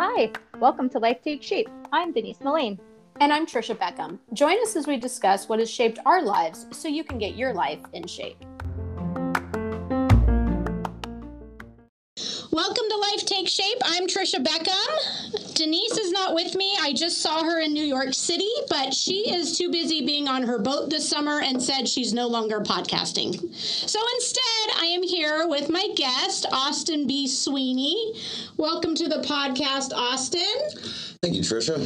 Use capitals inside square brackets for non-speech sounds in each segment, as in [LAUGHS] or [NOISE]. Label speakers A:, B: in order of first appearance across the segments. A: Hi, welcome to Life Take Shape. I'm Denise Mullane.
B: And I'm Trisha Beckham. Join us as we discuss what has shaped our lives so you can get your life in shape.
C: Welcome to Life Take Shape. I'm Trisha Beckham. Denise is not with me. I just saw her in New York City, but she is too busy being on her boat this summer and said she's no longer podcasting. So instead, I am here with my guest, Austin B. Sweeney. Welcome to the podcast, Austin.
D: Thank you, Trisha.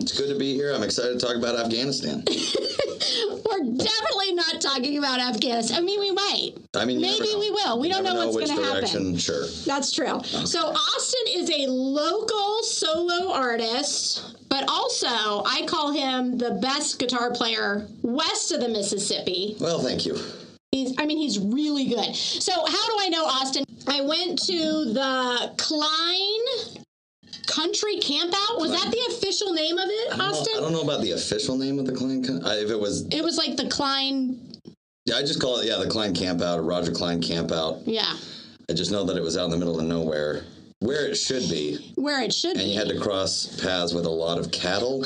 D: It's good to be here. I'm excited to talk about Afghanistan.
C: We're definitely not talking about Afghanistan. I mean, we might.
D: I mean, you never
C: Maybe
D: know.
C: we will. We
D: You
C: don't
D: never
C: know what's
D: which
C: gonna happen.
D: direction. Sure.
C: That's true. So Austin is a local solo artist, but also I call him the best guitar player west of the Mississippi.
D: Well, thank you.
C: He's, I mean, he's really good. So how do I know Austin? I went to the Klein Country Campout. Was that the official name of it,
D: I don't know-
C: Austin?
D: I don't know about the official name of the Klein. Con- I, if it was,
C: It was like the Klein.
D: yeah, I just call it yeah the Klein Campout or Roger Klein Campout.
C: Yeah,
D: I just know that it was out in the middle of nowhere, where it should be,
C: where it should
D: and
C: be.
D: you had to cross paths with a lot of cattle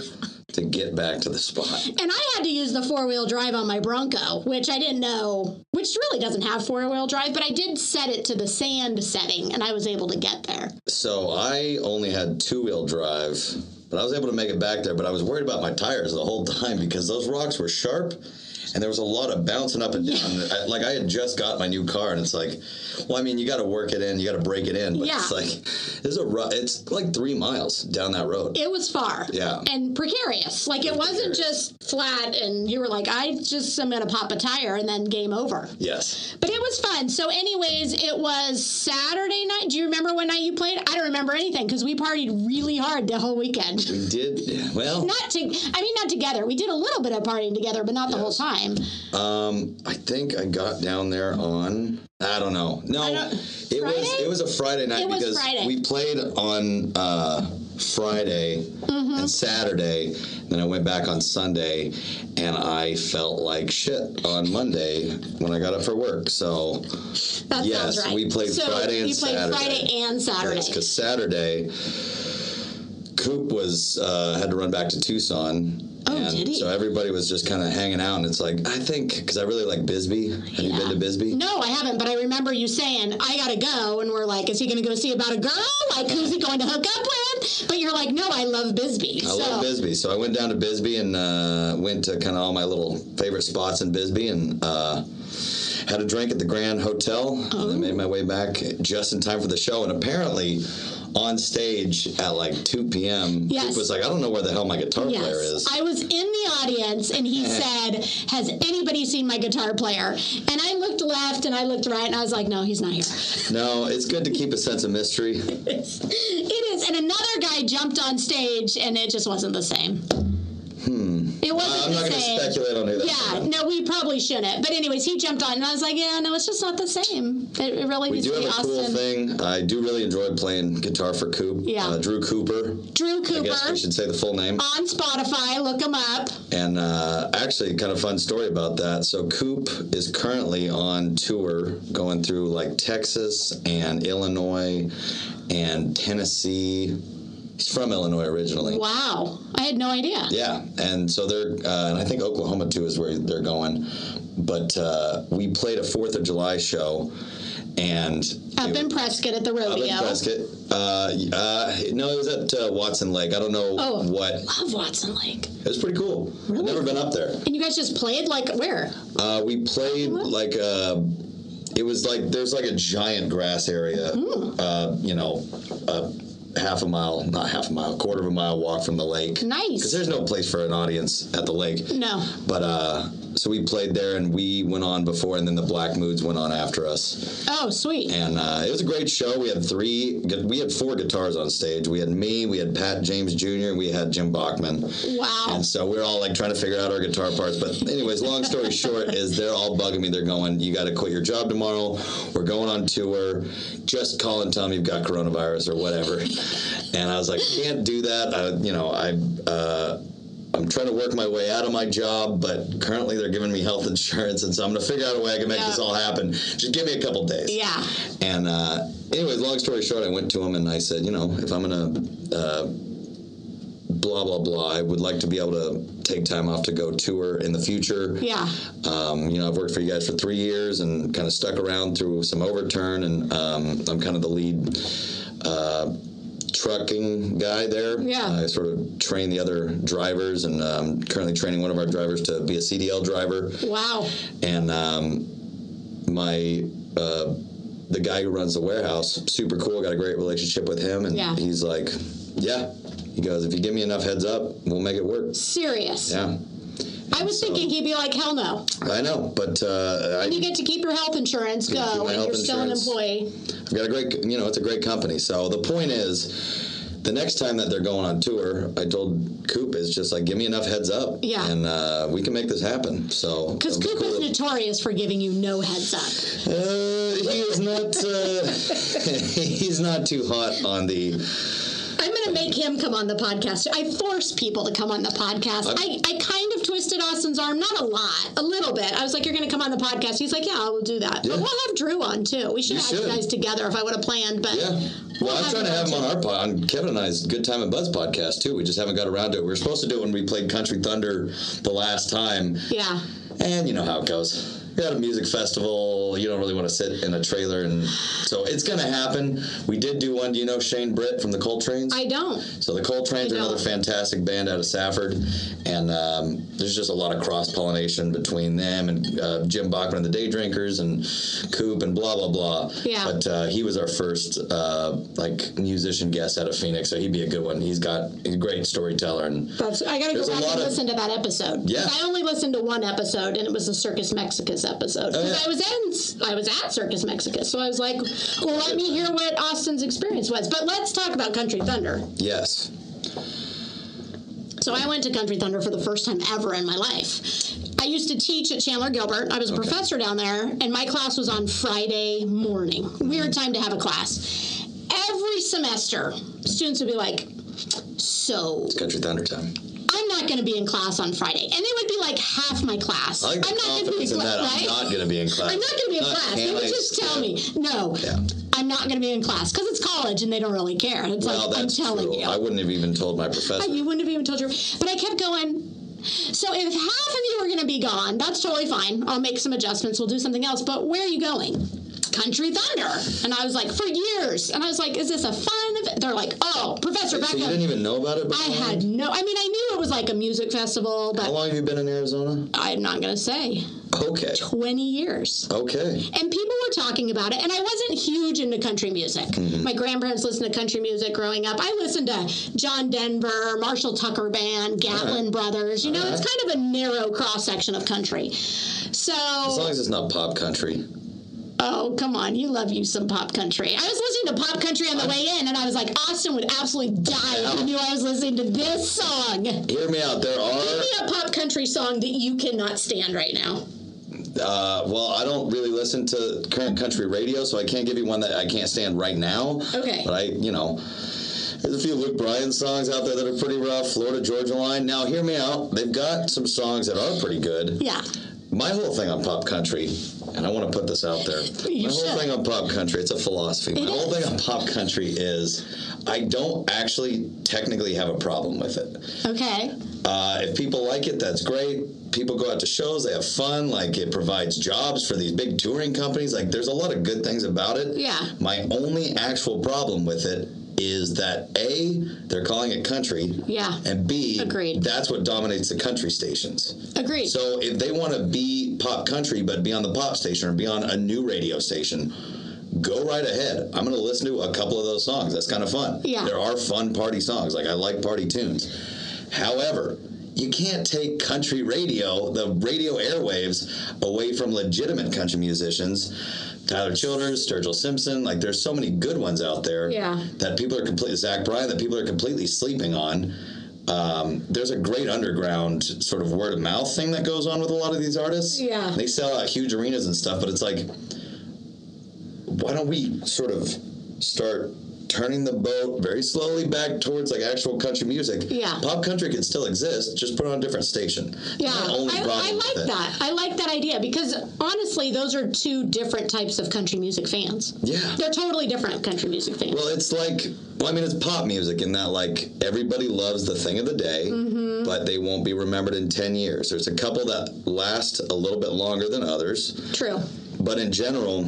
D: to get back to the spot.
C: And I had to use the four wheel drive on my Bronco, which I didn't know, which really doesn't have four wheel drive, but I did set it to the sand setting and I was able to get there.
D: So I only had two wheel drive, but I was able to make it back there. But I was worried about my tires the whole [LAUGHS] time because those rocks were sharp, and there was a lot of bouncing up and down. I, like I had just got my new car, and it's like, well, I mean, you got to work it in, you got to break it in, but
C: Yeah.
D: it's like, there's a ru- it's like three miles down that road.
C: It was far.
D: Yeah.
C: And precarious. Like it wasn't just flat and you were like, I just am going to pop a tire and then game over.
D: Yes,
C: But it was fun. So, anyways, it was Saturday night. Do you remember what night you played? I don't remember anything because we partied really hard the whole weekend.
D: [LAUGHS] we did. yeah, Well,
C: Not to, I mean, not together. We did a little bit of partying together, but not the whole
D: Yes.
C: time.
D: um, I think I got down there on. I don't know. No,
C: don't-
D: it was
C: Friday?
D: it was a Friday night
C: It was
D: because
C: Friday.
D: we played on uh, Friday
C: Mm-hmm.
D: and Saturday. Then I went back on Sunday, and I felt like shit on Monday when I got up for work. So
C: That
D: Yes,
C: sounds right.
D: we played Friday and
C: you played
D: Saturday.
C: Friday and Saturday.
D: because Saturday, Coop was uh, had to run back to Tucson.
C: Oh,
D: and
C: did he?
D: So everybody was just kind of hanging out, and it's like I think because I really like Bisbee. Have you been to Bisbee?
C: no, I haven't, but I remember you saying, I gotta go. And we're like, is he gonna go see about a girl? Like, who's he going to hook up with? But you're like, no, I love Bisbee.
D: I
C: so,
D: love Bisbee. So I went down to Bisbee and uh, went to kind of all my little favorite spots in Bisbee and uh, had a drink at the Grand Hotel. And
C: Oh.
D: then made my way back just in time for the show. And apparently, on stage at like 2 p.m.,
C: Yes.
D: Coop was like, I don't know where the hell my guitar player
C: Yes.
D: is.
C: I was in the audience and
D: [LAUGHS]
C: he said, Has anybody seen my guitar player? And I looked left and I looked right and I was like, No, he's not here. [LAUGHS]
D: no, it's good to keep a sense of mystery.
C: It is. And another guy jumped on stage and it just wasn't the same. Hmm. It wasn't
D: I'm
C: the
D: not going to
C: same.
D: speculate on who that
C: Yeah, no, we probably shouldn't. But anyways, he jumped on, and I was like, yeah, no, it's just not the same. It, it really
D: We
C: needs
D: do
C: to be
D: have a
C: Austin.
D: cool thing. I do really enjoy playing guitar for Coop.
C: Yeah.
D: Uh, Drew Cooper.
C: Drew
D: I guess
C: Cooper
D: we should say the full name.
C: on Spotify, look him up.
D: And uh, actually, kind of fun story about that. So Coop is currently on tour, going through like Texas and Illinois and Tennessee. He's from Illinois originally.
C: Wow, I had no idea.
D: Yeah, and so they're, uh, and I think Oklahoma too is where they're going. But uh, we played a Fourth of July show, and
C: Up in Prescott at the
D: up
C: rodeo.
D: in Prescott. Uh, uh, no, it was at uh, Watson Lake. I don't know
C: Oh.
D: what.
C: Love Watson Lake.
D: It was pretty cool. I've never been up there.
C: And you guys just played like where?
D: Uh, we played like uh It was like there's like a giant grass area. Uh, you know, a half a mile, not half a mile, quarter of a mile walk from the lake. Because
C: Nice.
D: there's no place for an audience at the lake.
C: No.
D: But uh, so we played there, and we went on before, and then the Black Moods went on after us,
C: Oh, sweet.
D: and uh, it was a great show. We had three, gu- we had four guitars on stage. We had me, we had Pat James Jr., and we had Jim Bachman.
C: Wow.
D: And so we're all like trying to figure out our guitar parts. But anyways, long story short is they're all bugging me. They're going, you got to quit your job tomorrow. We're going on tour. Just call and tell me you've got coronavirus or whatever. And I was like, can't do that. I, you know, I. Uh, I'm trying to work my way out of my job, but currently they're giving me health [LAUGHS] insurance, and so I'm gonna figure out a way I can make this all happen. Just give me a couple days.
C: Yeah.
D: And uh, anyways, long story short, I went to him and I said, you know, if I'm gonna uh, blah blah blah, I would like to be able to take time off to go tour in the future.
C: Yeah.
D: Um, you know, I've worked for you guys for three years and kind of stuck around through some overturn, and um, I'm kind of the lead uh, trucking guy there.
C: Yeah.
D: I sort of train the other drivers, and um, currently training one of our drivers to be a CDL driver
C: Wow.
D: and um, my uh, the guy who runs the warehouse super cool got a great relationship with him and
C: Yeah.
D: he's like yeah he goes if you give me enough heads up we'll make it work
C: Serious.
D: yeah
C: I was thinking he'd be like, hell no.
D: i know but uh, I,
C: You get to keep your health insurance, go,
D: Yeah, keep my
C: and
D: health
C: you're still an
D: insurance.
C: employee.
D: I've got a great, you know, it's a great company. So the point is, the next time that they're going on tour, I told Coop is just like, give me enough heads up,
C: Yeah.
D: and uh, we can make this happen. So
C: Because
D: it'll be
C: Coop is notorious for giving you no heads up.
D: uh, he is not, uh, [LAUGHS] he's not too hot on the.
C: I'm going to make him come on the podcast. I force people to come on the podcast. I, I kind of twisted Austin's arm, not a lot, a little bit. I was like, you're going to come on the podcast. He's like, yeah, I will do that.
D: Yeah.
C: But we'll have Drew on too. We should
D: You
C: have had you
D: should.
C: guys together if I would have planned, but
D: Yeah. Well, I'm
C: have
D: trying to
C: him
D: have him
C: on
D: on our pod, on Kevin and I's Good Time and Buzz podcast too. We just haven't got around to it. We were supposed to do it when we played Country Thunder the last time,
C: yeah.
D: and you know how it goes. You're at a music festival, you don't really want to sit in a trailer, and so it's gonna happen. We did do one. Do you know Shane Britt from the Coltrane's?
C: I don't.
D: So the Coltrane's
C: I
D: are another
C: don't.
D: fantastic band out of Safford, and um, there's just a lot of cross pollination between them and uh, Jim Bachman and the Day Drinkers and Coop and blah blah blah.
C: Yeah.
D: But uh, he was our first uh, like musician guest out of Phoenix, so he'd be a good one. He's got he's a great storyteller and
C: That's I gotta
D: There's a
C: go back
D: lot
C: and
D: of-
C: listen to that episode.
D: Yeah.
C: 'Cause I only listened to one episode, and it was the Circus Mexicus episode. 'Cause
D: Oh, yeah.
C: I was in, I was at Circus Mexicus, so I was like, well, let me hear what Austin's experience was. But let's talk about Country Thunder.
D: yes,
C: So I went to Country Thunder for the first time ever in my life. I used to teach at Chandler Gilbert. I was a professor down there, and my class was on Friday morning. Weird time to have a class. Every semester, students would be like, so
D: Country Thunder time.
C: I'm not going to be in class on Friday. And they would be like half my class.
D: I like the
C: I'm not going to be in
D: confidence in
C: class,
D: that.
C: right?
D: I'm not going to be in class.
C: I'm not going to be in
D: Not
C: class.
D: can
C: They would
D: I
C: just tell
D: skip?
C: me, no,
D: Yeah.
C: I'm not going to be in class because it's college and they don't really care. And it's
D: Well,
C: like, I'm
D: that's
C: telling
D: true.
C: you.
D: I wouldn't have even told my
C: Yeah,
D: professor.
C: you wouldn't have even told your. But I kept going. So if half of you are going to be gone, that's totally fine. I'll make some adjustments. We'll do something else. But where are you going? Country Thunder. And I was like, for years. And I was like, is this a fun event? They're like, oh, Professor
D: So you
C: Beckham.
D: didn't even know about it.
C: I
D: beforehand?
C: had no. I mean, I knew it was like a music festival,
D: How
C: but
D: long have you been in Arizona?
C: I'm not going to say
D: Okay.
C: 20 years.
D: Okay.
C: And people were talking about it, and I wasn't huge into country music.
D: Mm-hmm.
C: My grandparents listened to country music growing up. I listened to John Denver, Marshall Tucker Band,
D: Uh-huh.
C: Gatlin Brothers. You know, it's kind of a narrow cross section of country.
D: As
C: So,
D: long as it's not pop country.
C: oh, come on, you love you some pop country. I was listening to pop country on the way in, and I was like, Austin would absolutely die if he knew I was listening to this song.
D: Hear me out. There
C: Give
D: are.
C: me a pop country song that you cannot stand right now.
D: Uh, well, I don't really listen to current country radio, so I can't give you one that I can't stand right now.
C: Okay.
D: But I, you know, there's a few Luke Bryan songs out there that are pretty rough. Florida Georgia Line. Now, hear me out. They've got some songs that are pretty good.
C: Yeah.
D: My whole thing on pop country, and I want to put this out there.
C: You
D: my whole
C: should.
D: thing on pop country, it's a philosophy. my whole
C: is.
D: thing on pop country is I don't actually technically have a problem with it.
C: Okay.
D: Uh, if people like it, that's great. People go out to shows, they have fun. Like it provides jobs for these big touring companies. Like there's a lot of good things about it.
C: Yeah.
D: My only actual problem with it is that A, they're calling it country.
C: Yeah.
D: And B,
C: Agreed.
D: that's what dominates the country stations.
C: Agreed.
D: So if they want to be pop country, but be on the pop station or be on a new radio station, go right ahead. I'm going to listen to a couple of those songs. That's kind of fun.
C: Yeah.
D: There are fun party songs. Like I like party tunes. However, you can't take country radio, the radio airwaves, away from legitimate country musicians. Tyler Childers, Sturgill Simpson, like there's so many good ones out there
C: Yeah.
D: that people are completely Zach Bryan that people are completely sleeping on. Um, there's a great underground sort of word of mouth thing that goes on with a lot of these artists.
C: Yeah.
D: they sell out huge arenas and stuff, but it's like, why don't we sort of start turning the boat very slowly back towards like actual country music.
C: Yeah.
D: Pop country can still exist, just put it on a different station.
C: Yeah,
D: Not only
C: I,
D: problem
C: I
D: with
C: like
D: it.
C: that. I like that idea because honestly, those are two different types of country music fans.
D: Yeah.
C: They're totally different country music fans.
D: Well, it's like, well, I mean, it's pop music in that, like, everybody loves the thing of the day, but they won't be remembered in 10 years. There's a couple that last a little bit longer than others,
C: True.
D: but in general,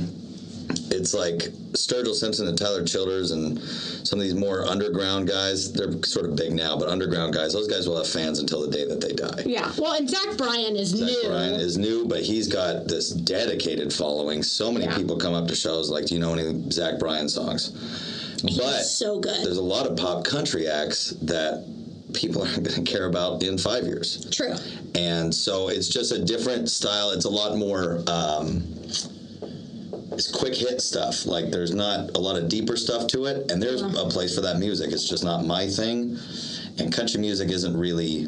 D: it's like Sturgill Simpson and Tyler Childers and some of these more underground guys. They're sort of big now, but underground guys, those guys will have fans until the day that they die.
C: Yeah. Well, and Zach Bryan is
D: Zach
C: new.
D: Bryan is new, but he's got this dedicated following. So many people come up to shows like, "Do you know any Zach Bryan songs?" But
C: so good.
D: there's a lot of pop country acts that people [LAUGHS] aren't going to care about in five years,
C: True.
D: and so it's just a different style. It's a lot more. Um, it's quick hit stuff. Like there's not a lot of deeper stuff to it, and there's a place for that music. It's just not my thing, and country music isn't really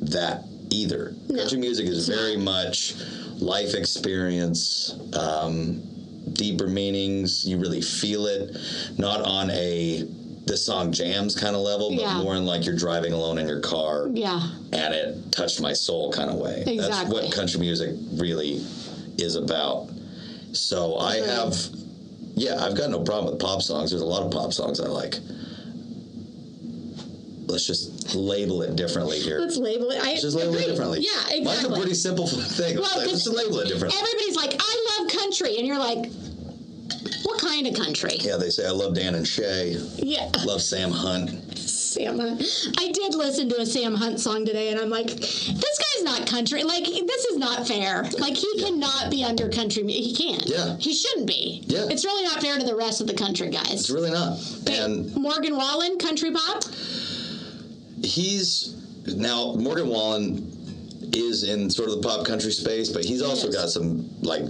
D: that either. Country music is very much life experience, um, deeper meanings. You really feel it, not on a this song jams kind of level, but
C: Yeah.
D: more in like you're driving alone in your car
C: Yeah.
D: and it touched my soul kind of way. That's
C: Exactly.
D: what country music really is about. So I have, yeah, I've got no problem with pop songs. There's a lot of pop songs I like. Let's just label it differently here.
C: Let's label it. I
D: Let's just label
C: agree.
D: it differently.
C: Yeah,
D: Mine's a
C: exactly.
D: pretty simple [LAUGHS] thing.
C: Well,
D: Like, let's just label it differently.
C: Everybody's like, I love country, and you're like, what kind of country?
D: yeah, they say I love Dan and Shay,
C: Yeah.
D: love Sam Hunt.
C: Sam Hunt. I did listen to a Sam Hunt song today, and I'm like, this guy's not country. Like, this is not fair. Like, he cannot be under country. mu- He can't.
D: Yeah.
C: He shouldn't be.
D: Yeah.
C: It's really not fair to the rest of the country guys.
D: It's really not. And
C: Morgan Wallen, country pop.
D: he's now Morgan Wallen is in sort of the pop country space, but he's also
C: Yes.
D: got some like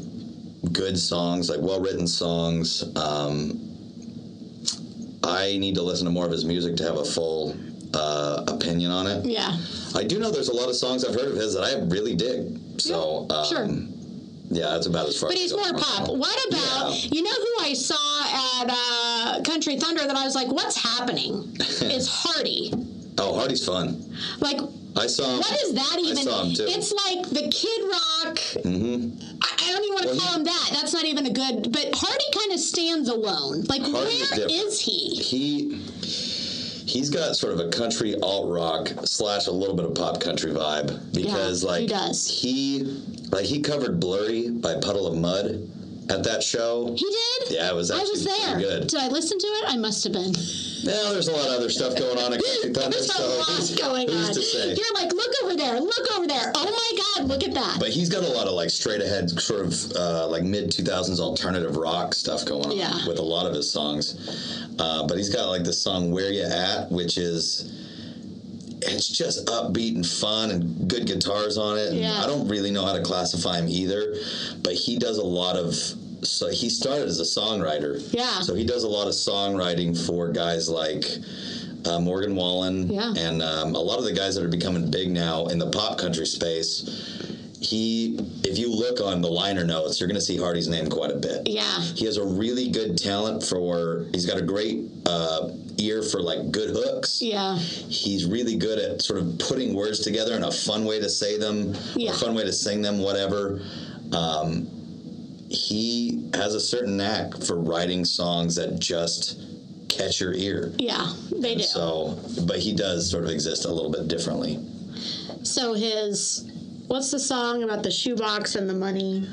D: good songs, like well written songs. Um, I need to listen to more of his music to have a full uh, opinion on it.
C: Yeah.
D: I do know there's a lot of songs I've heard of his that I really dig. So um,
C: sure.
D: yeah, that's about as far.
C: But
D: as
C: he's
D: I go.
C: more pop. What about
D: Yeah.
C: you know who I saw at uh, Country Thunder that I was like, what's
D: [LAUGHS]
C: happening? Is Hardy.
D: Oh, Hardy's fun.
C: Like,
D: I saw. Him.
C: what is that even?
D: saw him too. Mm-hmm.
C: It's like the Kid Rock. I, I don't even want to
D: Well,
C: call
D: he-
C: him that. That's not even a good. But Hardy kind of stands alone. Like,
D: Hardy's
C: where
D: different.
C: is he?
D: he he's got sort of a country alt rock slash a little bit of pop country vibe because
C: Yeah,
D: like
C: he does.
D: he like he covered blurry by puddle of mud at that show
C: He did.
D: yeah it was
C: I
D: actually
C: was there.
D: pretty good
C: Did I listen to it? I must have
D: [LAUGHS]
C: been.
D: now there's a lot of other stuff going
C: [LAUGHS]
D: on at country thunder
C: There's a
D: so
C: lot
D: who's-
C: going
D: who's
C: on.
D: to say?
C: You're like, look over there, look over there. Oh my God, look at that.
D: but he's got a lot of like straight ahead sort of uh, like mid 2000s alternative rock stuff going on
C: Yeah.
D: with a lot of his songs uh, but he's got like the song where you at which is it's just upbeat and fun and good guitars on it and
C: Yeah.
D: i don't really know how to classify him either but he does a lot of so he started as a songwriter
C: Yeah.
D: so he does a lot of songwriting for guys like uh, Morgan Wallen
C: Yeah.
D: and um, a lot of the guys that are becoming big now in the pop country space. He, if you look on the liner notes, you're going to see Hardy's name quite a bit.
C: Yeah.
D: He has a really good talent for. He's got a great uh, ear for like good hooks.
C: Yeah.
D: He's really good at sort of putting words together in a fun way to say them,
C: Yeah.
D: or a fun way to sing them, whatever. Um, he has a certain knack for writing songs that just catch your ear.
C: Yeah, they do. So,
D: So, but he does sort of exist a little bit differently.
C: his what's the song about the shoebox and the money?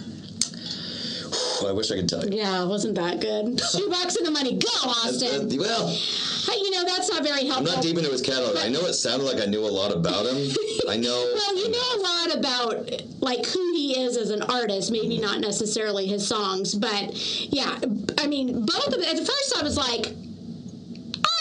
D: Well, I wish I could tell you.
C: Yeah, wasn't that
D: [LAUGHS]
C: good? shoebox and the money. Go, Austin.
D: Uh, well,
C: Hey, you know that's not very
D: I'm
C: helpful.
D: not deep into his catalog. I know it sounded like I knew a lot about him. I know.
C: [LAUGHS] well, you know a lot about like who he is as an artist, maybe not necessarily his songs, but yeah, I mean, both of at first I was like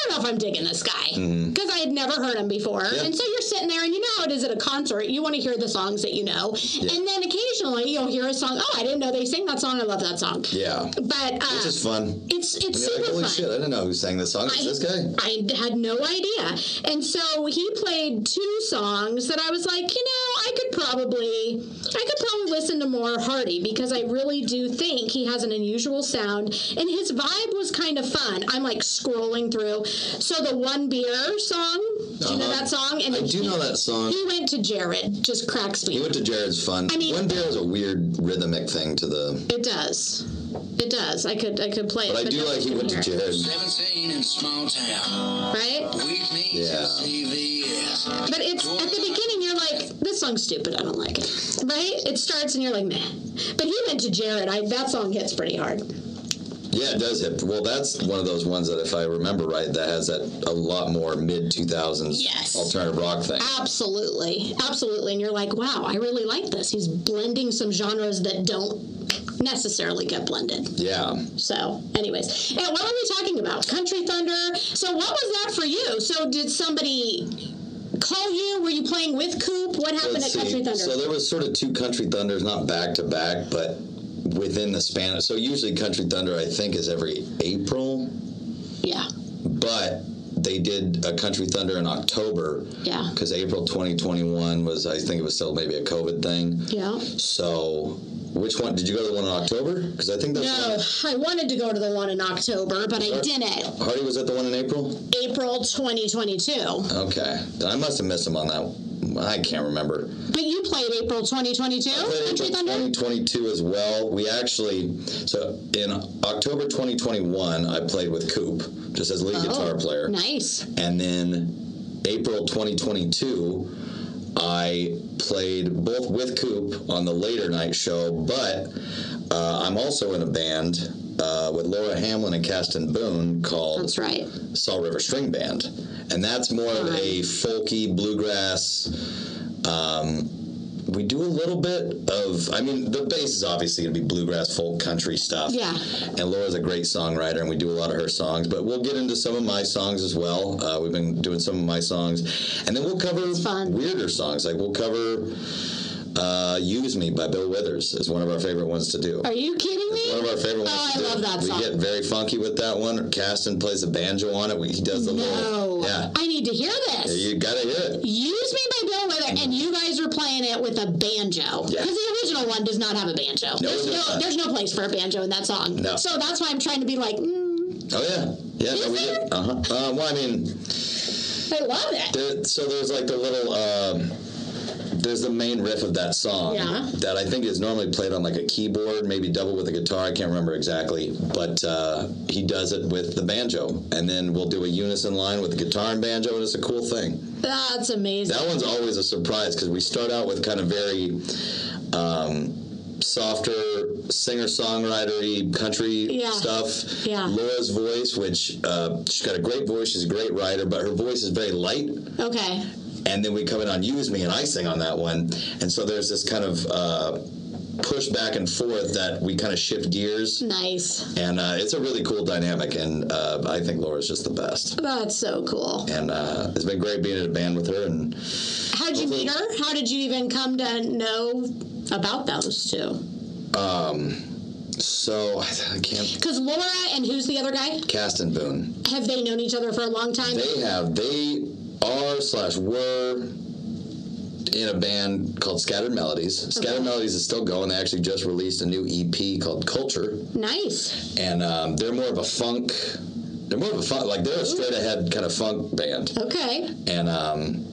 C: I don't know if I'm digging this guy
D: Mm-hmm.
C: because I had never heard him before. And so you're sitting there and you know how it is at a concert, you want to hear the songs that you know. And then occasionally you'll hear a song, "Oh, I didn't know they sang that song. I love that song."
D: Yeah.
C: But uh,
D: Which is fun.
C: it's it's
D: You're
C: super
D: like, holy
C: fun.
D: shit, I didn't know who sang this song. It's this guy.
C: I had no idea. And so he played two songs that I was like, you know, I could probably I could probably listen to more Hardy because I really do think he has an unusual sound and his vibe was kind of fun. I'm like scrolling through. So the one beer song, do you know
D: Uh-huh.
C: that song? And
D: I do know that song.
C: he went to Jared, just cracks me.
D: He went to Jared's fun.
C: I mean-
D: One beer is a weird rhythmic thing to the.
C: It does. It does. I could I could play it.
D: But I do
C: no
D: like
C: one
D: he
C: can
D: went to
C: hear it,
D: Jared.
E: 17 in small town.
C: Right?
E: Weekneys
D: Yeah.
E: yeah. CVS.
C: But it's at the beginning you're like, this song's stupid, I don't like it. Right? It starts and you're like, meh. But he went to Jared. I that song hits pretty hard.
D: Yeah, it does hit. Well, that's one of those ones that, if I remember right, that has that a lot more mid 2000s
C: Yes.
D: alternative rock thing.
C: Absolutely. Absolutely. And you're like, wow, I really like this. He's blending some genres that don't necessarily get blended.
D: Yeah.
C: So, anyways, and what are we talking about? Country Thunder. So, what was that for you? So, did somebody call you? Were you playing with Coop? What happened
D: Let's
C: at Country
D: see.
C: Thunder?
D: So there was sort of two Country Thunders, not back to back, but within the span. So usually Country Thunder, I think, is every April,
C: yeah,
D: but they did a Country Thunder in October.
C: Yeah.
D: Because April 2021 was, I think it was still maybe a COVID thing.
C: yeah.
D: So which one? Did you go to the one in October? Because I think that's
C: No, I wanted to go to the one in October, but I didn't.
D: Hardy was at the one in April?
C: April 2022.
D: Okay. Then I must have missed him on that. I can't remember.
C: But you played April 2022 Country Thunder.
D: 2022 as well. We actually, so in October 2021, I played with Coop, just as lead guitar player.
C: Oh, Nice.
D: And then April 2022, I played both with Coop on the later night show, but uh, I'm also in a band uh, with Laura Hamlin and Caston Boone called
C: That's right.
D: Salt River String Band, and that's more of
C: Uh-huh.
D: a folky bluegrass. Um, we do a little bit of, I mean, the bass is obviously going to be bluegrass folk country stuff.
C: Yeah.
D: And Laura's a great songwriter, and we do a lot of her songs, but we'll get into some of my songs as well. Uh, we've been doing some of my songs, and then we'll cover
C: fun.
D: weirder songs. Like we'll cover uh, Use Me by Bill Withers, is one of our favorite ones to do.
C: Are you kidding me?
D: One of our favorite ones.
C: Oh,
D: to
C: I
D: do.
C: love that song.
D: We get very funky with that one. Caston plays the banjo on it. We, he does the
C: No.
D: little. Yeah.
C: I need to hear this.
D: You gotta hit it.
C: Use Me by Bill Withers, and you guys are playing it with a banjo. Because
D: Yeah.
C: the original one does not have a banjo. there's,
D: it does
C: no,
D: not.
C: there's no place for a banjo in that song.
D: No.
C: So that's why I'm trying to be like, mm,
D: Oh yeah. Yeah. no, we
C: Is
D: did. Uh-huh. Uh, well, I mean,
C: I love it.
D: there, so there's like the little. Um, there's the main riff of that song
C: Yeah.
D: that I think is normally played on like a keyboard, maybe double with a guitar. I can't remember exactly, but uh, he does it with the banjo, and then we'll do a unison line with the guitar and banjo, and it's a cool thing.
C: That's amazing.
D: That one's always a surprise because we start out with kind of very um, softer singer songwritery country
C: Yeah.
D: stuff.
C: Yeah.
D: Laura's voice, which uh, she's got a great voice, she's a great writer, but her voice is very light.
C: Okay.
D: And then we come in on Use Me, and I sing on that one. And so there's this kind of uh, push back and forth that we kind of shift gears.
C: Nice.
D: And uh, it's a really cool dynamic, and uh, I think Laura's just the best.
C: That's so cool.
D: And uh, it's been great being in a band with her, and
C: How'd you meet her? How did you even come to know about those two?
D: so I, I can't
C: Because Laura and who's the other guy?
D: Cast and Boone.
C: Have they known each other for a long time?
D: They have they are slash were in a band called Scattered Melodies. Scattered Melodies is still going. They actually just released a new EP called Culture,
C: nice.
D: and um, they're more of a funk. They're more of a funk, like they're a straight ahead kind of funk band,
C: Okay.
D: and um,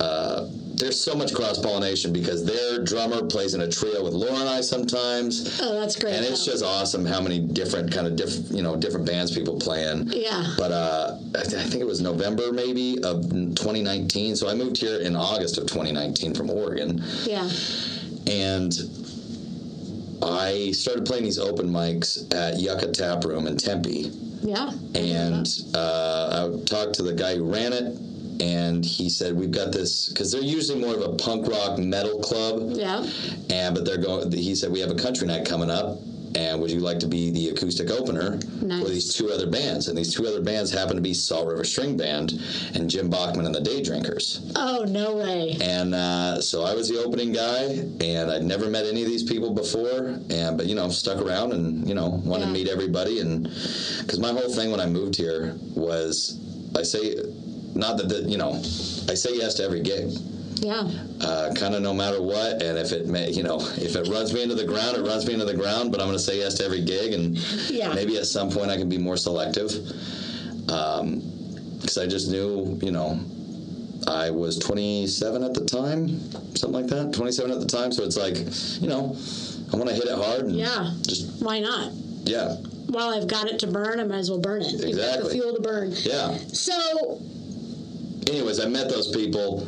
D: uh, there's so much cross pollination because their drummer plays in a trio with Laura and I sometimes,
C: Oh, that's great.
D: and it's
C: though.
D: just awesome how many different kind of diff, you know different bands people play in.
C: yeah.
D: But uh, I, th- I think it was November maybe of 2019. So I moved here in August of 2019 from Oregon,
C: Yeah.
D: and I started playing these open mics at Yucca Tap Room in Tempe.
C: Yeah.
D: And uh, I talked to the guy who ran it, and he said we've got this because they're usually more of a punk rock metal club.
C: Yeah.
D: And but they're going. He said we have a country night coming up, and would you like to be the acoustic opener
C: Nice.
D: with these two other bands? And these two other bands happen to be Salt River String Band and Jim Bachman and the Day Drinkers.
C: Oh, no way.
D: And uh, so I was the opening guy, and I'd never met any of these people before. And but you know stuck around and you know wanted
C: Yeah.
D: to meet everybody. And because my whole thing when I moved here was I say not that the, you know I say yes to every gig.
C: Yeah.
D: uh, kind of no matter what. And if it may, you know, if it runs me into the ground, it runs me into the ground. But I'm going to say yes to every gig, and
C: Yeah.
D: maybe at some point I can be more selective. Um 'cause because I just knew, you know, I was 27 at the time, something like that. 27 at the time, so it's like, you know, I want to hit it hard. And
C: Yeah.
D: Just
C: Why not?
D: yeah,
C: While I've got it to burn, I might as well burn it. You've got the
D: Exactly.
C: fuel to burn.
D: yeah.
C: So
D: Anyways, I met those people.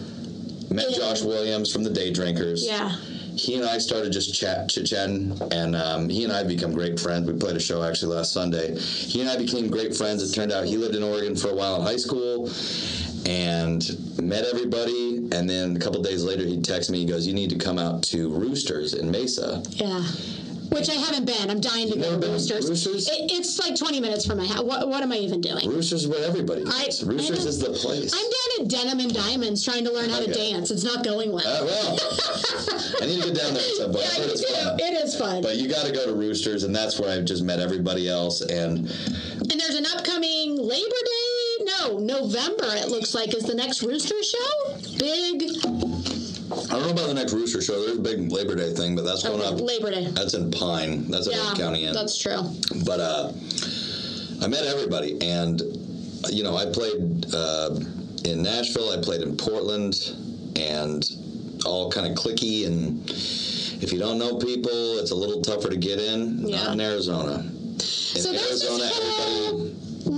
D: Met Josh Williams from the Day Drinkers.
C: yeah.
D: he and I started just chat chit chatting, and um, he and I become great friends. We played a show actually last Sunday. He and I became great friends. It turned out he lived in Oregon for a while in high school, and met everybody. And then a couple days later, he texts me. He goes, "You need to come out to Roosters in Mesa."
C: Yeah. Which I haven't been. I'm dying to go
D: never
C: to
D: been to
C: Roosters.
D: Roosters?
C: It, it's like 20 minutes from my house. What, what am I even doing?
D: Roosters is where everybody
C: I-
D: goes. Roosters
C: I
D: is the place.
C: I'm down at Denim and Diamonds trying to learn how to
D: Okay.
C: dance. It's not going well.
D: [LAUGHS] Uh, well, I need to get down there at some point.
C: yeah,
D: I heard
C: you
D: it's
C: do.
D: fun.
C: It is fun.
D: But you got to go to Roosters, and that's where I just met everybody else. And
C: And there's an upcoming Labor Day. No, November. It looks like is the next Rooster show. Big
D: I don't know about the next Rooster show. There's a big Labor Day thing, but that's going up.
C: Labor Day.
D: That's in Pine. That's at
C: Yeah,
D: Old County Inn.
C: that's true.
D: But uh, I met everybody, and you know, I played uh, in Nashville. I played in Portland, and all kind of clicky. And if you don't know people, it's a little tougher to get in.
C: Yeah.
D: Not in Arizona. In
C: So that's just
D: Arizona, everybody.
C: whole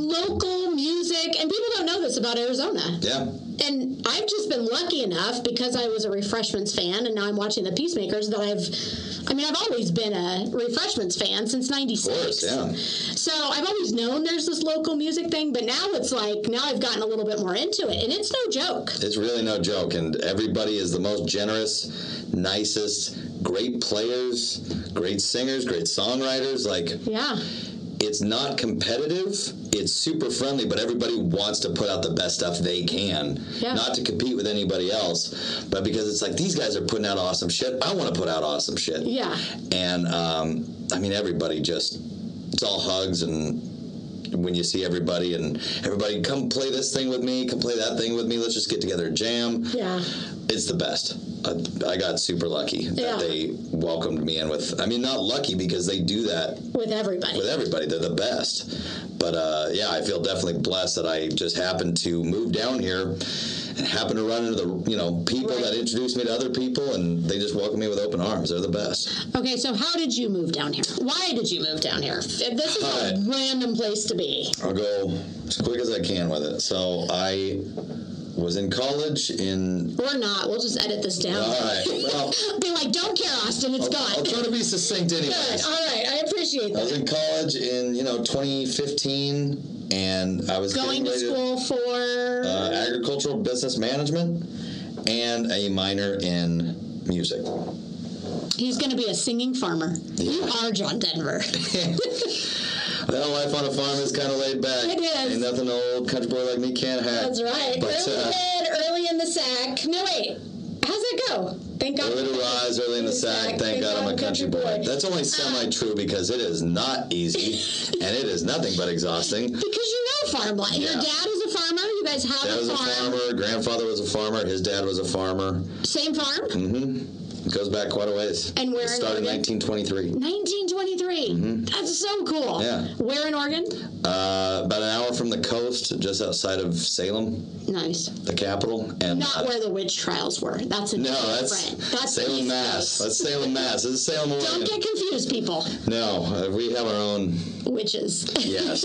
C: local music, and people don't know this about Arizona.
D: Yeah.
C: And I've just been lucky enough because I was a refreshments fan, and now I'm watching the Peacemakers. That I've, I mean, I've always been a refreshments fan since
D: Of
C: '96.
D: course, yeah.
C: So I've always known there's this local music thing, but now it's like now I've gotten a little bit more into it, and it's no joke.
D: It's really no joke, and everybody is the most generous, nicest, great players, great singers, great songwriters. Like,
C: Yeah,
D: it's not competitive. It's super friendly, but everybody wants to put out the best stuff they can,
C: Yeah.
D: not to compete with anybody else, but because it's like these guys are putting out awesome shit. I want to put out awesome shit.
C: yeah,
D: And um, I mean, everybody just it's all hugs and when you see everybody and everybody come play this thing with me, come play that thing with me. Let's just get together and jam.
C: yeah.
D: It's the best. I, I got super lucky that
C: Yeah.
D: they welcomed me in with. I mean, not lucky because they do that
C: With everybody.
D: with everybody. They're the best. But uh, yeah, I feel definitely blessed that I just happened to move down here and happen to run into the you know people that introduced me to other people, and they just welcomed me with open arms. They're the best.
C: Okay, so how did you move down here? Why did you move down here? If This is
D: Hi.
C: a random place to be.
D: I'll go as quick as I can with it. So I was in college in.
C: Or not. We'll just edit this down. [LAUGHS]
D: All right. Well,
C: Be like, don't care, Austin. It's
D: I'll
C: Oh, gone.
D: try to be succinct
C: Good.
D: anyways.
C: All right. I appreciate
D: I was
C: that.
D: in college in you know 2015, and I was
C: Going
D: getting
C: to school
D: ready
C: for.
D: uh, agricultural business management and a minor in music.
C: he's going to be a singing farmer. You are John
D: [LAUGHS]
C: Denver.
D: Well, life on a farm is kind of laid back.
C: It is.
D: Ain't nothing an old country boy like me can't hack.
C: That's right.
D: But
C: early [LAUGHS]
D: uh,
C: bed, early in the sack. No, wait. How's that go? Thank God.
D: early to rise, early in the sack. Thank God I'm a country boy. That's
C: Uh,
D: only semi-true because it is not
C: [LAUGHS]
D: easy, and it is nothing but exhausting.
C: because you know farm life. Your
D: Yeah.
C: dad is a farmer. You guys have
D: Dad was
C: a
D: a
C: farm.
D: farmer. Grandfather was a farmer. His dad was a farmer.
C: Same farm.
D: Mm-hmm. It goes back quite a ways.
C: And where
D: It
C: in
D: started
C: Oregon?
D: in 1923.
C: 1923. That's so cool.
D: Mm-hmm. Yeah.
C: Where in Oregon?
D: Uh, about an hour from the coast, just outside of Salem.
C: Nice.
D: the capital and
C: Not where the witch trials were. That's a
D: no
C: different.
D: that's
C: that's the
D: salem
C: East
D: mass
C: Coast.
D: that's salem mass this is salem
C: Don't
D: Oregon.
C: get confused, people.
D: no uh, we have our own
C: Witches. [LAUGHS]
D: yes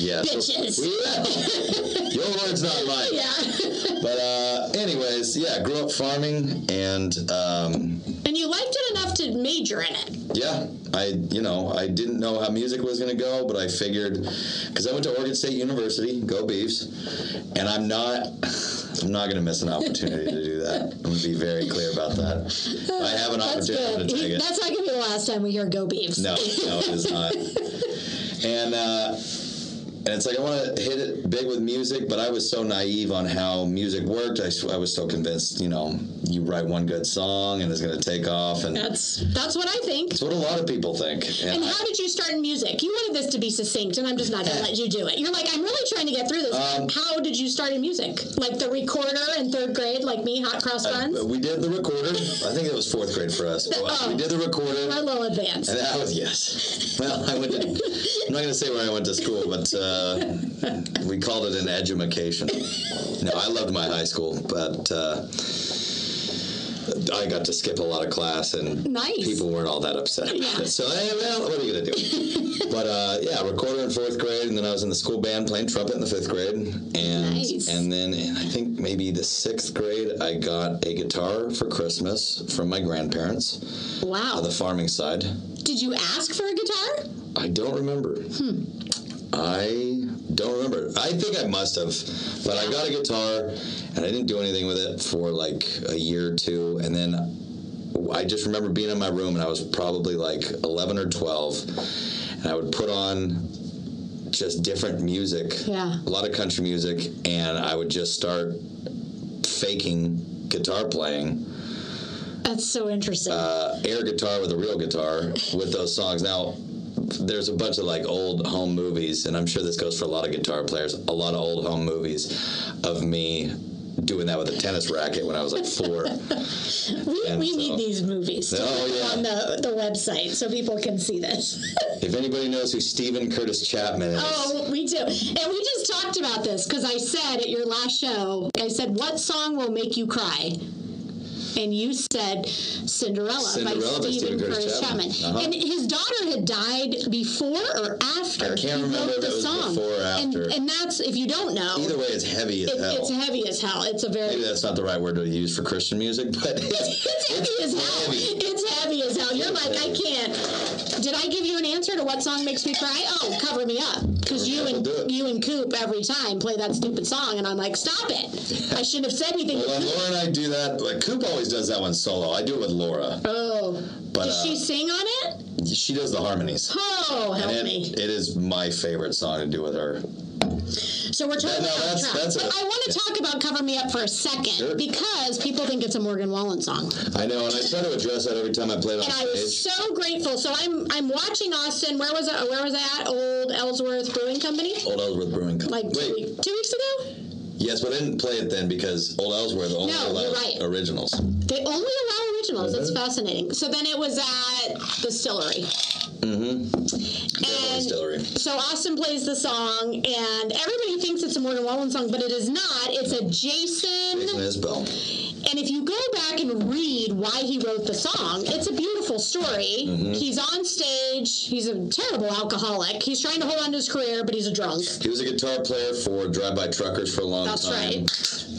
D: yes
C: Bitches. [LAUGHS]
D: We- your word's not mine
C: yeah. [LAUGHS]
D: but uh anyways yeah grew up farming and um
C: and you liked it enough to major in it.
D: yeah i you know i didn't know how music was going to go but i figured because i went to oregon state university go beefs and i'm not [LAUGHS] i'm not going to miss an opportunity to do that i'm going to be very clear about that i have an
C: That's
D: opportunity I'm
C: good.
D: gonna take
C: He-
D: it.
C: that's not gonna be the last time we hear go beefs.
D: No, no, it is not. and uh, and it's like I want to hit it big with music, but I was so naive on how music worked. I, s- I was so convinced, you know, you write one good song and it's going to take off. And
C: That's that's what I think.
D: it's what a lot of people think. And
C: And how did you start in music? You wanted this to be succinct, and I'm just not gonna let you do it. You're like, I'm really trying to get through this.
D: Um,
C: how did you start in music? Like the recorder in third grade, like me, hot
D: uh,
C: cross buns.
D: we did the recorder. I think it was fourth grade for us.
C: [LAUGHS] Oh.
D: We did the recorder.
C: My low advance.
D: And [LAUGHS] that was yes. Well, I went to. I'm not going to say where I went to school, but uh, we called it an edumacation. No, I loved my high school, but uh, I got to skip a lot of class, and
C: Nice.
D: people weren't all that upset about it. [LAUGHS] So, hey, well, what are you going to do? but uh, yeah, recorder in fourth grade, and then I was in the school band playing trumpet in the fifth grade, and
C: Nice.
D: and then in, I think maybe the sixth grade, I got a guitar for Christmas from my grandparents
C: Wow.
D: on the farming side.
C: did you ask for a guitar?
D: I don't remember. I don't remember. I think I must have, but I got a guitar and I didn't do anything with it for like a year or two. And then I just remember being in my room and I was probably like 11 or 12. And I would put on just different music,
C: Yeah.
D: a lot of country music, and I would just start faking guitar playing
C: That's so interesting.
D: uh, air guitar with a real guitar with those songs. Now, there's a bunch of like old home movies, and I'm sure this goes for a lot of guitar players, a lot of old home movies of me doing that with a tennis racket when I was
C: [LAUGHS]
D: like four.
C: we
D: and
C: we
D: so-
C: need these movies to
D: Oh,
C: put
D: yeah.
C: on the, the website so people can see this.
D: if anybody knows who Stephen Curtis Chapman is,
C: [LAUGHS] Oh, we do. And we just talked about this because I said at your last show, I said, What song will make you cry? And you said Cinderella,
D: Cinderella
C: by Stephen
D: by Stephen Curtis
C: Curtis Chapman.
D: Chapman. Uh-huh.
C: And his daughter had died before or after.
D: I can't
C: he
D: remember
C: wrote
D: if
C: the
D: it was
C: song.
D: before or after.
C: And, and that's, if you don't know,
D: either way, it's heavy as
C: it-
D: hell.
C: it's heavy as hell. It's a
D: Maybe
C: very.
D: that's not the right word to use for Christian music, [LAUGHS] but
C: It's heavy as hell.
D: heavy.
C: It's heavy as hell. You're like, I can't. Did I give you an answer to what song makes me cry? Oh, cover me up, because you
D: We'll
C: and
D: do it.
C: you and Coop every time play that stupid song, and I'm like, stop it. I shouldn't have said anything.
D: Well, when Laura and I do that, like Coop always does that one solo. I do it with Laura,
C: Oh,
D: but
C: does she
D: uh,
C: sing on it?
D: she does the harmonies.
C: Oh, help
D: And
C: me.
D: it, it is my favorite song to do with her.
C: So we're talking
D: No,
C: about
D: that's-
C: trap.
D: that's
C: but
D: a-
C: I want to talk about "Cover Me Up" for a second
D: Sure.
C: because people think it's a Morgan Wallen song.
D: I know, and I try to address that every time I play it on
C: and I was
D: stage.
C: so grateful. So I'm I'm watching Austin. Where was I? Oh, Where was I at? Old Ellsworth Brewing Company.
D: Old Ellsworth Brewing Company.
C: Like two,
D: Wait,
C: week- two weeks ago,
D: yes, but I didn't play it then because Old Ellsworth only
C: No, you're
D: allowed
C: right.
D: originals.
C: they only allow originals. That's
D: Mm-hmm.
C: fascinating. So then it was at the Stillery.
D: Devil's
C: And
D: Mm-hmm. Distillery.
C: so Austin plays the song, and everybody thinks it's a Morgan Wallen song, but it is not. It's a
D: Jason Isbell.
C: And if you go back and read why he wrote the song, it's a beautiful story.
D: Mm-hmm.
C: He's on stage. He's a terrible alcoholic. He's trying to hold on to his career, but he's a drunk.
D: He was a guitar player for Drive By Truckers for a long
C: That's
D: time.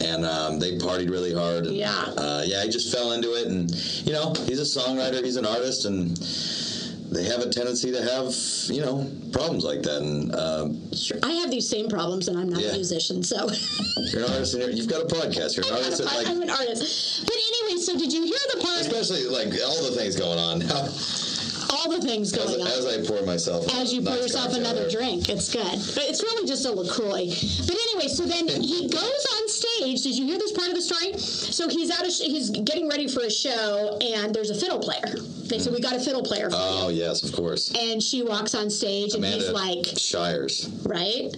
D: And um, they partied really hard. And,
C: Yeah.
D: Uh, yeah, he just fell into it. And, you know, he's a songwriter, he's an artist, and they have a tendency to have, you know, problems like that. And uh,
C: Sure, I have these same problems, and I'm not
D: Yeah.
C: a musician, so [LAUGHS]
D: you're an artist, and you're, you've got a podcast. You're an artist that, like,
C: I'm an artist. But anyway, so did you hear the part?
D: especially, like, all the things going on now.
C: All the things
D: As,
C: going on.
D: as I pour myself,
C: as you pour
D: nice
C: yourself
D: cocktail
C: another
D: there.
C: drink. It's good. But it's really just a LaCroix. But anyway, so then he goes on stage. Did you hear this part of the story? So he's out of sh- he's getting ready for a show and there's a fiddle player. They said we got a fiddle player. for you."
D: Oh yes, of course.
C: And she walks on stage and
D: Amanda
C: he's like,
D: Shires.
C: right?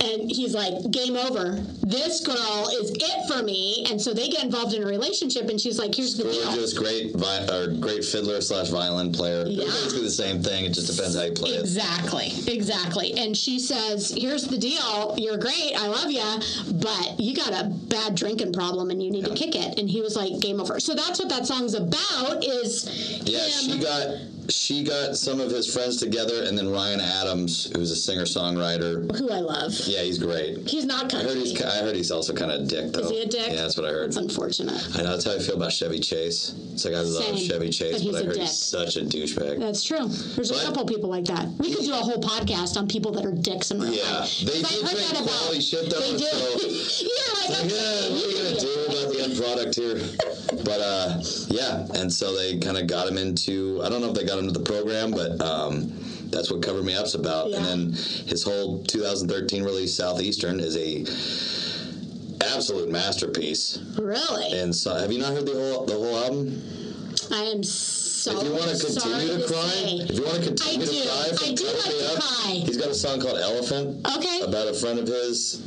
C: And he's like, game over. This girl is it for me. And so they get involved in a relationship and she's like, here's the deal.
D: Gorgeous, great, vi- or great fiddler slash violin player. They're
C: Yeah.
D: Basically the same thing. It just depends how you play it.
C: Exactly, exactly. And she says, "Here's the deal. You're great. I love you, but you got a bad drinking problem, and you need to kick it." And he was like, "Game over." So that's what that song's about. Is
D: Yeah,
C: him-
D: she got she got some of his friends together, and then Ryan Adams, who's a singer songwriter.
C: who I love.
D: Yeah, he's great.
C: He's not
D: I heard
C: country.
D: he's ki- I heard he's also kind of a dick though.
C: he a dick?
D: Yeah, that's what I heard.
C: It's unfortunate.
D: I know that's how I feel about Chevy Chase. It's like I love
C: Same,
D: Chevy
C: but
D: Chase,
C: he's
D: but, I
C: a
D: heard
C: dick.
D: he's such a douchebag.
C: That's true. There's a
D: But-
C: couple people like that. We could do a whole podcast on people that are dicks in real
D: Yeah,
C: life. 'Cause
D: they do
C: I've heard
D: drink
C: that about-
D: quality shit though.
C: They do.
D: so-
C: [LAUGHS] yeah, like,
D: [LAUGHS] yeah, what are you gonna do about the end product here? But uh, yeah, and so they kind of got him into. I don't know if they got him to the program, but um, that's what Cover Me Up's about.
C: Yeah.
D: And then his whole 2013 release, Southeastern, is a absolute masterpiece.
C: Really?
D: And so, have you not heard the whole the whole album?
C: I am so
D: If you want to
C: Oh, sorry
D: continue to cry,
C: say.
D: if you want to
C: I
D: continue
C: do.
D: to cry, from
C: I do
D: Cover
C: like
D: Me
C: to
D: Up,
C: cry.
D: He's got a song called Elephant
C: Okay.
D: about a friend of his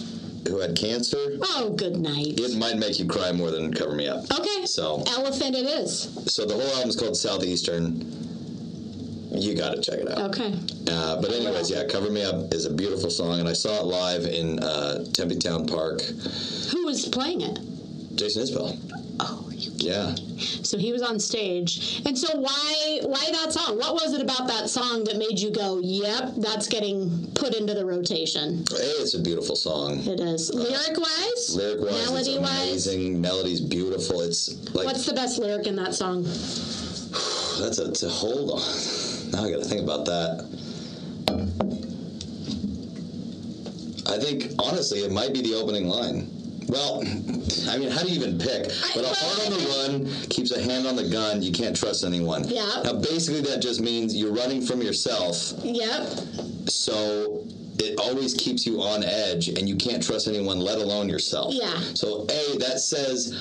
D: who had cancer.
C: Oh, good night.
D: It might make you cry more than Cover Me Up.
C: Okay.
D: So,
C: Elephant it is.
D: so the whole album's called Southeastern. You got to check it out.
C: Okay.
D: Uh, but anyways, yeah, "Cover Me Up" is a beautiful song, and I saw it live in uh, Tempe Town Park.
C: Who was playing it?
D: Jason Isbell.
C: Oh, you
D: Yeah,
C: So he was on stage. And so why why that song? What was it about that song that made you go, "Yep, that's getting put into the rotation."
D: a it's a beautiful song.
C: It is. Lyric-wise?
D: Lyric wise, it's
C: Melody-wise?
D: amazing. Melody's beautiful. It's like
C: What's the best lyric in that song?
D: that's a to hold on. Now I got to think about that. I think honestly, it might be the opening line. Well, I mean, how do you even pick? But a
C: well,
D: heart on
C: I
D: the run keeps a hand on the gun. You can't trust anyone.
C: Yeah.
D: Now, basically, that just means you're running from yourself.
C: Yep.
D: so it always keeps you on edge and you can't trust anyone let alone yourself
C: Yeah.
D: so a that says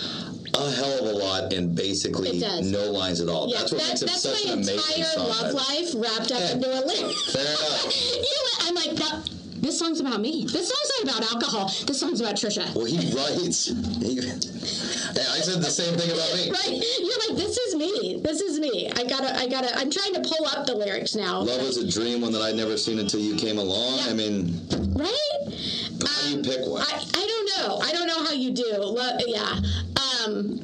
D: a hell of a lot and basically
C: It does.
D: no lines at all
C: Yeah,
D: that's what
C: that-
D: makes it
C: that's
D: such
C: my
D: an amazing
C: entire
D: song
C: love life wrapped up
D: Yeah.
C: into a lyric. [LAUGHS]
D: fair enough
C: you know what? I'm like that. This song's about me. This song's not about alcohol. This song's about Trisha.
D: well he writes he, Hey, i said the same thing about me
C: Right? You're like, this is me. This is me. I gotta, I gotta. I'm trying to pull up the lyrics now.
D: love was a dream one that i'd never seen until you came along
C: Yeah.
D: i mean
C: Right? Um,
D: how do you pick one
C: I, I don't know. I don't know how you do. Lo- yeah. Um,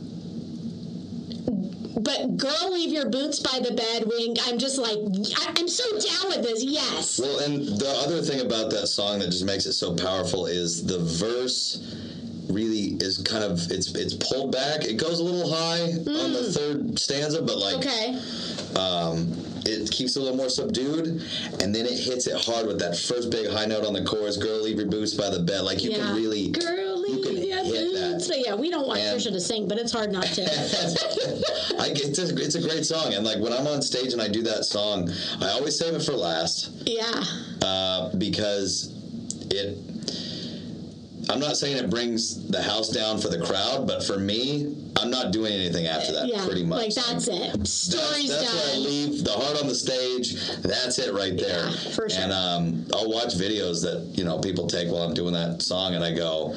C: but girl, leave your boots by the bed. Wink. I'm just like, I, I'm so down with this. Yes.
D: Well, and the other thing about that song that just makes it so powerful is the verse really is kind of it's it's pulled back. It goes a little high on the third stanza, but like
C: Mm. Okay.
D: um, it keeps it a little more subdued, and then it hits it hard with that first big high note on the chorus. Girl, leave your boots by the bed. Like you
C: yeah.
D: can really.
C: girl, leave
D: can
C: your
D: hit that.
C: boots. But yeah, we don't want
D: And-
C: Trisha to sing, but it's hard not
D: [LAUGHS]
C: to.
D: [LAUGHS] I, it's, a, it's a great song, and like when I'm on stage and I do that song, I always save it for last.
C: yeah.
D: uh, because it. I'm not saying it brings the house down for the crowd, but for me, I'm not doing anything after that.
C: Yeah.
D: pretty much.
C: Like that's it. Story's
D: that's where I
C: done.
D: leave the heart on the stage. That's it right there.
C: Yeah, for sure.
D: And um, I'll watch videos that you know people take while I'm doing that song, and I go,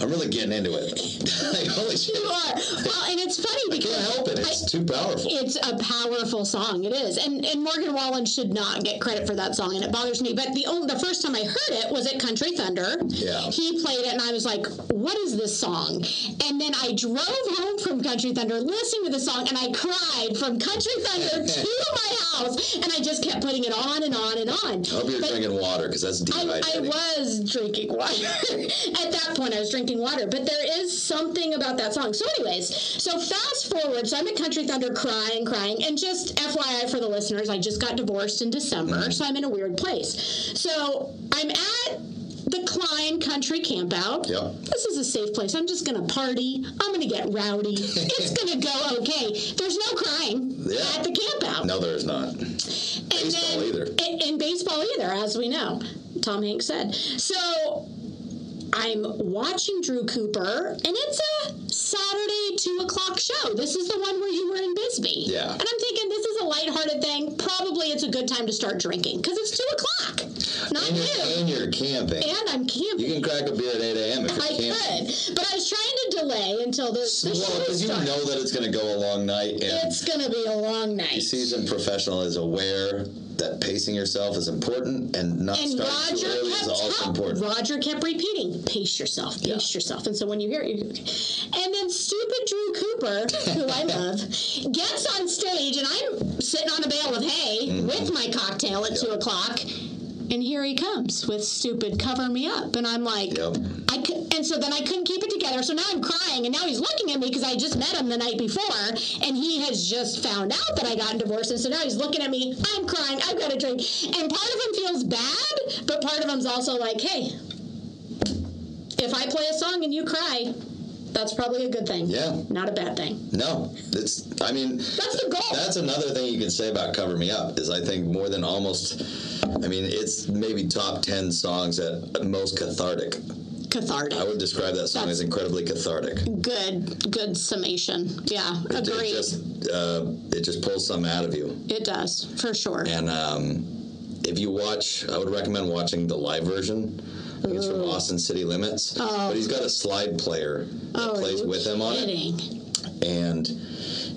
D: I'm really getting into it. [LAUGHS] like, holy shit!
C: You are. Well, and it's funny because
D: Can't help it. It's too powerful.
C: it's a powerful song. It is, and and Morgan Wallen should not get credit for that song, and it bothers me. But the only, the first time I heard it was at Country Thunder.
D: Yeah.
C: he played it, and I was like, "What is this song?" And then I drove home from Country Thunder, listening to the song, and I cried from Country Thunder
D: [LAUGHS]
C: to my house, and I just kept putting it on and on and on.
D: I hope you're
C: But-
D: drinking water because that's
C: I, I
D: dehydrating.
C: was drinking water. [LAUGHS] At that point, I was drinking water. But there is something about that song. So, anyways, so fast forward. So, I'm at Country Thunder crying, crying. And just FYI for the listeners, I just got divorced in
D: Mm-hmm.
C: December. So, I'm in a weird place. So, I'm at the Klein Country Campout.
D: Yep.
C: This is a safe place. I'm just going to party. I'm going to get
D: [LAUGHS]
C: rowdy. it's going to go okay. There's no crying
D: Yeah.
C: at the campout.
D: no, there's not.
C: And
D: Baseball either.
C: And, and baseball either, as we know, Tom Hanks said. So I'm watching Drew Cooper, and it's a Saturday two o'clock show. This is the one where you were in Bisbee.
D: Yeah.
C: And I'm thinking this is a lighthearted thing. Probably it's a good time to start drinking because it's two o'clock, not
D: And you're,
C: noon.
D: and you're camping.
C: And I'm camping.
D: You can crack a beer at 8 a.m. if you're
C: I
D: camping.
C: could, but I was trying to delay until the, the
D: Well,
C: show
D: because you
C: starts.
D: know that it's going to go a long night, and
C: it's gonna be a long
D: a
C: night.
D: seasoned professional is aware that pacing yourself is important, and not
C: And
D: starting
C: Roger
D: too early
C: kept
D: is also
C: up.
D: important.
C: Roger kept repeating, "Pace yourself, pace
D: Yeah.
C: yourself." And so when you hear it, you and then stupid Drew Cooper, who
D: [LAUGHS]
C: I love, gets on stage, and I'm sitting on a bale of hay
D: Mm-hmm.
C: with my cocktail at two o'clock, and here he comes with stupid "Cover Me Up," and I'm like,
D: Yep.
C: I could, and so then I couldn't keep it together. So now I'm crying, and now he's looking at me because I just met him the night before, and he has just found out that I got divorced, and so now he's looking at me. I'm crying. I've got a drink, and part of him feels bad, but part of him's also like, hey, if I play a song and you cry, that's probably a good thing.
D: Yeah.
C: not a bad thing.
D: No, it's. I mean,
C: That's the goal.
D: that's another thing you can say about "Cover Me Up" is I think more than almost. I mean, it's maybe top ten songs at most cathartic.
C: cathartic.
D: I would describe that song as incredibly cathartic. It,
C: Good, good summation. Yeah,
D: it
C: agreed.
D: just uh, it just pulls something out of you.
C: It does, for sure.
D: And um, if you watch, I would recommend watching the live version. I think It's from Austin City Limits,
C: Oh.
D: but he's got a slide player that plays with him on it.
C: Kidding.
D: and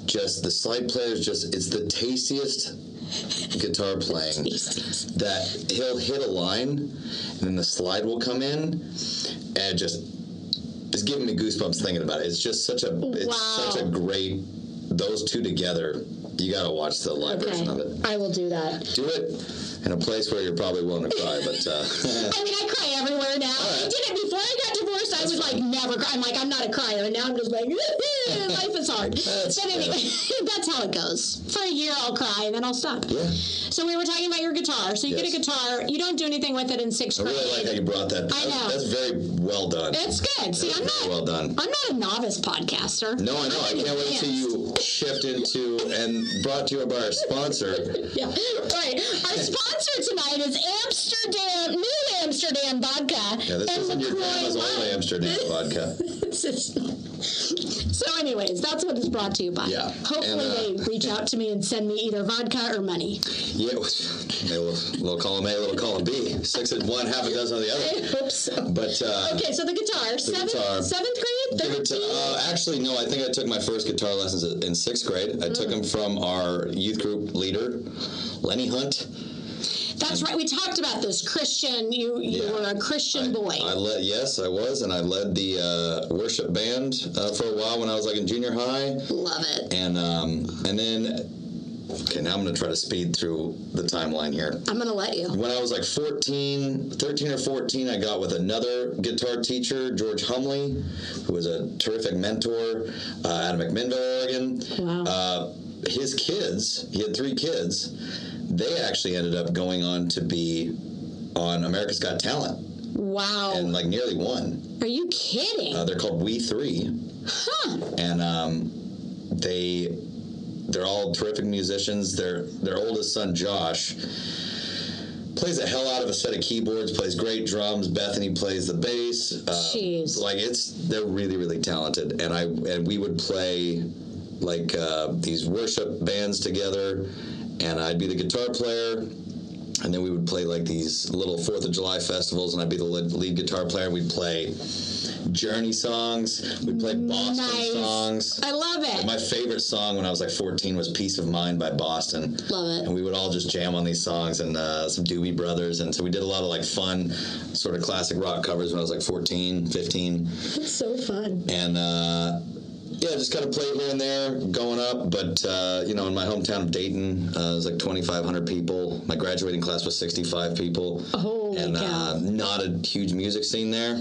D: just the slide player is just it's the tastiest guitar
C: [LAUGHS]
D: playing that he'll hit a line and then the slide will come in and it just it's giving me goosebumps thinking about it it's just such a it's
C: Wow.
D: such a great those two together you gotta watch the live
C: Okay,
D: version of it
C: I will do that.
D: do it in a place where you're probably willing to cry but uh, [LAUGHS]
C: I mean, I cry everywhere now. I did it before I got divorced. I was like, never cry. I'm like, I'm not a crier. And now I'm just like, [LAUGHS] life is hard. but anyway, [LAUGHS] that's how it goes. For a year, I'll cry and then I'll stop.
D: yeah
C: So we were talking about your guitar. So you
D: Yes.
C: get a guitar. You don't do anything with it in sixth
D: I
C: grade.
D: really like how you brought that
C: I know.
D: that's very well done
C: it's good. See, I'm
D: very
C: not.
D: well done
C: I'm not a novice podcaster.
D: No, I know. I can't wait till you shift into and brought to you by our sponsor.
C: [LAUGHS] Yeah, right. Our sponsor tonight is Amsterdam, New Amsterdam Vodka.
D: Yeah, this
C: and
D: isn't your
C: LaCroix
D: grandma's old
C: Lime.
D: Amsterdam vodka.
C: This is- [LAUGHS] so, anyways, that's what it's brought to you by.
D: Yeah,
C: Hopefully,
D: and, uh,
C: they reach out to me and send me either vodka or
D: [LAUGHS]
C: money.
D: Yeah, they will, little column A, little column B, six of one, half a dozen of the
C: I
D: other.
C: hope so.
D: But uh,
C: Okay, so the guitar, seventh,
D: guitar.
C: seventh grade,
D: give it
C: thirteen.
D: to. Uh, actually, no. I think I took my first guitar lessons in sixth grade. I
C: Mm.
D: took them from our youth group leader, Lenny Hunt.
C: that's right. We talked about this, Christian. You you
D: Yeah.
C: were a Christian boy.
D: I led, yes, I was, and I led the uh, worship band uh, for a while when I was like in junior high.
C: Love it.
D: and um, and then okay now i'm going to try to speed through the timeline here
C: I'm gonna let you.
D: when i was like 14 13 or 14 i got with another guitar teacher george humley who was a terrific mentor uh, out of mcminnville oregon
C: Wow.
D: uh, his kids he had three kids they actually ended up going on to be on america's got talent
C: Wow.
D: and like nearly won
C: Are you kidding?
D: uh, they're called We Three, and um, they they're all terrific musicians. Their their oldest son Josh plays the hell out of a set of keyboards, plays great drums. Bethany plays the bass. Uh,
C: Jeez.
D: Like it's they're really really talented, and I and we would play like uh, these worship bands together, and I'd be the guitar player. And then we would play like these little Fourth of July festivals, and I'd be the lead lead guitar player. We'd play Journey songs. We'd play Boston
C: Nice.
D: songs.
C: I love it.
D: My favorite song when I was like 14 was "Peace of Mind" by Boston.
C: Love it.
D: And we would all just jam on these songs and uh, some Doobie Brothers, and so we did a lot of like fun, sort of classic rock covers when I was like 14, 15,
C: It's so fun.
D: and uh, yeah, just kind of played here and there, going up. But uh, you know, in my hometown of Dayton, uh, it was like 2,500 people. My graduating class was 65 people,
C: Holy
D: and
C: cow.
D: uh, not a huge music scene there,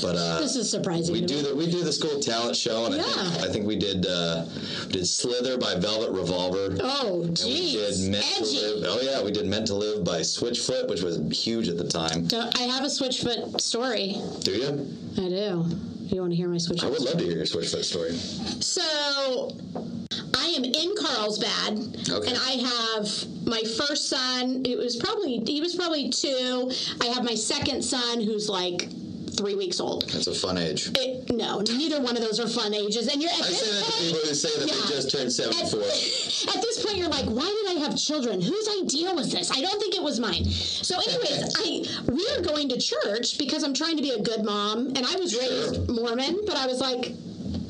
D: but. Uh,
C: this is surprising.
D: we
C: to
D: do
C: me.
D: the we do the school talent show, and I,
C: Yeah.
D: think, I think we did uh, we did Slither by Velvet Revolver.
C: Oh,
D: And we did
C: jeez.
D: Meant to Live.
C: Edgy.
D: Oh yeah, we did Meant to Live by Switchfoot, which was huge at the time.
C: So I have a Switchfoot story.
D: Do you?
C: I do. You want to hear my
D: I
C: Switchfoot?
D: would love to hear your Switchfoot story.
C: So I am in Carlsbad,
D: Okay.
C: and I have my first son. It was probably he was probably two. I have my second son, who's like three weeks old.
D: It's a fun age.
C: It, no, neither one of those are fun ages. And you're at
D: I say
C: this
D: that to
C: point,
D: people who say that
C: Yeah.
D: they just turned
C: at,
D: 74.
C: at this point, you're like, why did I have children? Whose idea was this? I don't think it was mine. So, anyways, I we are going to church because I'm trying to be a good mom, and I was raised Mormon, but I was like,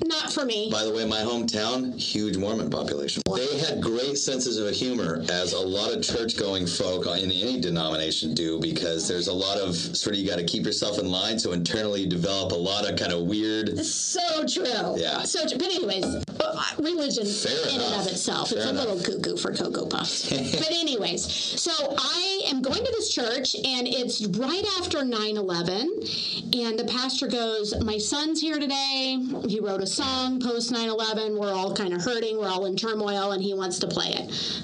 C: not for me.
D: By the way, my hometown, huge Mormon population. They had great senses of humor, as a lot of church-going folk in any denomination do, because there's a lot of sort of you got to keep yourself in line, so internally you develop a lot of kind of weird.
C: So true.
D: Yeah.
C: So, tr- but anyways, uh, religion
D: Fair
C: in
D: enough.
C: and of itself, it's
D: Fair
C: a
D: enough.
C: little cuckoo for Cocoa
D: [LAUGHS]
C: Puffs. but anyways, so I am going to this church, and it's right after 9-11, and the pastor goes, "My son's here today. He wrote a song post 9-11. We're all kind of hurting. We're all in turmoil, and he wants to play it."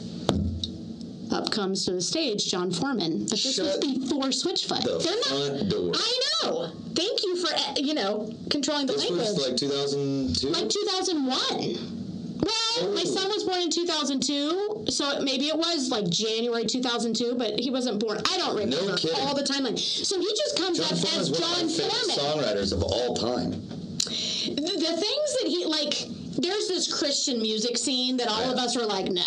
C: Up comes to the stage John Foreman, but this was
D: Shut
C: before Switchfoot.
D: The
C: They're not.
D: front door.
C: I know. Thank you for uh, you know controlling the
D: This
C: language.
D: was like 2002.
C: Like 2001.
D: Oh.
C: Well, my son was born in 2002, so it- maybe it was like January 2002, but he wasn't born. I don't remember
D: kidding.
C: all the timeline. So he just comes
D: John
C: up
D: Foreman
C: as
D: is one of
C: John
D: my favorite
C: Foreman.
D: songwriters of all time.
C: The, the things that he like, there's this Christian music scene that all of
D: Yeah.
C: us are like, no,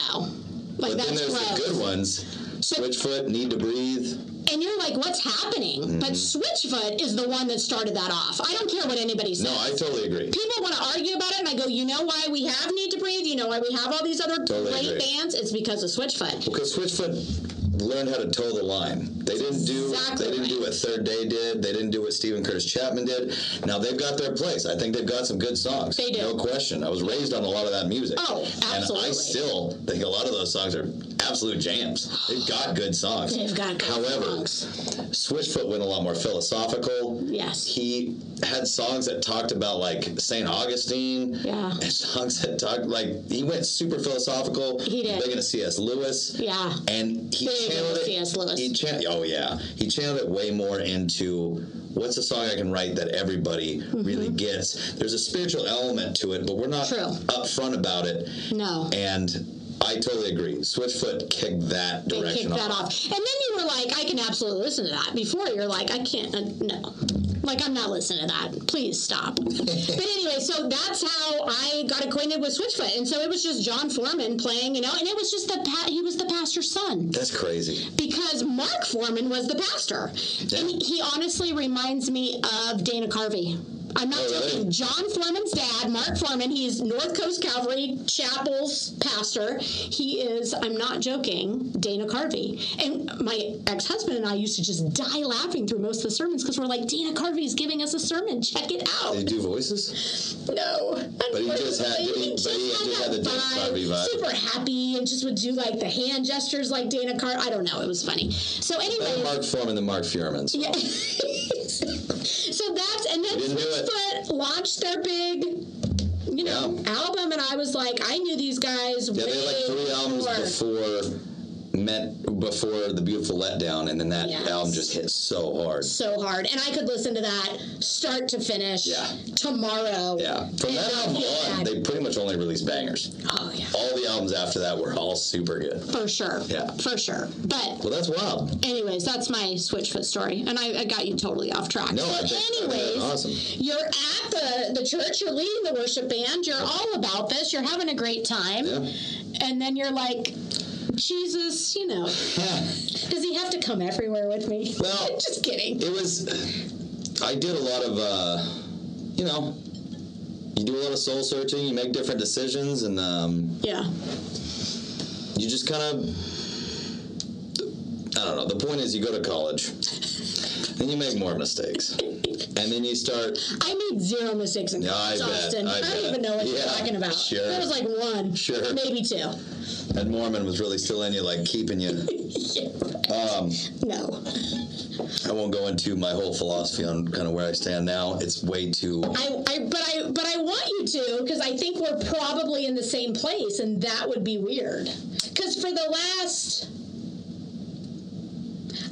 C: like
D: But then
C: that's
D: there's
C: gross.
D: the good ones. Switchfoot, Need to Breathe.
C: and you're like, what's happening? But
D: Mm-hmm.
C: Switchfoot is the one that started that off. I don't care what anybody says.
D: No, I totally agree.
C: people want to argue about it, and I go, you know why we have Need to Breathe? You know why we have all these other
D: Totally
C: great
D: agree.
C: bands? It's because of Switchfoot.
D: Because Switchfoot learned how to toe the line. They didn't do
C: exactly
D: they didn't do
C: right.
D: what Third Day did. They didn't do what Stephen Curtis Chapman did. Now they've got their place. I think they've got some good songs.
C: They do.
D: No question. I was raised on a lot of that music.
C: Oh,
D: And I
C: absolutely.
D: still think a lot of those songs are absolute jams. They've got good songs.
C: They've got good
D: However,
C: songs.
D: Switchfoot went a lot more philosophical.
C: Yes.
D: He had songs that talked about like St. Augustine.
C: Yeah.
D: And [LAUGHS] songs that talked like he went super philosophical.
C: He did.
D: Big into C.S. Lewis.
C: Yeah.
D: And he
C: Big
D: channeled it.
C: C.S. Lewis.
D: He chan- oh yeah. He channeled it way more into what's a song I can write that everybody really gets. There's a spiritual element to it, but we're not
C: Mm-hmm. True.
D: upfront about it.
C: No.
D: And I totally agree. Switchfoot kicked that
C: They
D: direction
C: kicked that off. And then you were like, I can absolutely listen to that. Before, you're like, I can't, uh, no. Like, I'm not listening to that. Please
D: [LAUGHS]
C: stop. but anyway, so that's how I got acquainted with Switchfoot. And so it was just John Foreman playing, you know, and it was just the, pa- he was the pastor's son.
D: That's crazy.
C: because Mark Foreman was the pastor. And he honestly reminds me of Dana Carvey. I'm not
D: Oh, really?
C: joking. John Foreman's dad, Mark Foreman, he's North Coast Calvary Chapel's pastor. He is, I'm not joking, Dana Carvey. And my ex husband and I used to just die laughing through most of the sermons because we're like, Dana Carvey's giving us a sermon. Check it out.
D: They do voices?
C: No,
D: But he just had-
C: unfortunately,
D: he- but he just had the Dana
C: that
D: Carvey vibe.
C: Super happy and just would do like the hand gestures like Dana Car. I don't know. It was funny. So
D: Better
C: anyway,
D: Mark Foreman than Mark Fuhrman's.
C: yeah. [LAUGHS] so that's and then
D: Didn't do it.
C: Switchfoot launched their big, you know, album, and I was like, I knew these guys.
D: Yeah, they had like three albums before met before the beautiful letdown, and then that
C: Yes.
D: album just hit so hard.
C: So hard, and I could listen to that start to finish
D: Yeah.
C: tomorrow.
D: Yeah, from that album on, they pretty much only released bangers.
C: Oh yeah,
D: All the albums after that were all super good.
C: for sure.
D: Yeah.
C: for sure. But
D: Well, that's wild.
C: Anyways, that's my Switchfoot story, and I, I got you totally off track.
D: No, I
C: so,
D: think- I think that's
C: anyways,
D: awesome.
C: you're at the, the church, you're leading the worship band, you're all about this, you're having a great time,
D: Yeah.
C: and then you're like, Jesus, you know, does he have to come everywhere with me? [LAUGHS]
D: Well-
C: just kidding.
D: It was. I did a lot of, uh, you know, you do a lot of soul searching. You make different decisions, and um,
C: Yeah,
D: you just kind of. I don't know. The point is, you go to college, then you make more mistakes, and then you start
C: I made zero mistakes in
D: Yeah, I
C: college,
D: bet,
C: Austin.
D: I
C: I,
D: bet.
C: don't even know what you're
D: Yeah,
C: talking about.
D: sure.
C: There was like one,
D: Sure.
C: maybe two.
D: That Mormon was really still in you, like keeping you.
C: No,
D: I won't go into my whole philosophy on kind of where I stand now. It's way too.
C: I, I but I but I want you to because I think we're probably in the same place and that would be weird. Cuz for the last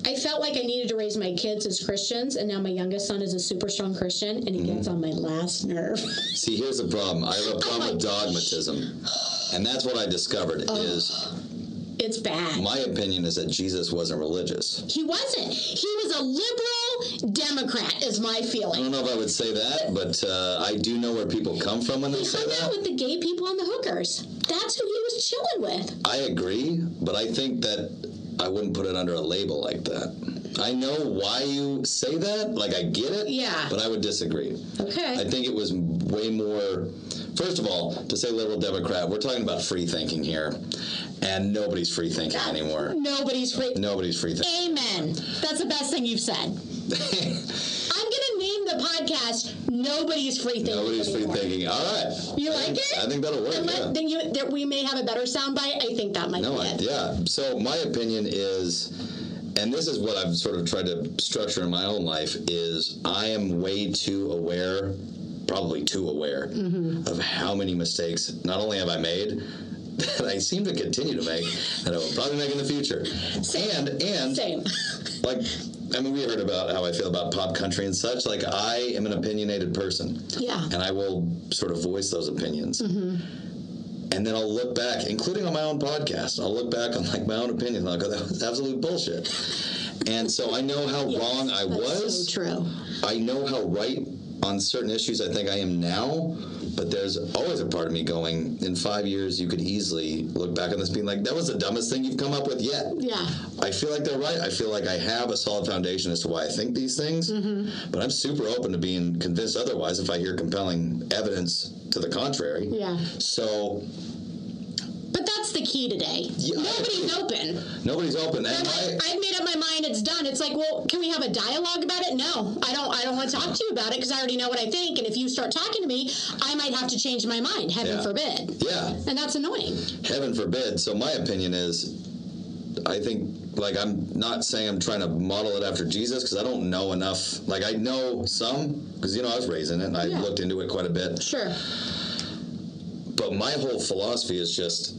C: I felt like I needed to raise my kids as Christians and now my youngest son is a super strong Christian and he gets on my last nerve. [LAUGHS]
D: See, here's the problem. I have a problem with dogmatism, and that's what I discovered is
C: it's bad.
D: my opinion is that Jesus wasn't religious.
C: he wasn't. He was a liberal democrat is my
D: I
C: feeling.
D: don't know if I would say that, but uh, I do know where people come from when they
C: He
D: say
C: hung out
D: that.
C: with the gay people and the hookers. That's who he was chilling with.
D: I agree, but I think that I wouldn't put it under a label like that. I know why you say that. Like I get it.
C: Yeah.
D: But I would disagree.
C: Okay.
D: I think it was way more. First of all, to say liberal Democrat, we're talking about free thinking here, and nobody's free thinking anymore.
C: Nobody's free.
D: Nobody's free thinking.
C: Amen. That's the best thing you've said.
D: [LAUGHS]
C: I'm gonna name the podcast "Nobody's Free Thinking."
D: Nobody's free
C: Anymore.
D: thinking. All right.
C: You
D: I
C: like
D: think-
C: it?
D: I think that'll work.
C: Then, let-
D: yeah.
C: then you, that we may have a better soundbite. I think that might
D: No,
C: be
D: I,
C: it.
D: yeah. So my opinion is, and this is what I've sort of tried to structure in my own life is I am way too aware, probably too aware
C: Mm-hmm.
D: of how many mistakes not only have I made [LAUGHS] that I seem to continue to make that I will probably make in the future. And and [LAUGHS]
C: Same.
D: like I mean, we heard about how I feel about pop country and such. Like, I am an opinionated person.
C: Yeah. Mm-hmm.
D: And I will sort of voice those opinions. and then I'll look back, including on my own podcast. I'll look back on like my own opinion. And I'll go, that was absolute bullshit. And so I know how wrong I was.
C: So true.
D: I know how right on certain issues I think I am now, but there's always a part of me going, in five years, you could easily look back on this being like, that was the dumbest thing you've come up with yet.
C: Yeah.
D: I feel like they're right. I feel like I have a solid foundation as to why I think these things,
C: Mm-hmm.
D: but I'm super open to being convinced otherwise if I hear compelling evidence to the contrary.
C: Yeah.
D: So
C: But that's the key today.
D: Yeah.
C: Nobody's open.
D: nobody's open. And
C: I'm
D: my,
C: like, I've made up my mind. It's done. It's like, well, can we have a dialogue about it? No, I don't. I don't want to talk to you about it because I already know what I think. And if you start talking to me, I might have to change my mind. Heaven
D: Yeah.
C: forbid.
D: yeah,
C: And that's annoying.
D: heaven forbid. So my opinion is, I think like I'm not saying I'm trying to model it after Jesus because I don't know enough. Like I know some because you know I was raising it and I
C: Yeah.
D: looked into it quite a bit.
C: Sure.
D: but my whole philosophy is just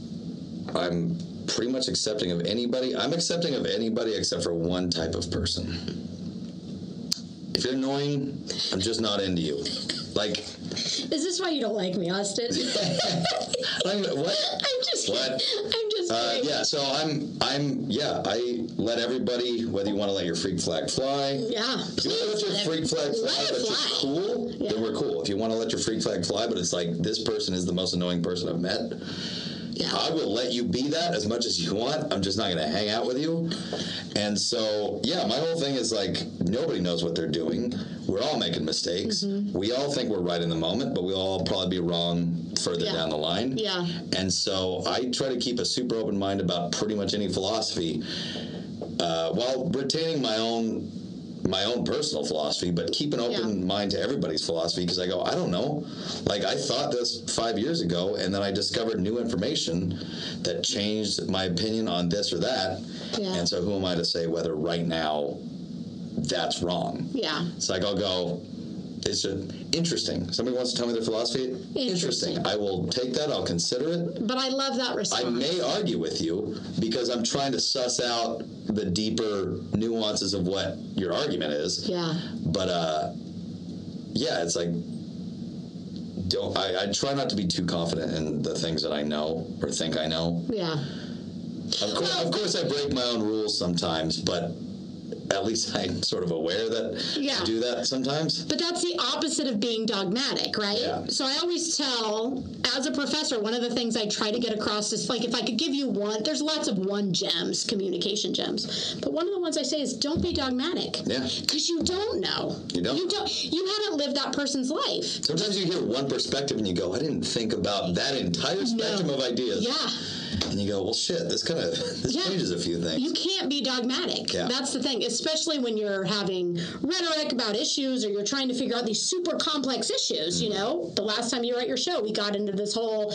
D: I'm pretty much accepting of anybody. I'm accepting of anybody except for one type of person. If you're annoying, I'm just not into you. Like, [LAUGHS]
C: Is this why you don't like me, Austin? [LAUGHS]
D: I don't even- what?
C: I'm just.
D: What?
C: kidding. I'm just.
D: Uh,
C: kidding.
D: yeah, so I'm, I'm, yeah, I let everybody, whether you want to let your freak flag fly,
C: Yeah.
D: If you want to let your freak flag fly,
C: Let
D: but
C: it
D: you're
C: fly.
D: cool,
C: Yeah.
D: then we're cool. If you want to let your freak flag fly, but it's like this person is the most annoying person I've met, I will let you be that as much as you want. I'm just not going to hang out with you. And so, yeah, my whole thing is like nobody knows what they're doing. We're all making mistakes.
C: Mm-hmm.
D: We all think we're right in the moment, but we'll all probably be wrong further
C: Yeah.
D: down the line.
C: Yeah.
D: And so I try to keep a super open mind about pretty much any philosophy uh, while retaining my own my own personal philosophy, but keep an open
C: Yeah.
D: mind to everybody's philosophy because I go, I don't know. Like I thought this five years ago, and then I discovered new information that changed my opinion on this or that.
C: Yeah.
D: And so, who am I to say whether right now that's wrong?
C: Yeah.
D: It's like I'll go. It's just interesting. Somebody wants to tell me their philosophy.
C: Interesting.
D: I will take that. I'll consider it.
C: But I love that response.
D: I may argue with you because I'm trying to suss out the deeper nuances of what your argument is.
C: yeah.
D: But uh, yeah, it's like don't I, I try not to be too confident in the things that I know or think I know.
C: Yeah.
D: Of course, of course I break my own rules sometimes, but at least I'm sort of aware that
C: Yeah.
D: I do that sometimes.
C: But that's the opposite of being dogmatic, right?
D: Yeah.
C: So I always tell, as a professor, one of the things I try to get across is like, if I could give you one, there's lots of one gems, communication gems. But one of the ones I say is don't be dogmatic.
D: Yeah.
C: Because you don't know.
D: You don't.
C: You don't. You haven't lived that person's life.
D: Sometimes you hear one perspective and you go, I didn't think about that entire spectrum of ideas.
C: Yeah.
D: And you go, well, shit, this kind of [LAUGHS] this
C: Yeah.
D: changes a few things.
C: You can't be dogmatic.
D: Yeah.
C: That's the thing, especially when you're having rhetoric about issues or you're trying to figure out these super complex issues.
D: Mm-hmm.
C: You know, the last time you were at your show, we got into this whole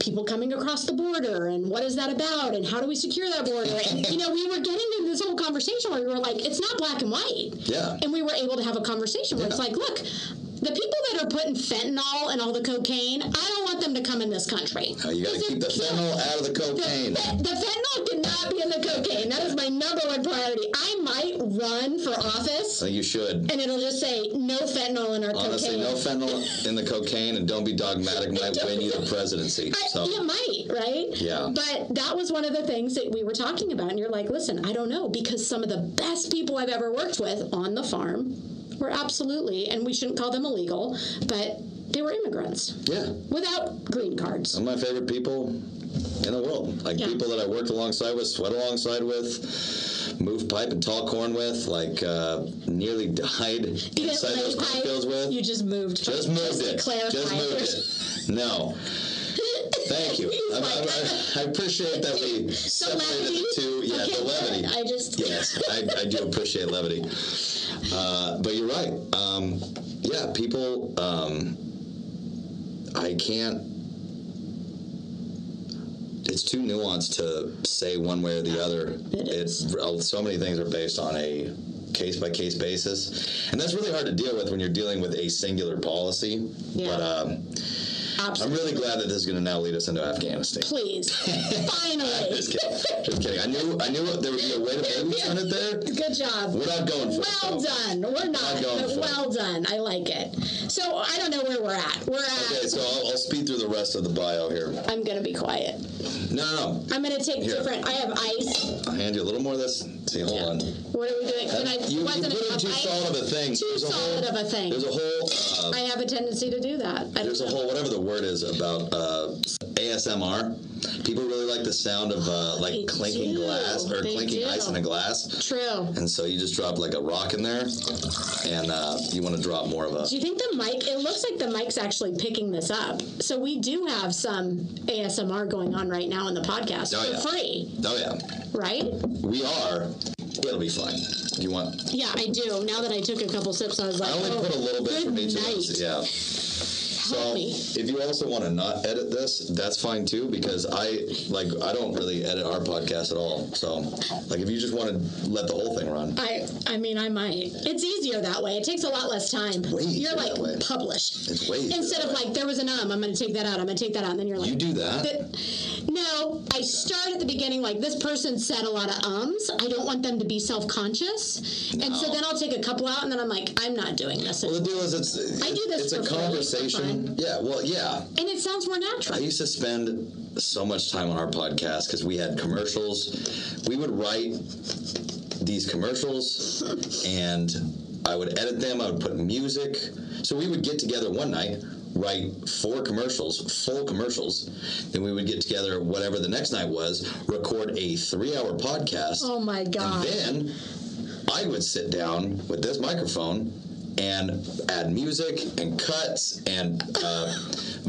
C: people coming across the border and what is that about and how do we secure that border?
D: [LAUGHS]
C: and, you know, we were getting into this whole conversation where we were like, it's not black and white.
D: Yeah.
C: And we were able to have a conversation where it's like, look, the people that are putting fentanyl and all the cocaine, I don't want them to come in this country.
D: Uh, you gotta
C: Because
D: keep the
C: it kills-
D: fennel out of the cocaine.
C: the, the fentanyl did not be in the cocaine. That is my number one priority. I might run for office
D: I think you should.
C: and it'll just say no fentanyl in our
D: Honestly,
C: cocaine.
D: no fentanyl in the cocaine, and don't be dogmatic. Might win you the presidency.
C: I-
D: So
C: It might, right?
D: Yeah.
C: But that was one of the things that we were talking about. And you're like, listen, I don't know, because some of the best people I've ever worked with on the farm were absolutely, and we shouldn't call them illegal, but they were immigrants
D: yeah,
C: without green cards.
D: some of my favorite people in the world, like
C: Yeah.
D: people that I worked alongside with, sweat alongside with, moved pipe and tall corn with, like uh, nearly died
C: You didn't
D: inside
C: lay
D: those
C: pipe,
D: cornfields with.
C: You just moved.
D: Just moved
C: to
D: it.
C: clarify,
D: Just moved it. No. Thank
C: [LAUGHS]
D: you.
C: He's
D: I,
C: like,
D: I, I appreciate that
C: [LAUGHS]
D: we
C: The
D: separated
C: levity.
D: the two. Yeah,
C: Okay,
D: the levity.
C: good. I just
D: yes, I, I do appreciate levity. Uh, but you're right. Um, yeah, people. Um, I can't. It's too nuanced to say one way or the other.
C: It
D: It's uh, so many things are based on a case by case basis, and that's really hard to deal with when you're dealing with a singular policy.
C: Yeah.
D: But um, I'm
C: Absolutely.
D: really glad that this is going to now lead us into Afghanistan.
C: Please.
D: [LAUGHS]
C: Finally.
D: Just kidding. Just kidding. I knew I knew there would be a way to babysit it there
C: Good job.
D: without going for it.
C: Well
D: though.
C: done. We're not,
D: going
C: but
D: for it.
C: well done. I like it. So I don't know where we're at. We're at.
D: Okay, so I'll, I'll speed through the rest of the bio here.
C: I'm gonna be quiet.
D: No, no,
C: I'm gonna take
D: Here.
C: different. I have ice.
D: I'll hand you a little more of this. See, hold on.
C: What are we doing? Did I
D: You, you put
C: wasn't
D: in
C: enough
D: too
C: ice?
D: solid of a thing.
C: Too
D: there's a
C: solid
D: whole,
C: of a thing.
D: There's a whole, uh,
C: I have a tendency to do that. I don't
D: there's a
C: know.
D: whole, whatever the word is about uh, ASMR. People really like the sound of uh, like
C: Oh, They
D: clinking
C: do.
D: glass or
C: They
D: clinking
C: do.
D: ice in a glass.
C: True.
D: And so you just drop like a rock in there, and uh, you want to drop more of a.
C: Do you think the mic? It looks like the mic's actually picking this up. So we do have some ASMR going on right now in the podcast
D: Oh,
C: for
D: yeah.
C: free,
D: Oh yeah,
C: right?
D: we are. It'll be fine. You want?
C: Yeah, I do. Now that I took a couple sips, I was like,
D: I only
C: oh,
D: put a little bit
C: good
D: from each of
C: night.
D: those. Yeah.
C: Help
D: So
C: me.
D: if you also want to not edit this, that's fine too because I like I don't really edit our podcast at all. So like if you just want to let the whole thing run,
C: I I mean I might. It's easier that way. It takes a lot less time.
D: way easier
C: You're
D: that way.
C: like publish
D: it's way easier
C: instead
D: that
C: of
D: way.
C: like there was an um. I'm going to take that out. I'm going to take that out. And then you're like
D: you do that.
C: that- no, I start at the beginning like this person said a lot of ums. I don't want them to be self conscious, and so
D: No.
C: then I'll take a couple out, and then I'm like, I'm not doing this,
D: Well, the
C: anymore.
D: deal is it's
C: I do this
D: it's a
C: for free.
D: conversation. Yeah, well, yeah.
C: and it sounds more natural.
D: I used to spend so much time on our podcast because we had commercials. We would write these commercials and I would edit them, I would put music. So we would get together one night, write four commercials, full commercials. Then we would get together, whatever the next night was, record a three hour podcast.
C: oh my god!
D: Then I would sit down with this microphone and add music and cuts and uh,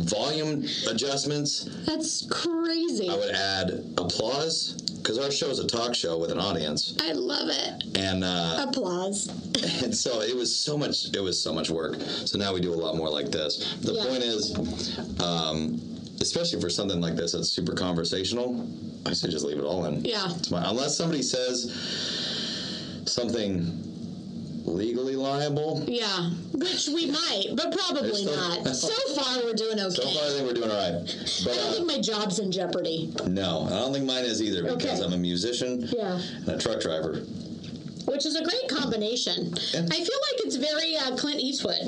D: volume adjustments.
C: That's crazy.
D: I would add applause because our show is a talk show with an audience,
C: I love it.
D: and uh, [LAUGHS]
C: Applause.
D: and so it was so much. It was so much work. So now we do a lot more like this. The
C: Yeah.
D: point is, um, especially for something like this that's super conversational, I should just leave it all in.
C: Yeah.
D: It's my, unless somebody says something legally liable.
C: Yeah, which we might, but probably
D: There's some- [LAUGHS]
C: not. So far, we're doing okay.
D: So far, I think we're doing all
C: I
D: right.
C: don't
D: But
C: think my job's in jeopardy.
D: uh, no, I don't think mine is either because
C: Okay.
D: I'm a musician
C: Yeah.
D: and a truck driver.
C: Which is a great combination. I feel like it's very uh, Clint Eastwood,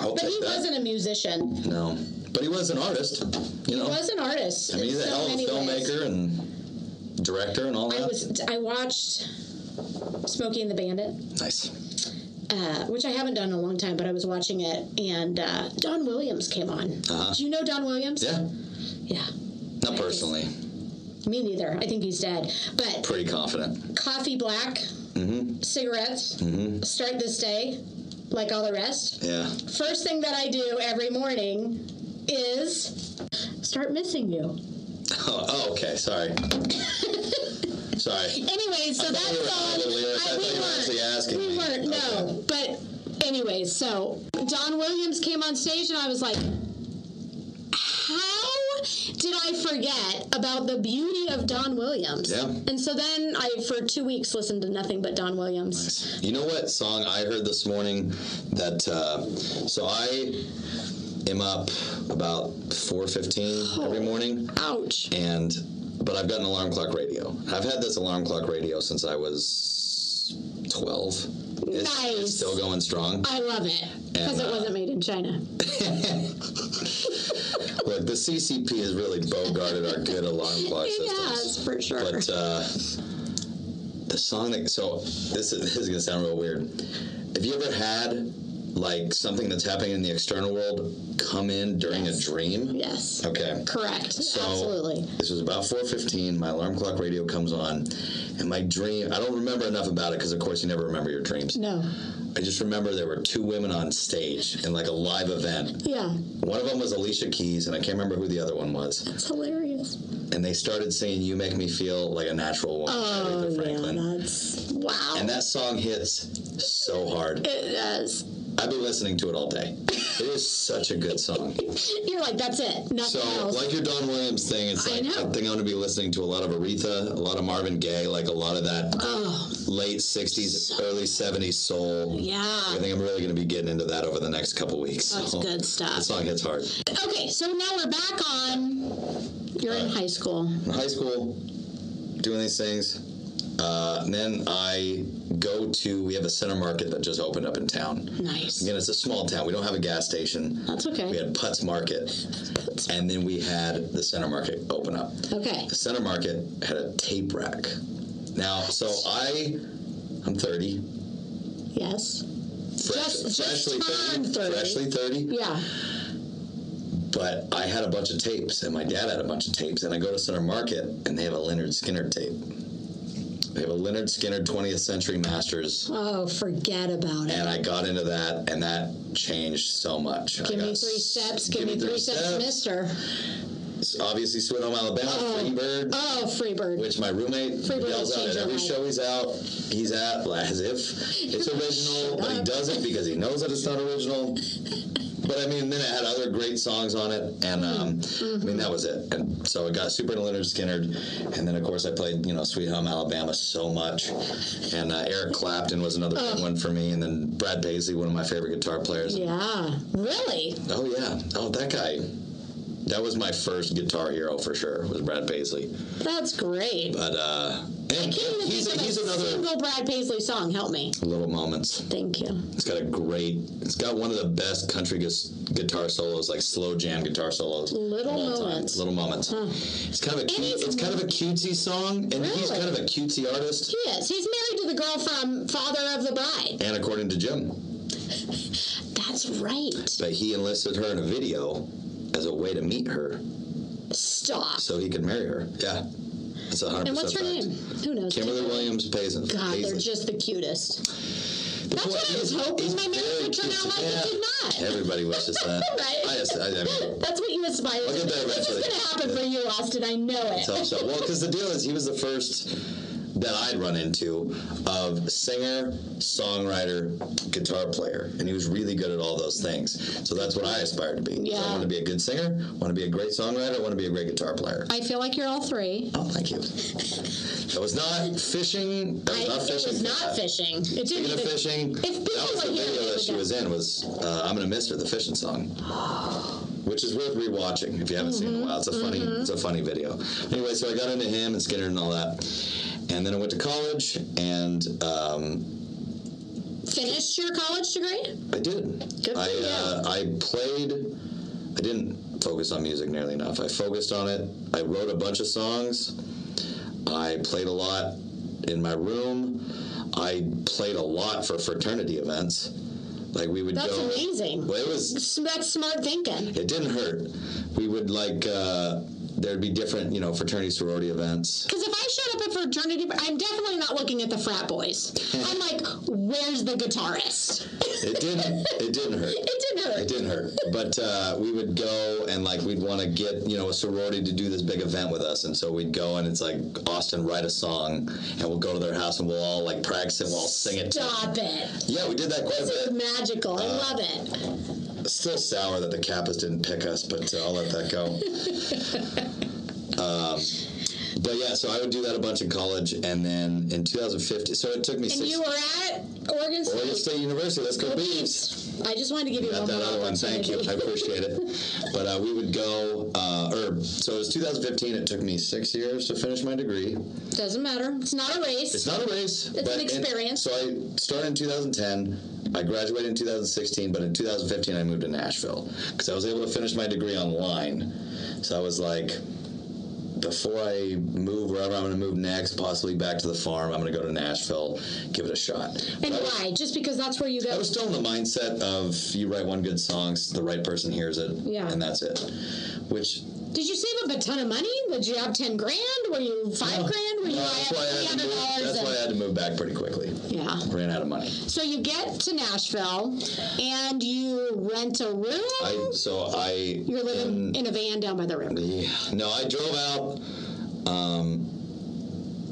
D: I'll
C: but
D: take
C: he
D: that.
C: wasn't a musician.
D: No, but he was an artist. You know,
C: He was an artist.
D: I mean,
C: in
D: he's a
C: so
D: hell of a
C: many ways.
D: filmmaker and director and all that.
C: I was. I watched Smokey and the Bandit,
D: nice.
C: uh, which I haven't done in a long time, but I was watching it, and uh, Don Williams came on.
D: Uh-huh.
C: Do you know Don Williams?
D: Yeah,
C: Yeah.
D: not personally.
C: Me neither. I think he's dead. But
D: Pretty confident.
C: coffee black,
D: Mm-hmm.
C: cigarettes, start this day, like all the rest.
D: Yeah. [LAUGHS]
C: First thing that I do every morning is start missing you.
D: Oh, oh,
C: [LAUGHS]
D: okay. Sorry. Sorry.
C: Anyway, so that
D: you were
C: song,
D: actually- I
C: I,
D: thought you
C: we
D: were
C: weren't.
D: actually asking
C: we
D: me.
C: weren't, no. But anyway, so Don Williams came on stage and I was like, how did I forget about the beauty of Don Williams?
D: Yeah.
C: And so then I, for two weeks, listened to nothing but Don Williams.
D: You know what song I heard this morning? That uh, so I am up about four fifteen every morning.
C: Ouch.
D: and but I've got an alarm clock radio. I've had this alarm clock radio since I was twelve. It's,
C: Nice.
D: it's still going strong.
C: I love it because
D: And,
C: it
D: uh,
C: wasn't made in China. [LAUGHS]
D: Look, the CCP has really bogarted our good alarm clock
C: It
D: systems.
C: has, for sure.
D: But uh, the song that so this is, this is gonna sound real weird. Have you ever had like something that's happening in the external world come in during a dream?
C: yes.
D: Okay.
C: Correct.
D: So-
C: Absolutely.
D: This was about 4:15. My alarm clock radio comes on, and my dream—I don't remember enough about it because, of course, you never remember your dreams.
C: No.
D: I just remember there were two women on stage in like a live event.
C: Yeah.
D: One of them was Alicia Keys, and I can't remember who the other one was.
C: It's hilarious.
D: And they started singing "You Make Me Feel Like a Natural Woman." by
C: Oh,
D: Aretha
C: yeah.
D: Franklin.
C: That's wow.
D: and that song hits so hard.
C: it does.
D: I've been listening to it all day. It is such a good song.
C: You're like, that's it. Nothing
D: So,
C: else.
D: like your Don Williams thing, it's
C: I
D: like I,
C: know.
D: think I'm gonna be listening to a lot of Aretha, a lot of Marvin Gaye, like a lot of that
C: oh,
D: late '60s, early '70s soul. I
C: yeah.
D: think I'm really gonna be getting into that over the next couple weeks. So.
C: That's good
D: That
C: stuff.
D: song hits hard.
C: Okay, so now we're back on. You're
D: Uh,
C: in high school.
D: in high school, doing these things. Uh, and then I go to, we have a center market that just opened up in town.
C: Nice.
D: Again, it's a small town. We don't have a gas station.
C: That's
D: We
C: okay.
D: had Putz Market, and then we had the center market open up.
C: Okay.
D: The center market had a tape rack. Now, so I, I'm 30.
C: Yes.
D: fresh-
C: Just- just
D: freshly
C: turned 30.
D: Freshly 30.
C: Yeah.
D: But I had a bunch of tapes, and my dad had a bunch of tapes. And I go to Center Market, and they have a Leonard Skinner tape. They have a Leonard Skinner 20th Century Masters,
C: Oh, forget about it.
D: and I got into that, and that changed so much. I
C: Give me
D: got
C: three steps. Give me three steps, mister.
D: It's Obviously, Sweet Home Alabama, Freebird,
C: Oh, Freebird.
D: which my roommate
C: Freebird
D: yells
C: has
D: out at
C: changed
D: every
C: our
D: show he's out. He's at like, as if it's original, but he
C: up.
D: does it because he knows that it's not original. But I mean, then it had other great songs on it, and um, I mean that was it. And so it got super into Leonard Skinner, and then of course I played you know Sweet Home Alabama so much, and uh, Eric Clapton was another big one for me, and then Brad Paisley, one of my favorite guitar players.
C: Yeah. Really?
D: Oh yeah, oh that guy, that was my first guitar hero for sure was Brad Paisley.
C: That's great.
D: But uh, and
C: Can't even
D: he's,
C: think of
D: he's
C: a
D: another
C: single Brad Paisley song. Help me.
D: little moments.
C: Thank you.
D: It's got a great. It's got one of the best country gus- guitar solos, like slow jam guitar solos.
C: Little
D: of all time.
C: Moments.
D: Little moments. It's kind of a cute,
C: it's-
D: it's, kind of a cutesy song, and he's
C: Really?
D: kind of a cutesy artist.
C: He is. He's married to the girl from Father of the Bride.
D: And according to Jim,
C: That's right.
D: but he enlisted her in a video as a way to meet her,
C: Stop.
D: so he could marry her. Yeah, that's a hundred percent.
C: And what's her
D: fact.
C: name? Who knows?
D: Kimberly Williams Paisley.
C: God, they're
D: Paisley.
C: just the cutest.
D: That's
C: what I was hoping my marriage would turn out like, it
D: yeah.
C: did not.
D: Everybody wishes that.
C: [LAUGHS] Right?
D: I just, I, I mean,
C: That's what you aspire
D: I'll
C: to.
D: get there
C: This is
D: eventually.
C: going to happen for you, Austin. I know it.
D: So, so- well, because the deal is, he was the first that I'd run into of singer, songwriter, guitar player, and he was really good at all those things. So that's what I aspire to be. So
C: Yeah.
D: I want to be a good singer. Want to be a great songwriter. I want to be a great guitar player.
C: I feel like you're all three.
D: oh, thank you. I was not fishing. I
C: I,
D: was not
C: it
D: fishing.
C: was not fishing. It didn't
D: Speaking
C: even.
D: of fishing,
C: people
D: that was
C: were
D: the
C: here,
D: video
C: they
D: that
C: would
D: she
C: know.
D: was in was uh, "I'm Gonna Miss Her," the fishing song, which is worth rewatching if you haven't seen it in a while. It's
C: Mm-hmm.
D: a funny, it's a funny video. Anyway, so I got into him and Skinner and all that, and then I went to college and um,
C: Finished your college degree?
D: I did.
C: Good for
D: I
C: you.
D: uh, I played. I didn't focus on music nearly enough. I focused on it. I wrote a bunch of songs. I played a lot in my room. I played a lot for fraternity events. Like we would
C: That's
D: go.
C: amazing.
D: Well, it was.
C: S- That's smart thinking.
D: It didn't hurt. We would like. Uh, there'd be different, you know, fraternity sorority events.
C: Because if I showed up at fraternity, I'm definitely not looking at the frat boys. I'm like, where's the guitarist?
D: It didn't. it didn't hurt.
C: It didn't hurt.
D: It didn't hurt, but uh, we would go and like we'd want to get you know a sorority to do this big event with us, and so we'd go and it's like Austin write a song, and we'll go to their house and we'll all like practice it, we'll all sing it. Uh,
C: Stop it.
D: Yeah, we did that quite
C: This
D: a
C: is magical. I love it.
D: bit. Still sour that the Kappas didn't pick us, but uh, I'll let
C: [LAUGHS]
D: that go. um, but yeah, so I would do that a bunch in college, and then in 2015, so it took me
C: And
D: six.
C: you were at Oregon State.
D: Oregon State University, let's go Beavs.
C: I just wanted to give you
D: Got
C: one
D: that
C: more
D: other one. Thank you. I
C: opportunity.
D: appreciate it. But uh, we would go, uh, or so it was 2015. It took me six years to finish my degree.
C: Doesn't matter. It's not a race.
D: It's not a race.
C: an
D: but
C: experience.
D: so I started in 2010. I graduated in 2016, but in 2015 I moved to Nashville because I was able to finish my degree online. So I was like, before I move wherever I'm going to move next, possibly back to the farm, I'm going to go to Nashville, give it a shot.
C: And
D: But I was-
C: why? Just because that's where you
D: I
C: go.
D: was still in the mindset of you write one good song, so the right person hears it,
C: Yeah.
D: and that's it. Which
C: Did you save up a ton of money? Did you have ten grand? Were you five grand? Were you?
D: uh,
C: I
D: that's
C: have
D: why I
C: three
D: had to
C: hundred
D: move.
C: dollars.
D: That's why I had to move back pretty quickly.
C: Yeah.
D: Ran out of money.
C: So you get to Nashville and you rent a room.
D: I so I
C: You're living in a van down by the river.
D: yeah, no, I drove out, um,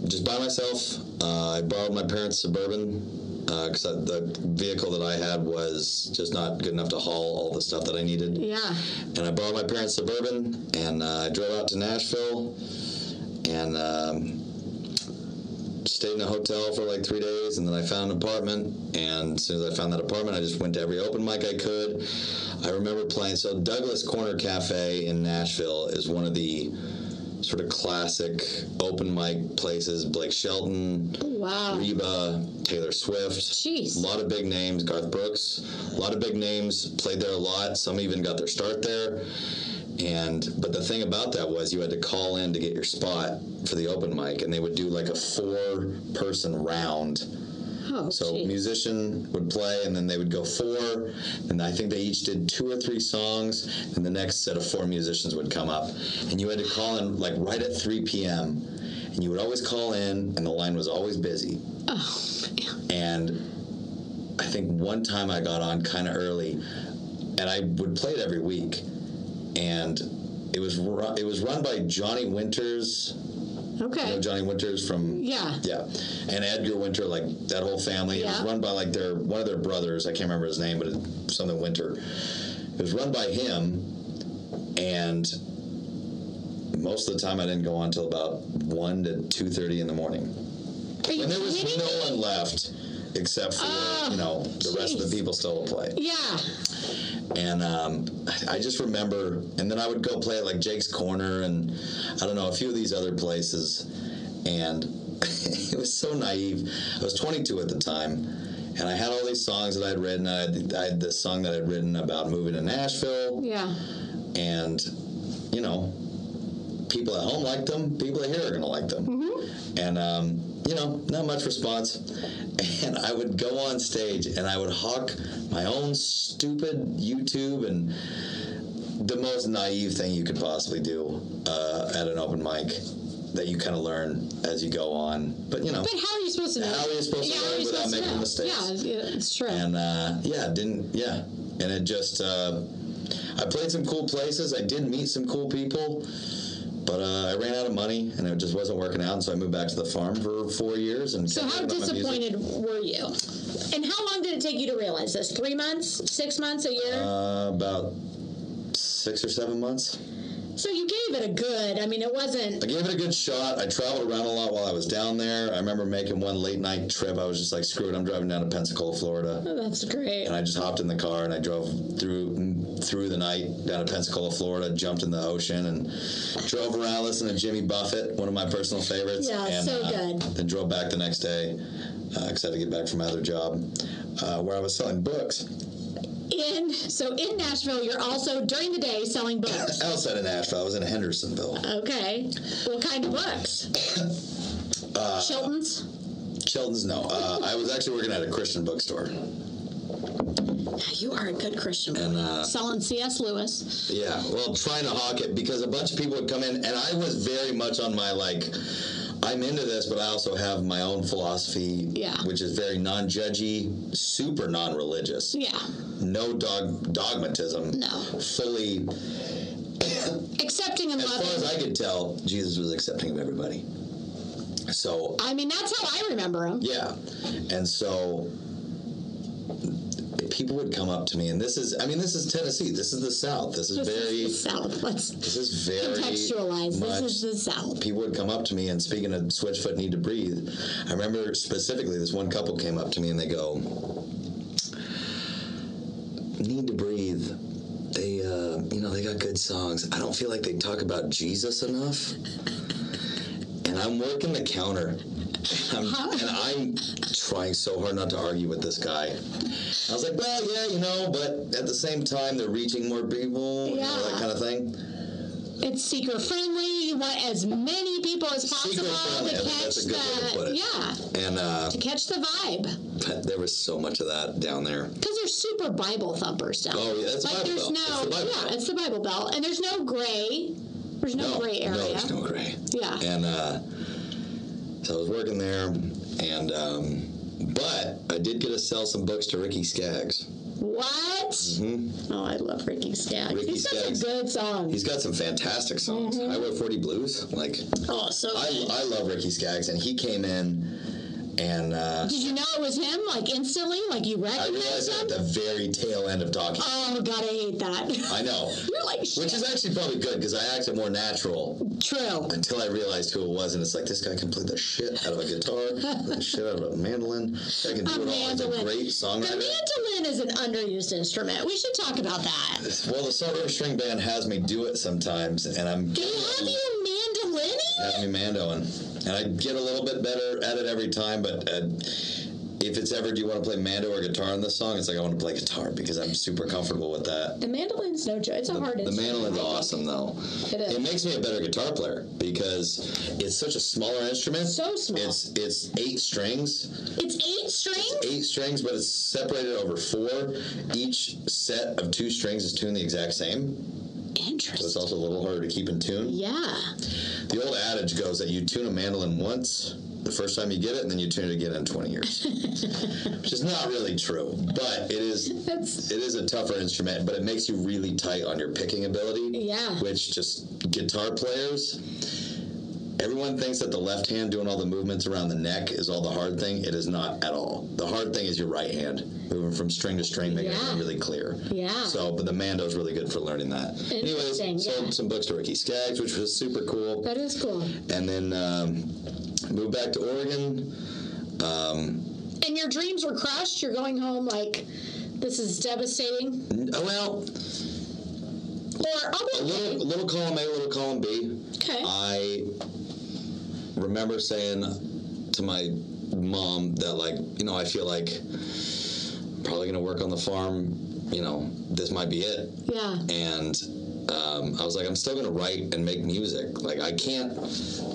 D: just by myself. Uh, I borrowed my parents' suburban. because the vehicle that I had was just not good enough to haul all the stuff that I needed.
C: Yeah.
D: And I borrowed my parents' Suburban, and uh, I drove out to Nashville, and um, stayed in a hotel for like three days, and then I found an apartment. And as soon as I found that apartment, I just went to every open mic I could. I remember playing. So Douglas Corner Cafe in Nashville is one of the sort of classic open mic places. Blake Shelton,
C: Wow.
D: Reba, Taylor Swift.
C: Jeez.
D: A lot of big names, Garth Brooks, a lot of big names played there a lot. Some even got their start there. And but the thing about that was you had to call in to get your spot for the open mic, and they would do like a four person round.
C: Oh,
D: So
C: gee.
D: musician would play, and then they would go four, and I think they each did two or three songs, and the next set of four musicians would come up, and you had to call in like right at 3 p.m. And you would always call in, and the line was always busy.
C: Oh,
D: And I think one time I got on kind of early, and I would play it every week, and it was ru- it was run by Johnny Winters. You know
C: Okay.
D: Johnny Winters from
C: Yeah.
D: yeah, and Edgar Winter, like that whole family. It
C: Yeah.
D: was run by like their one of their brothers. I can't remember his name, but it, something Winter. It was run by him, and most of the time I didn't go on till about one to two thirty in the morning.
C: Are you
D: And there was
C: kidding?
D: no one left except for you know the rest of
C: jeez.
D: the people still to play.
C: Yeah.
D: And um, I- I just remember, and then I would go play at like Jake's Corner and I don't know a few of these other places, and [LAUGHS] it was so naive. I was 22 at the time, and I had all these songs that I'd written. I had, I had this song that I'd written about moving to Nashville,
C: Yeah.
D: and you know, people at home like them. People here are gonna like them, and um, you know, not much response. [LAUGHS] And I would go on stage and I would hawk my own stupid YouTube and the most naive thing you could possibly do uh, at an open mic that you kind of learn as you go on. But you know,
C: But how are you supposed to know?
D: How are you supposed
C: yeah,
D: to
C: how
D: know
C: are you
D: without
C: supposed to
D: making
C: know?
D: mistakes?
C: Yeah, yeah, it's true.
D: and uh, yeah, didn't yeah, and it just uh, I played some cool places. I did meet some cool people, but uh, I ran out of money and it just wasn't working out. And so I moved back to the farm for four years. And
C: so
D: kept
C: how
D: working on my music.
C: disappointed were you? And how long did it take you to realize this? Three months? Six months? A year?
D: Uh, about six or seven months.
C: so you gave it a good. I mean, it wasn't.
D: I gave it a good shot. I traveled around a lot while I was down there. I remember making one late night trip. I was just like, screw it, I'm driving down to Pensacola, Florida.
C: Oh, that's great.
D: and I just hopped in the car and I drove through through the night down to Pensacola, Florida, jumped in the ocean and drove around listening to Jimmy Buffett, one of my personal favorites.
C: Yeah,
D: and, uh,
C: so good.
D: Then drove back the next day because I had to get back from my other job uh, where I was selling books
C: In so in Nashville, you're also during the day selling books.
D: outside of Nashville. I was in Hendersonville,
C: Okay. What kind of books?
D: [COUGHS] Uh,
C: Chilton's.
D: Sheldon's. No, uh, I was actually working at a Christian bookstore.
C: You are a good Christian. boy.
D: uh,
C: selling C.S. Lewis.
D: Yeah, well, trying to hawk it because a bunch of people would come in, and I was very much on my like, I'm into this, but I also have my own philosophy,
C: Yeah.
D: which is very non-judgy, super non-religious,
C: Yeah.
D: no dog dogmatism,
C: No.
D: fully,
C: Accepting and
D: as far
C: loving.
D: as I could tell, Jesus was accepting of everybody. So
C: I mean, that's how I remember him.
D: Yeah. And so people would come up to me and this is I mean this is Tennessee. This is the South. This is
C: This
D: very
C: is the South. Let's
D: this is very
C: contextualize.
D: much-
C: This is the South.
D: people would come up to me and speaking of Switchfoot Need to Breathe, I remember specifically this one couple came up to me and they go, Need to Breathe. They, uh, you know, they got good songs. I don't feel like they talk about Jesus enough. And I'm working the counter. I'm, and I'm trying so hard not to argue with this guy. I was like, well, yeah, you know, but at the same time, they're reaching more people, you know,
C: Yeah.
D: that kind of thing.
C: It's seeker friendly. You want as many people as
D: Seeker
C: possible
D: friendly,
C: to
D: I think
C: catch
D: that's a good way to put
C: the
D: it.
C: yeah
D: And uh,
C: to catch the vibe
D: But there was so much of that down there.
C: because they're super Bible thumpers down.
D: Oh, yeah, that's
C: like
D: Bible
C: there's
D: Belt.
C: no
D: It's the Bible
C: yeah,
D: Belt.
C: it's the Bible Belt, and there's no gray. There's no, gray area.
D: No, there's no gray.
C: Yeah.
D: And uh, so I was working there, and um, but I did get to sell some books to Ricky Skaggs.
C: What? Oh, I love Ricky Skaggs.
D: Mm. Ricky
C: He's such
D: Skaggs.
C: a good song.
D: He's got some fantastic songs.
C: Mm-hmm.
D: Highway 40 Blues, like
C: oh, so
D: I,
C: good.
D: I love Ricky Skaggs, and he came in and uh,
C: Did you know it was him? Like instantly? Like you
D: I
C: recognized
D: realized that
C: him?
D: at the very tail end of talking.
C: Oh god, I hate that.
D: I know,
C: You're like
D: which is actually probably good because I acted more natural
C: true.
D: until I realized who it was, and it's like this guy can play the shit out of a guitar,
C: [LAUGHS]
D: the shit out of a mandolin. I can
C: A
D: do it all. He's a
C: mandolin.
D: great
C: The
D: songwriter.
C: mandolin is an underused instrument. We should talk about that.
D: well, the Suburb String Band has me do it sometimes, and I'm [LAUGHS]
C: They have you mandolining?
D: have me mandoing, and I get a little bit better at it every time, but. Uh, if it's ever, do you want to play mando or guitar in this song? It's like I want to play guitar because I'm super comfortable with that.
C: The mandolin's no joke. It's a hard
D: The
C: instrument.
D: mandolin's awesome though.
C: It is.
D: It makes me a better guitar player because it's such a smaller instrument.
C: So small.
D: It's it's eight strings,
C: It's eight strings?
D: eight strings, but it's separated over four. Each set of two strings is tuned the exact same. So it's
C: Interesting.
D: also a little harder to keep in tune.
C: Yeah.
D: The old adage goes that you tune a mandolin once the first time you get it, and then you tune it again in 20 years, [LAUGHS] which is not really true, but it is.
C: That's
D: It is a tougher instrument, but it makes you really tight on your picking ability.
C: Yeah.
D: Which just guitar players, everyone thinks that the left hand doing all the movements around the neck is all the hard thing. It is not at all. The hard thing is your right hand moving from string to string, making
C: Yeah.
D: it really clear.
C: Yeah.
D: So, but the mando's really good for learning that. Anyways,
C: Interesting, yeah.
D: sold some books to Ricky Skaggs, which was super cool
C: that is cool.
D: and then um, moved back to Oregon.
C: And your dreams were crushed. You're going home like this is devastating.
D: N- oh, Well,
C: Or I'll be okay.
D: a little, Uh, little column A, little column B.
C: Okay.
D: I remember saying to my mom that, like, you know, I feel like I'm probably going to work on the farm. You know, this might be it.
C: yeah.
D: and um, I was like, I'm still gonna write and make music. Like I can't,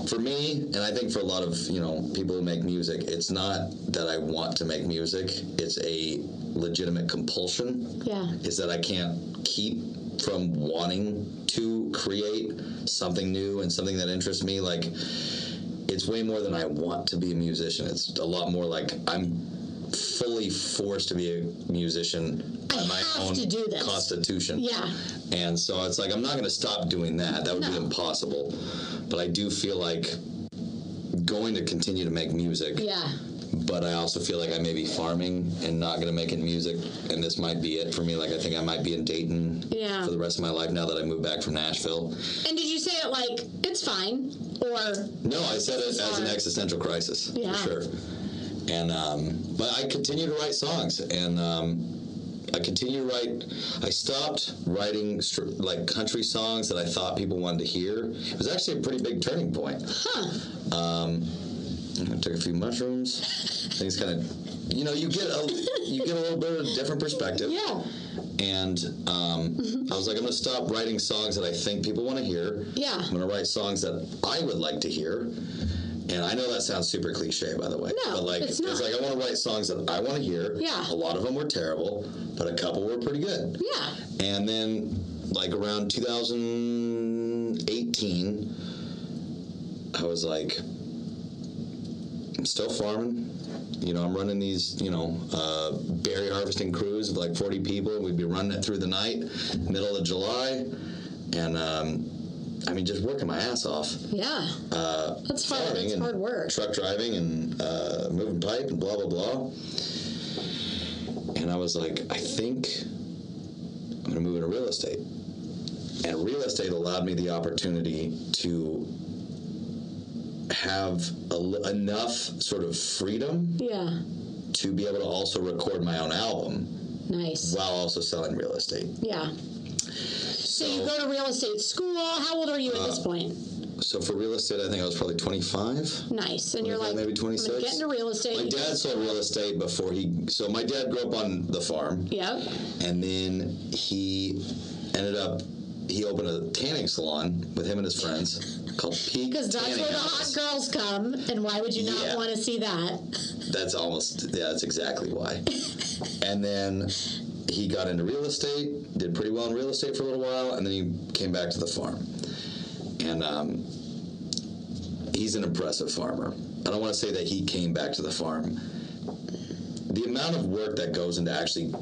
D: for me, and I think for a lot of you know people who make music, it's not that I want to make music. It's a legitimate compulsion.
C: Yeah.
D: Is that I can't keep from wanting to create something new and something that interests me. Like it's way more than I want to be a musician. It's a lot more like I'm fully forced to be a musician by
C: I
D: my
C: have
D: own
C: to do this.
D: constitution.
C: Yeah.
D: And so it's like I'm not going to stop doing that. That would be
C: No.
D: impossible. But I do feel like going to continue to make music.
C: Yeah.
D: But I also feel like I may be farming and not going to make it music. And this might be it for me. Like I think I might be in Dayton
C: Yeah.
D: for the rest of my life now that I moved back from Nashville.
C: And did you say it like it's fine or
D: No, I said it as an
C: Sorry.
D: existential crisis
C: Yeah.
D: for sure. And um, but I continue to write songs, and um, I continue to write. I stopped writing str- like country songs that I thought people wanted to hear. It was actually a pretty big turning point.
C: huh?
D: I took a few mushrooms. Things kind of, you know, you get a you get a little bit of a different perspective.
C: Yeah.
D: And um,
C: Mm-hmm.
D: I was like, I'm gonna stop writing songs that I think people want to hear.
C: Yeah.
D: I'm gonna write songs that I would like to hear. And I know that sounds super cliche, by the way.
C: No,
D: but like,
C: it's not.
D: like I want to write songs that I want to hear.
C: Yeah.
D: A lot of them were terrible, but a couple were pretty good.
C: Yeah.
D: And then, like around 2018, I was like, I'm still farming. You know, I'm running these, you know, uh, berry harvesting crews of like 40 people. We'd be running it through the night, middle of July. And um, I mean, just working my ass off.
C: Yeah.
D: Uh,
C: That's hard.
D: farming
C: That's
D: and
C: hard work.
D: Truck driving and uh, moving pipe and blah blah blah. And I was like, I think I'm gonna move into real estate. And real estate allowed me the opportunity to have a li- enough sort of freedom
C: Yeah.
D: to be able to also record my own album
C: Nice.
D: while also selling real estate.
C: Yeah. So, you go to real estate school. How old are you at this
D: Uh,
C: point?
D: So for real estate, I think I was probably 25.
C: Nice. And you're like
D: maybe
C: I'm gonna
D: 26.
C: get into real estate.
D: My dad sold real estate before he. So my dad grew up on the farm.
C: Yep.
D: and then he ended up he opened a tanning salon with him and his friends called Peak
C: Because that's
D: Tanning
C: where the hot
D: House.
C: girls come, and why would you not
D: Yeah.
C: want to see that?
D: That's almost yeah, that's exactly
C: [LAUGHS]
D: why. and then he got into real estate, did pretty well in real estate for a little while, and then he came back to the farm. And um, he's an impressive farmer. I don't want to say that he came back to the farm. The amount of work that goes into actually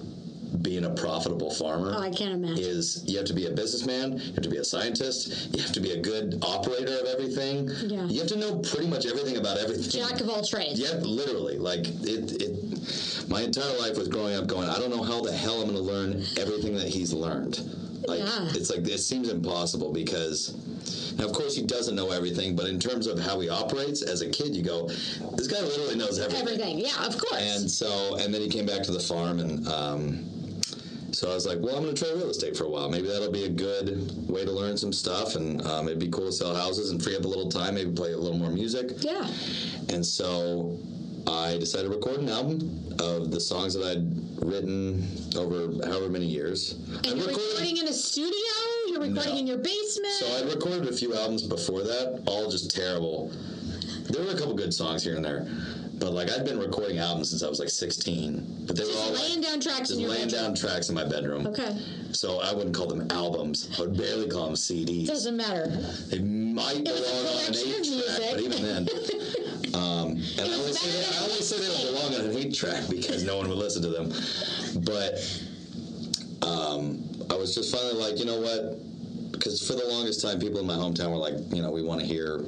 D: being a profitable farmer.
C: Oh, I can't imagine.
D: Is you have to be a businessman, you have to be a scientist, you have to be a good operator of everything.
C: Yeah.
D: You have to know pretty much everything about everything.
C: Jack of all trades.
D: Yep, literally. Like it, it. My entire life was growing up going. I don't know how the hell I'm going to learn everything that he's learned. Like
C: Yeah.
D: it's like it seems impossible because now of course he doesn't know everything, but in terms of how he operates as a kid, you go, this guy literally knows everything.
C: Everything. Yeah, of course.
D: And so, and then he came back to the farm, and um, so I was like, well, I'm going to try real estate for a while. Maybe that'll be a good way to learn some stuff, and um, it'd be cool to sell houses and free up a little time, maybe play a little more music.
C: yeah.
D: And so I decided to record an album of the songs that I'd written over however many years. I
C: And you're recording in a studio? You're recording
D: No.
C: in your basement?
D: so I recorded a few albums before that, all just terrible. There were a couple good songs here and there, but like I'd been recording albums since I was like 16. But they were all
C: just laying
D: like,
C: down tracks
D: just
C: in your
D: laying
C: bedroom.
D: down tracks in my bedroom.
C: Okay.
D: So I wouldn't call them albums. I would barely call them CDs.
C: Doesn't matter.
D: They might
C: was a
D: belong on an
C: collection of
D: eight track, but even then.
C: [LAUGHS]
D: Um, and I always, say
C: better
D: they,
C: than
D: I always say they don't belong on an eight track because no one would listen to them. But um, I was just finally like, you know what? Because for the longest time, people in my hometown were like, you know, we want to hear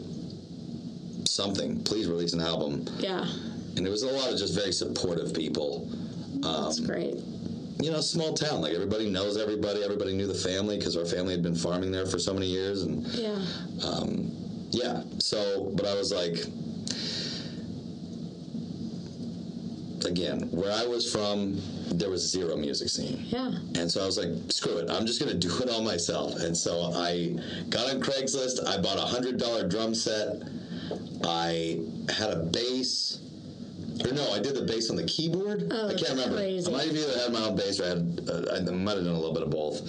D: something. Please release an album.
C: Yeah.
D: And there was a lot of just very supportive people.
C: That's
D: Um,
C: great.
D: You know, small town. Like everybody knows everybody. Everybody knew the family because our family had been farming there for so many years. And
C: Yeah.
D: Yeah. So, but I was like, again, where I was from, there was zero music scene.
C: Yeah.
D: And so I was like, screw it, I'm just gonna do it all myself. And so I got on Craigslist, I bought a hundred dollar drum set, I had a bass. Or no, I did the bass on the keyboard.
C: Oh,
D: I
C: that's
D: can't remember.
C: crazy.
D: I might have either had my own bass or I, had, uh, I might have done a little bit of both.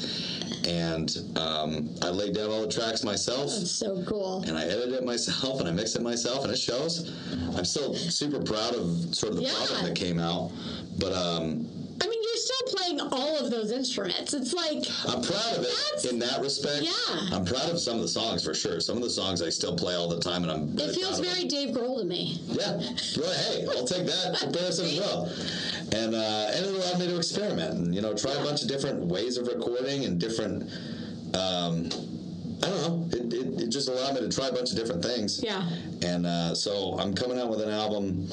D: And um, I laid down all the tracks myself
C: That's so cool.
D: and I edit it myself and I mix it myself and it shows. I'm still super proud of sort of the
C: Yeah.
D: product that came out, but um,
C: I mean, you're still playing all of those instruments. It's like,
D: I'm proud of it
C: That's-
D: in that respect.
C: Yeah.
D: I'm proud of some of the songs for sure. Some of the songs I still play all the time, and I'm.
C: it feels very Dave Grohl to me.
D: Yeah. Well, hey, I'll
C: [LAUGHS]
D: take that comparison as well. And uh, and it allowed me to experiment and you know try a bunch of different ways of recording and different. Um, I don't know. It, it, it just allowed me to try a bunch of different things.
C: Yeah.
D: And uh, so I'm coming out with an album.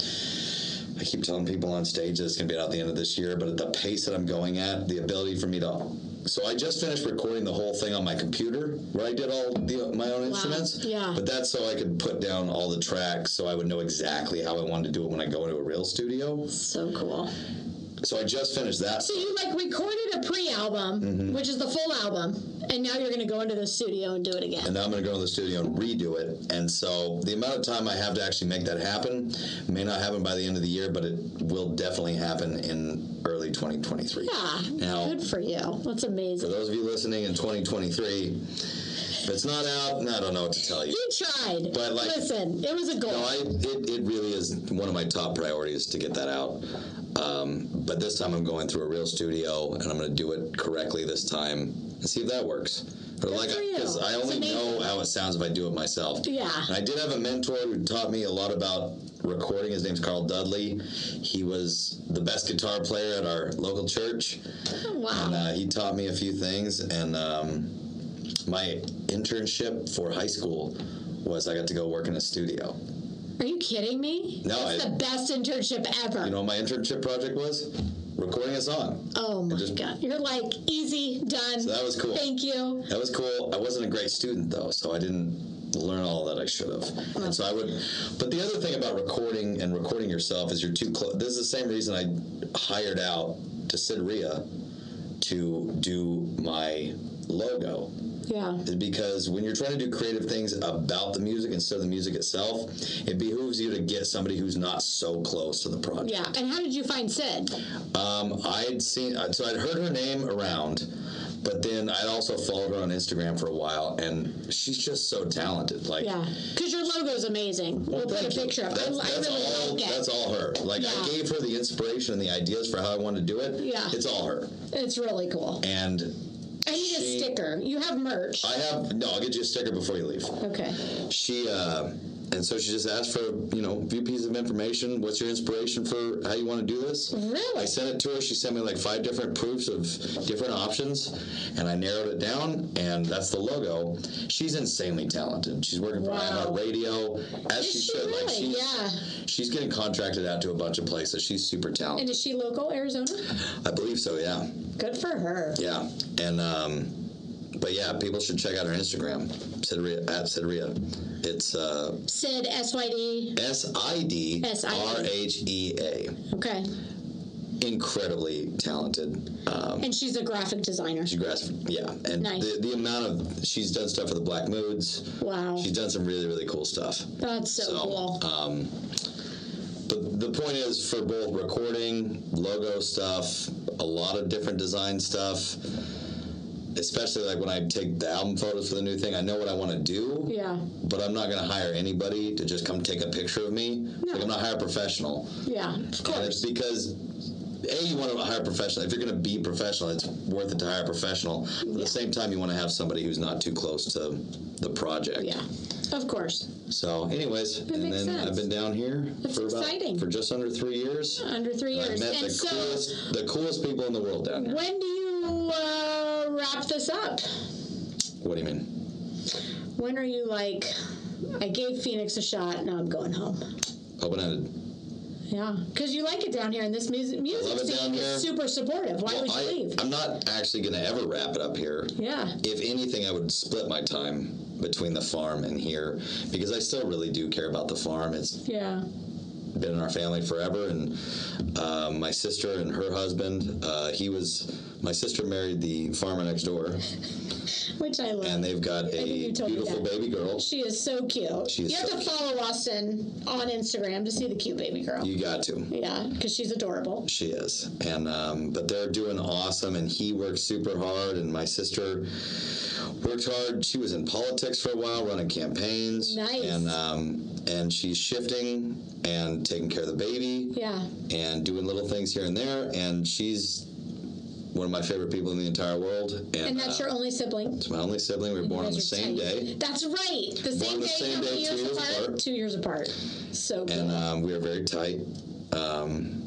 D: I keep telling people on stage that it's going to be out at the end of this year, but at the pace that I'm going at, the ability for me to. So I just finished recording the whole thing on my computer, where I did all the, my own instruments.
C: Yeah.
D: But that's so I could put down all the tracks, so I would know exactly how I wanted to do it when I go into a real studio.
C: So cool.
D: So I just finished that.
C: So you like recorded a pre-album,
D: Mm-hmm.
C: which is the full album, and now you're going to go into the studio and do it again.
D: and now I'm going to go to the studio and redo it. And so the amount of time I have to actually make that happen may not happen by the end of the year, but it will definitely happen in early 2023.
C: Yeah.
D: Now,
C: Good for you. That's
D: for
C: amazing.
D: those of you listening in 2023, if it's not out, I don't know what to tell you.
C: You tried.
D: But, like-
C: listen, it was a goal.
D: No, I, it, it really is one of my top priorities to get that out. Um, but this time I'm going through a real studio and I'm going to do it correctly this time and see if that works. Or like,
C: for you.
D: because I
C: It's
D: only
C: amazing.
D: know how it sounds if I do it myself.
C: Yeah.
D: And I did have a mentor who taught me a lot about recording. His name's Carl Dudley. He was the best guitar player at our local church.
C: Oh, wow.
D: And uh, he taught me a few things. And um, my internship for high school was I got to go work in a studio.
C: Are you kidding me?
D: No,
C: That's
D: I-
C: the best internship ever.
D: You know what my internship project was? Recording a song.
C: oh my
D: just-
C: god, you're like easy done.
D: that was cool.
C: Thank you.
D: That was cool. I wasn't a great student though, so I didn't learn all that I should have. And so I would but the other thing about recording and recording yourself is you're too close. This is the same reason I hired out to Sidria to do my logo
C: Yeah.
D: is because when you're trying to do creative things about the music instead of the music itself, it behooves you to get somebody who's not so close to the project.
C: Yeah. And how did you find Sid?
D: Um, I'd seen, uh, so I'd heard her name around, but then I'd also followed her on Instagram for a while, and she's just so talented. Like,
C: Yeah. Because your logo's amazing. We'll put a
D: thank you.
C: picture up. I, I
D: That's, that's
C: really
D: all,
C: like it.
D: That's all her. Like,
C: Yeah.
D: I gave her the inspiration and the ideas for how I wanted to do it.
C: Yeah.
D: It's all her.
C: It's really cool.
D: And
C: I need a
D: she-
C: sticker. You have merch.
D: I have, no, I'll get you a sticker before you leave.
C: okay.
D: She, uh, And so she just asked for, you know, a few pieces of information. What's your inspiration for how you want to do this?
C: Really?
D: I sent it to her. She sent me like five different proofs of different options, and I narrowed it down, and that's the logo. She's insanely talented. She's working for
C: Wow.
D: Radio, as
C: Is
D: she
C: she
D: should. Like
C: really?
D: she's,
C: Yeah.
D: she's getting contracted out to a bunch of places. She's super
C: And
D: talented.
C: is she local, Arizona?
D: I believe so. Yeah,
C: Good for her.
D: yeah, and um. But yeah, people should check out her Instagram, Sidoria, at Sidoria. It's uh,
C: Sid S Y D.
D: S I D R H E A.
C: Okay.
D: Incredibly talented. Um,
C: And she's a graphic designer.
D: She grasped, yeah, and
C: Nice.
D: the, the amount of she's done stuff for the Black Moods.
C: Wow.
D: She's done some really really cool stuff.
C: That's so, cool.
D: um, but the point is for both recording, logo stuff, a lot of different design stuff. Especially like when I take the album photos for the new thing, I know what I want to do.
C: Yeah.
D: But I'm not gonna hire anybody to just come take a picture of me.
C: No.
D: Like I'm not hire a professional.
C: Yeah. Of
D: And it's
C: course.
D: because a you want to hire a professional. If you're going to be professional, it's worth it to hire a professional. But at the same time, you want to have somebody who's not too close to the project.
C: Yeah. Of course.
D: So, anyways, and
C: makes
D: then
C: sense.
D: I've been down here
C: That's
D: for about
C: exciting.
D: for just under three years.
C: Under three
D: I
C: years.
D: met
C: And
D: the
C: so,
D: coolest the coolest people in the world down here.
C: when do you uh, wrap this up?
D: What do you mean?
C: When are you like, I gave Phoenix a shot, now I'm going home?
D: Open ended.
C: Yeah, because you like it down here, and this music music
D: love it
C: scene
D: down here.
C: is super supportive. Why would you leave?
D: I'm not actually going to ever wrap it up here.
C: yeah,
D: if anything, I would split my time between the farm and here because I still really do care about the farm. It's
C: yeah,
D: been in our family forever, and uh, my sister and her husband, uh, he was my sister married the farmer next door,
C: which I love.
D: and they've got
C: think
D: a
C: you told me
D: beautiful
C: that.
D: baby girl.
C: she is so cute.
D: She is
C: you have
D: so
C: to follow Austin on Instagram to see the cute baby girl.
D: You got to.
C: yeah, because she's adorable.
D: She is, and um, but they're doing awesome, and he works super hard, and my sister worked hard. She was in politics for a while, running campaigns,
C: Nice.
D: and um, and she's shifting and taking care of the baby,
C: Yeah,
D: and doing little things here and there, and she's one of my favorite people in the entire world, and,
C: and that's
D: uh,
C: your only sibling.
D: it's my only sibling. We were born on
C: You
D: the
C: guys are
D: same
C: tight.
D: day,
C: That's right. The same
D: the
C: day,
D: same
C: how
D: day,
C: many
D: two
C: years,
D: years
C: apart?
D: apart.
C: Two years apart. So cool.
D: and um, we are very tight. Um,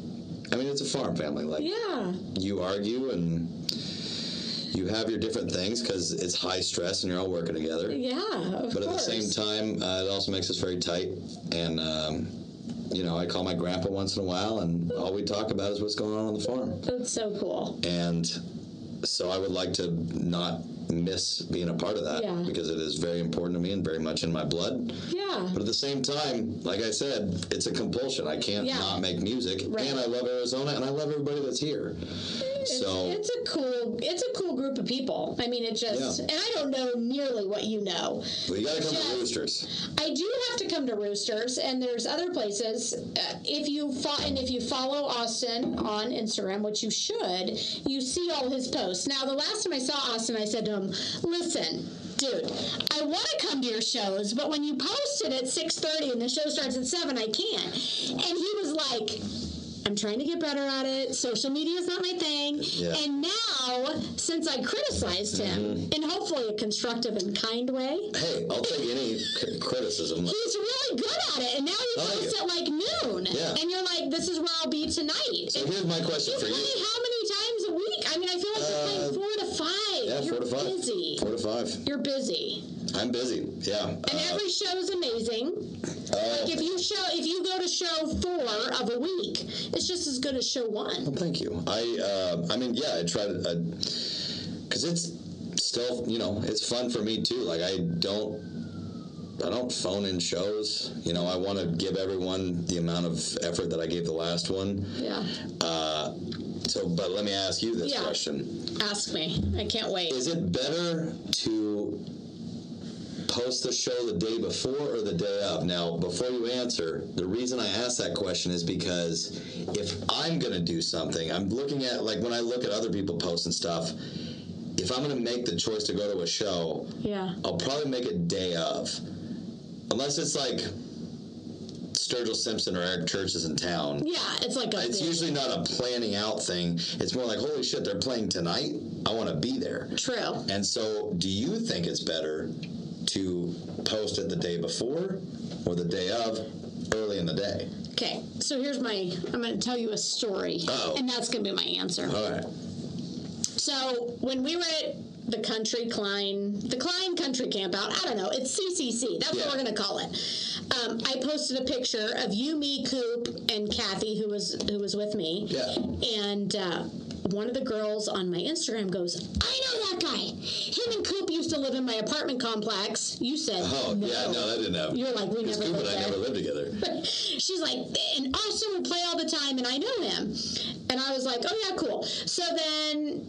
D: I mean, it's a farm family, like
C: yeah,
D: you argue and you have your different things because it's high stress and you're all working together.
C: yeah, of
D: but at the
C: course.
D: same time, uh, it also makes us very tight. And um, you know, I call my grandpa once in a while, and all we talk about is what's going on on the farm.
C: that's so cool.
D: And so I would like to not miss being a part of that
C: Yeah.
D: because it is very important to me and very much in my blood.
C: Yeah,
D: But at the same time, like I said, it's a compulsion. I can't
C: Yeah.
D: not make music,
C: Right.
D: and I love Arizona, and I love everybody that's here. so
C: it's a cool it's a cool group of people i mean it just
D: Yeah.
C: and i don't know nearly what you know
D: Well, you gotta come
C: Yes.
D: to Roosters.
C: i do have to come to roosters and there's other places uh, if you fo- and if you follow austin on instagram which you should you see all his posts now the last time i saw austin i said to him listen dude i want to come to your shows but when you post it at 6.30 and the show starts at 7 i can't and he was like I'm trying to get better at it. Social media is not my thing.
D: Yeah.
C: And now, since I criticized him in hopefully a constructive and kind way,
D: Hey, I'll take any c- criticism.
C: he's really good at it. And now he
D: I like
C: posts
D: it.
C: at like noon.
D: Yeah.
C: And you're like, this is where I'll be tonight.
D: So
C: And
D: here's my question
C: you
D: for
C: play
D: you.
C: how many times a week? I mean, I feel like you're
D: Uh,
C: playing four to five.
D: Yeah,
C: you're
D: four to five.
C: busy.
D: Four to five.
C: You're busy.
D: I'm busy. Yeah.
C: And
D: Uh,
C: every show is amazing.
D: oh,
C: If you show, if you go to show four of a week, it's just as good as show one.
D: well, thank you. I. Uh, I mean, yeah. I try to. Because it's still, you know, it's fun for me too. Like I don't. I don't phone in shows. You know, I want to give everyone the amount of effort that I gave the last one.
C: Yeah.
D: Uh, so, but let me ask you this
C: Yeah.
D: question.
C: Ask me. I can't wait.
D: Is it better to post the show the day before or the day of? Now, before you answer, the reason I ask that question is because if I'm going to do something, I'm looking at, like, when I look at other people posts and stuff, if I'm going to make the choice to go to a show,
C: Yeah.
D: I'll probably make it day of. Unless it's like Sturgill Simpson or Eric Church is in town.
C: Yeah, it's like a
D: It's
C: big-
D: usually not a planning out thing. It's more like, holy shit, they're playing tonight. I want to be there.
C: true.
D: And so, do you think it's better to post it the day before or the day of early in the day.
C: Okay, so here's my. I'm going to tell you a story,
D: Uh-oh.
C: and that's going to be my answer.
D: All right.
C: So when we were at the Country Klein, the Klein Country Campout, I don't know, it's CCC. That's
D: Yeah.
C: what we're going to call it. Um, I posted a picture of you, me, Coop, and Kathy, who was who was with me.
D: Yeah.
C: And uh, one of the girls on my Instagram goes, "I know that guy. Him and Coop used to live in my apartment complex." You said,
D: Oh,
C: no.
D: yeah, no, that didn't happen.
C: You're like, we
D: Because
C: never
D: Coop
C: lived
D: and I
C: there.
D: never lived
C: [LAUGHS]
D: together.
C: She's like, and Austin would play all the time, and I know him. And I was like, oh, yeah, cool. So then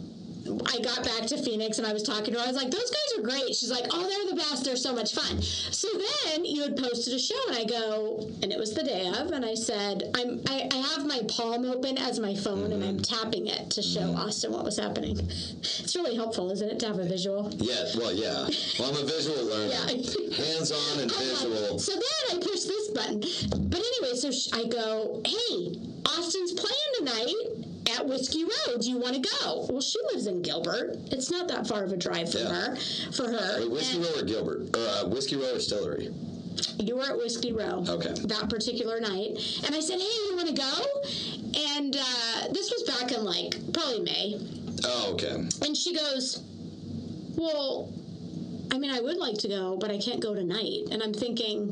C: I got back to Phoenix and I was talking to her. I was like, those guys are great. She's like, oh, they're the best. They're so much fun. So then you had posted a show, and I go, and it was the day of, and I said, I'm, I, I have my palm open as my phone, and I'm tapping it to show Austin what was happening. [LAUGHS] It's really helpful, isn't it, to have a visual?
D: Yeah, well, yeah. Well, I'm a visual
C: [LAUGHS]
D: learner.
C: Yeah.
D: Hands on and
C: I'm like,
D: visual.
C: So then I push this button. But anyway, so sh- I go, hey, Austin's playing tonight at Whiskey Road. Do you want to go? Well, she lives in Gilbert. It's not that far of a drive from
D: Yeah.
C: her. For her,
D: Wait, Whiskey
C: And
D: Row or Gilbert? Or, uh, Whiskey Row or Stillery?
C: you were at Whiskey Row
D: Okay.
C: that particular night, and I said, hey, you want to go? And uh, this was back in like probably May.
D: Oh, okay.
C: And she goes, Well, I mean, I would like to go, but I can't go tonight. And I'm thinking,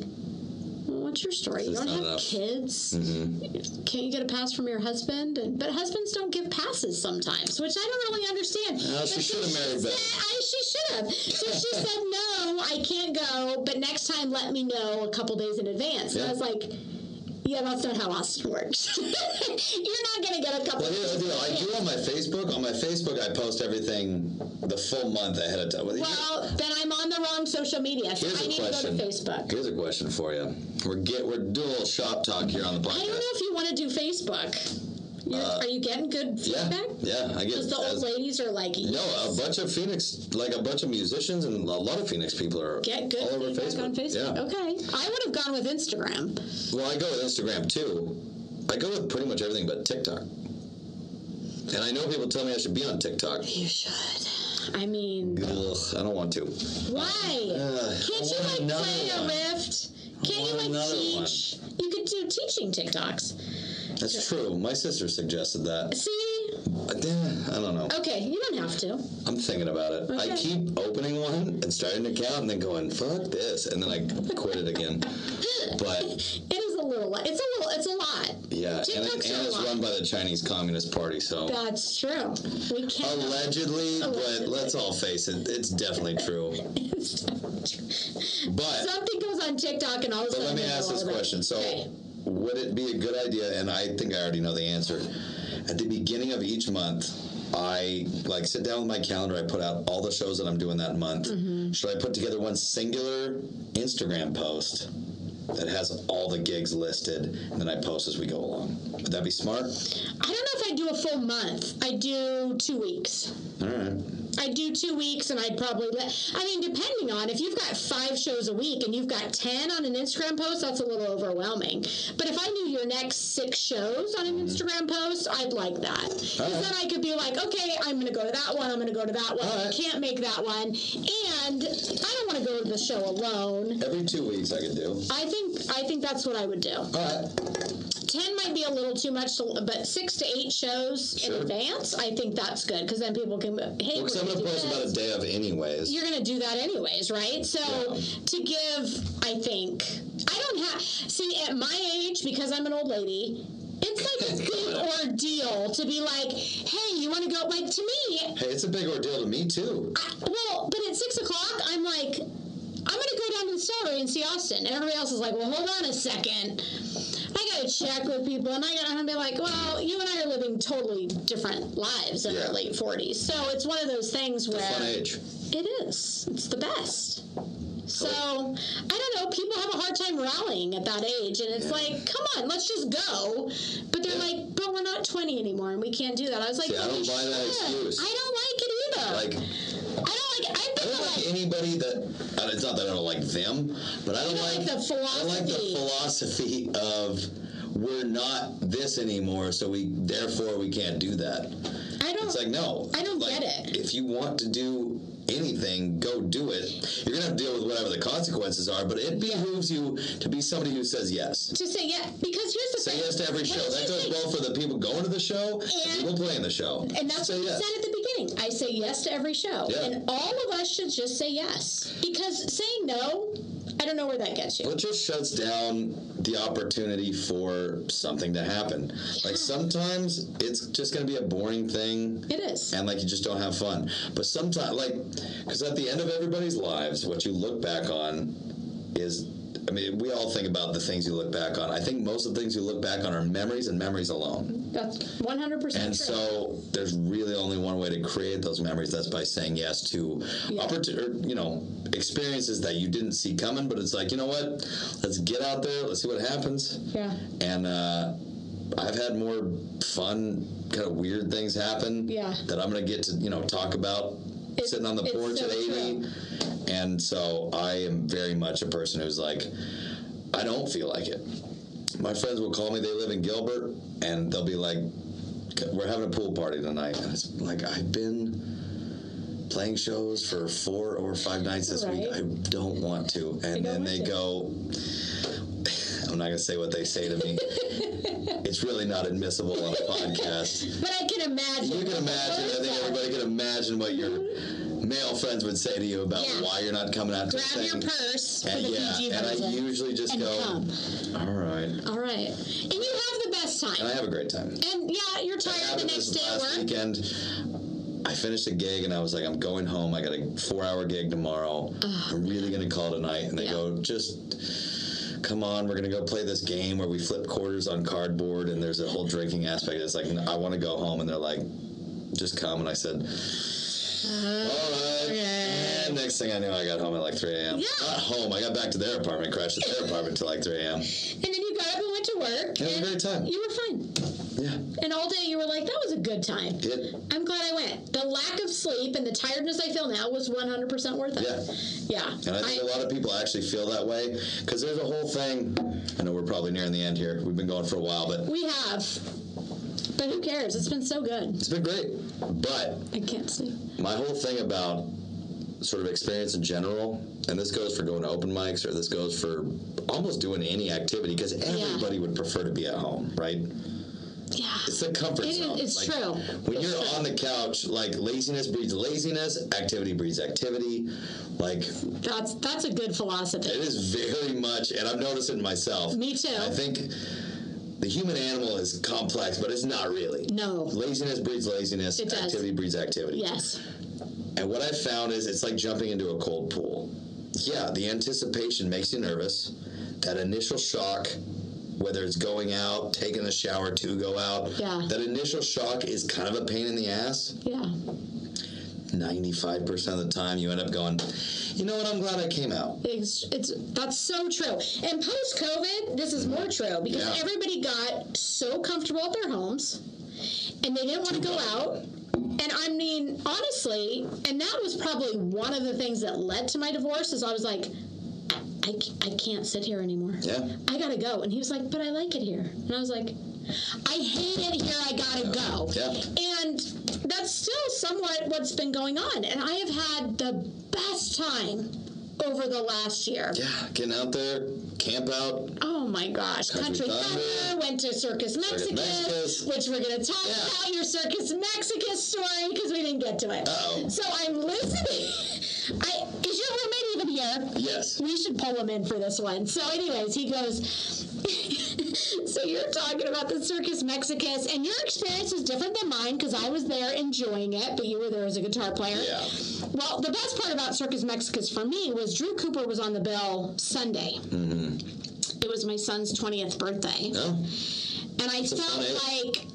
C: well, What's your story? You
D: This is
C: don't have
D: not enough. Mm-hmm.
C: kids. Can't you get a pass from your husband? And but husbands don't give passes sometimes, which I don't really understand.
D: Well, Uh, she
C: But
D: should have
C: she
D: married better.
C: said- I, she should have. So she said, No, I can't go, but next time let me know a couple days in advance. And I
D: Yeah.
C: was like, Yeah, that's not how Austin works. [LAUGHS] You're not gonna get a couple
D: Well, here's
C: days in
D: the deal. I do
C: advance.
D: on my Facebook. On my Facebook, I post everything the full month ahead of time.
C: Well, then I'm on the wrong social media. So
D: Here's
C: I
D: a
C: need to
D: question.
C: go to Facebook.
D: Here's a question for you. We're get we're doing a little shop talk here on the
C: I don't know
D: podcast.
C: if you want to do Facebook. You- are you getting good
D: Uh, Yeah,
C: feedback?
D: yeah. I get
C: Because the old
D: as-
C: ladies are like,
D: no. A bunch of Phoenix, like a bunch of musicians, and a lot of Phoenix people are
C: get good
D: all over
C: feedback
D: Facebook.
C: on Facebook.
D: Yeah.
C: Okay. I would have gone with Instagram.
D: Well, I go with Instagram too. I go with pretty much everything but TikTok. And I know people tell me I should be on TikTok.
C: You should. I mean,
D: Ugh, I don't want to.
C: why?
D: Uh, I
C: Can't you
D: want
C: like
D: another
C: play
D: one.
C: a rift? Can't
D: want
C: you like
D: another one.
C: teach? You could do teaching TikToks.
D: That's true. My sister suggested that.
C: See?
D: But then, I don't know.
C: Okay, you don't have to.
D: I'm thinking about it. I
C: Okay.
D: keep opening one and starting an account and then going, fuck this. And then I quit it again. But
C: It is a little. It's a little. It's a lot.
D: yeah, and, it, and
C: TikToks are a
D: it's
C: lot.
D: run by the Chinese Communist Party, so.
C: That's true. We can't.
D: Allegedly, but
C: Allegedly.
D: let's all face it, it's definitely true. But
C: Something goes on TikTok and all of a
D: But
C: sudden.
D: let me
C: I know
D: ask
C: all
D: this
C: about it.
D: question. So,
C: Okay.
D: would it be a good idea? And I think I already know the answer. At the beginning of each month, I like sit down with my calendar. I put out all the shows that I'm doing that month.
C: Mm-hmm.
D: Should I put together one singular Instagram post that has all the gigs listed, and then I post as we go along? Would that be smart?
C: I don't know if I do a full month. I do two weeks.
D: All right.
C: I do two weeks, and I'd probably let. I mean, depending on if you've got five shows a week and you've got ten on an Instagram post, that's a little overwhelming. But if I knew your next six shows on an Instagram post, I'd like that. 'Cause
D: Mm-hmm. All right.
C: then I could be like, okay, I'm going to go to that one. I'm going to go to that one.
D: All
C: I
D: right.
C: can't make that one, and I don't want to go to the show alone.
D: Every two weeks, I could do.
C: I think I think that's what I would do.
D: All right.
C: 10 might be a little too much, to, but six to eight shows
D: Sure.
C: in advance, I think that's good because then people can, hey,
D: Because
C: we're
D: I'm
C: gonna
D: gonna
C: do this.
D: post about a day of anyways.
C: you're going to do that anyways, right? So
D: Yeah.
C: to give, I think, I don't have, see, at my age, because I'm an old lady,
D: [LAUGHS]
C: it's like a big ordeal to be like, hey, you want to go? Like, to me,
D: hey, it's a big ordeal to me too.
C: I- well, but at six o'clock, I'm like, I'm gonna go down to the Celery and see Austin, and everybody else is like, well, hold on a second. I gotta check with people, and I gotta I'm gonna be like, well, you and I are living totally different lives in
D: Yeah.
C: our late 40s, so it's one of those things where
D: Fun age.
C: it is. It's the best. So I don't know. People have a hard time rallying at that age, and it's like, come on, let's just go. But they're
D: Yeah.
C: like, but we're not 20 anymore, and we can't do that. I was like,
D: See, I
C: "Well,
D: don't
C: we
D: buy that
C: should."
D: excuse.
C: I don't like it either.
D: Like.
C: I don't like. I've
D: I
C: been
D: don't like anybody that. uh, It's not that I don't like them, but I don't,
C: don't like
D: like,
C: the
D: I don't like the philosophy of we're not this anymore, so we therefore we can't do that.
C: I don't
D: It's like no.
C: I don't
D: Like,
C: get it.
D: If you want to do anything, go do it. You're gonna have to deal with whatever the consequences are, but it behooves you to be somebody who says yes.
C: To say yeah, because here's the
D: Say
C: thing.
D: yes to every show.
C: What did
D: That
C: you
D: goes
C: say?
D: well for the people going to the show, the
C: And-
D: people playing the show.
C: And that's
D: Say
C: what you
D: yes.
C: said at the beginning. I say yes to every show.
D: Yeah.
C: And all of us should just say yes. Because saying no, I don't know where that gets you.
D: It just shuts down the opportunity for something to happen. Like sometimes it's just going to be a boring thing
C: It is.
D: and like you just don't have fun. But sometimes, like, because at the end of everybody's lives, what you look back on is, I mean, we all think about the things you look back on. I think most of the things you look back on are memories and memories alone.
C: That's 100% true.
D: And so there's really only one way to create those memories. That's by saying yes to, opportu- or, you know, experiences that you didn't see coming. But it's like, you know what? Let's get out there. Let's see what happens
C: yeah.
D: and uh, I've had more fun, kind of weird things happen.
C: Yeah.
D: That I'm gonna get to you know talk about
C: It's-
D: sitting on the
C: it's
D: porch
C: so
D: at 80. And so I am very much a person who's like, I don't feel like it. My friends will call me. They live in Gilbert, and they'll be like, "We're having a pool party tonight," and it's like I've been. Playing shows for four or five nights this week.
C: Right.
D: I don't want to.
C: don't
D: And then
C: want
D: they
C: to.
D: go, [SIGHS] I'm not gonna say what they say to
C: [LAUGHS]
D: me. it's really not admissible on a podcast.
C: But I can imagine.
D: You can imagine. I think everybody can imagine what your male friends would say to you about
C: Yeah.
D: why you're not coming out to
C: Grab
D: things.
C: your purse for
D: And
C: the
D: yeah,
C: PG
D: and I
C: version.
D: usually just
C: and
D: go,
C: come.
D: all right,
C: All right. And you have the best
D: and I
C: time.
D: have a great time.
C: And yeah, you're tired
D: happened
C: the
D: this
C: next day at
D: last
C: work.
D: weekend. I finished a gig and I was like, I'm going home. I got a four hour gig tomorrow. I'm really going to call tonight. And they
C: Yeah.
D: go, just come on. We're going to go play this game where we flip quarters on cardboard and there's a whole drinking aspect. It's like, I want to go home. And they're like, just come. And I said,
C: Uh,
D: all right. And next thing I knew, I got home at like 3 a.m.
C: Yeah.
D: Not home. I got back to their apartment, crashed at their apartment till like 3 a.m.
C: And then you got up and went to work.
D: It was a
C: and
D: great time.
C: you were fine.
D: Yeah.
C: And all day you were like, that was a good time.
D: It,
C: I'm glad I went. The lack of sleep and the tiredness I feel now was 100% worth it.
D: yeah.
C: Yeah.
D: And I think a
C: I,
D: lot of people actually feel that way because there's a whole thing. I know we're probably nearing the end here. We've been going for a while, but
C: we have. But who cares? It's been so good.
D: it's been great. But
C: I can't sleep.
D: my whole thing about sort of experience in general, and this goes for going to open mics or this goes for almost doing any activity because everybody would prefer to be at home, right?
C: Yeah.
D: It's the comfort
C: It is-
D: zone.
C: it's true.
D: When
C: It's
D: you're
C: true.
D: on the couch, like laziness breeds laziness, activity breeds activity. Like
C: That's that's a good
D: It
C: philosophy.
D: is very much, and I'm noticing myself.
C: Me too.
D: I think the human animal is complex, but it's not really.
C: No.
D: Laziness breeds laziness.
C: It does.
D: Activity breeds activity.
C: Yes.
D: And what I found is it's like jumping into a cold pool. Yeah, the anticipation makes you nervous. That initial shock, whether it's going out, taking a shower to go out,
C: Yeah.
D: that initial shock is kind of a pain in the ass.
C: Yeah.
D: 95% of the time, you end up going, you know what, I'm glad I came out.
C: It's, it's that's so true. And post COVID, this is more true because
D: Yeah.
C: everybody got so comfortable at their homes and they didn't want to go out. And I mean, honestly, and that was probably one of the things that led to my divorce is I was like, I, I, ca- I can't sit here anymore.
D: Yeah.
C: I gotta go. And he was like, but I like it here. And I was like, I hate it here. I gotta go.
D: Yeah.
C: And that's still somewhat what's been going on. And I have had the best time over the last year.
D: Yeah, getting out there, camp out,
C: Oh my gosh. Country
D: Country Thunder.
C: Thunder, went to Circus Mexicus,
D: Mexicus.
C: which we're gonna talk
D: Yeah.
C: about your Circus Mexicus story because we didn't get to it.
D: Uh-oh.
C: So I'm listening. [LAUGHS] I, is your roommate even here?
D: Yes.
C: We should pull him in for this one. So, anyways, he goes. [LAUGHS] so you're talking about the Circus Mexicus, and your experience was different than mine because I was there enjoying it, but you were there as a guitar player.
D: Yeah.
C: Well, the best part about Circus Mexicus for me was Drew Cooper was on the bill Sunday.
D: Mm-hmm.
C: It was my son's twentieth birthday,
D: No.
C: and I
D: a
C: felt
D: fun age.
C: like.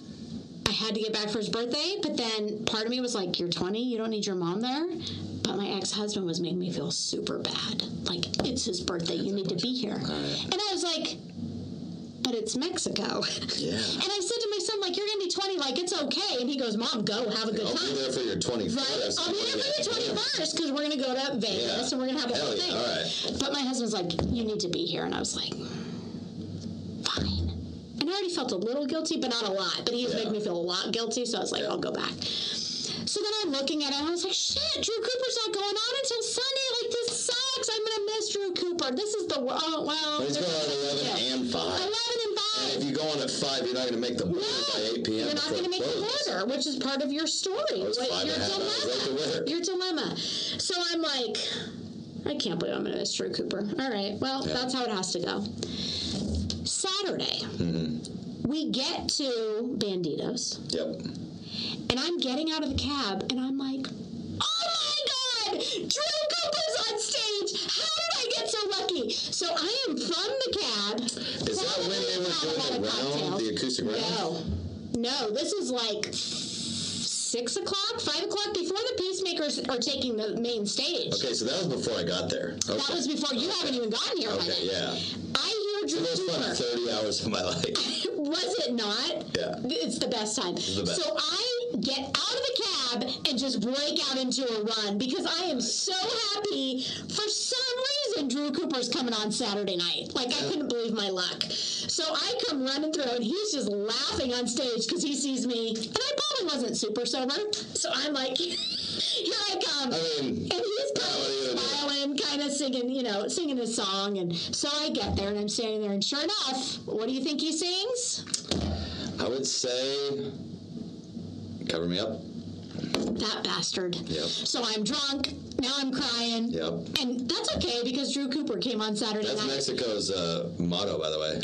C: I had to get back for his birthday, but then part of me was like, You're 20, you don't need your mom there. But my ex husband was making me feel super bad. Like, it's his birthday, you need to be here. And I was like, But it's Mexico. [LAUGHS]
D: Yeah.
C: And I said to my son, like, you're gonna be 20, like, it's okay. And he goes, Mom, go, have a good
D: I'll be
C: time.
D: there for your 21st.
C: Right? I'll be there for your 21st because we're going to go to Vegas
D: Yeah.
C: and we're going to have a
D: Hell
C: whole
D: yeah,
C: thing.
D: alright.
C: But my husband's like, you need to be here. And I was like, fine. And I already felt a little guilty, but not a lot. But he was
D: Yeah.
C: making me feel a lot guilty. So I was like, I'll go back. So then I'm looking at it and I was like, shit, Drew Cooper's not going on until Sunday. Like, this sucks. I'm going to miss Drew Cooper. This is the, wor- oh, well.
D: But he's going on at 11
C: Yeah.
D: and 5.
C: 11 and 5.
D: If you go on at 5, you're not going to make the
C: No,
D: border by 8
C: you're
D: p.m.
C: not
D: before
C: going to
D: it
C: make
D: closes.
C: the order, which is part of your story.
D: was
C: Like,
D: five
C: your
D: and a half hours
C: dilemma.
D: late to work.
C: Your dilemma. So I'm like, I can't believe I'm going to miss Drew Cooper. All right, well, that's how it has to go. Saturday,
D: Mm-hmm.
C: we get to Banditos,
D: Yep.
C: and I'm getting out of the cab, and I'm like, oh my God, Drew Cooper's on stage. How did I get so lucky? So I am from the cab.
D: Is that when they were doing the round, the acoustic round?
C: No, no. This is like six o'clock, five o'clock before the peacemakers are taking the main stage.
D: Okay, so that was before I got there. Okay.
C: That was before you haven't even gotten here. by
D: Okay,
C: then.
D: yeah.
C: I hear Drew
D: Those fucking
C: Cooper.
D: 30 hours of
C: [LAUGHS]
D: my [LAUGHS] life.
C: Was it not?
D: Yeah.
C: It's the best time.
D: the best.
C: So I get out of the cab and just break out into a run because I am so happy. For some reason, Drew Cooper's coming on Saturday night. Like, I couldn't believe my luck. So I come running through, and he's just laughing on stage because he sees me. And I probably wasn't super sober. So I'm like, [LAUGHS] here I come.
D: I mean,
C: And he's kind
D: Yeah,
C: of
D: what are
C: smiling, kind of singing, you know, singing his song. And so I get there and I'm standing there, and sure enough, what do you think he sings?
D: I would say, cover me up.
C: That bastard.
D: Yep.
C: So I'm drunk, now I'm crying.
D: Yep.
C: And that's okay because Drew Cooper came on Saturday
D: That's
C: night.
D: Mexico's uh, motto, by the
C: [LAUGHS]
D: way.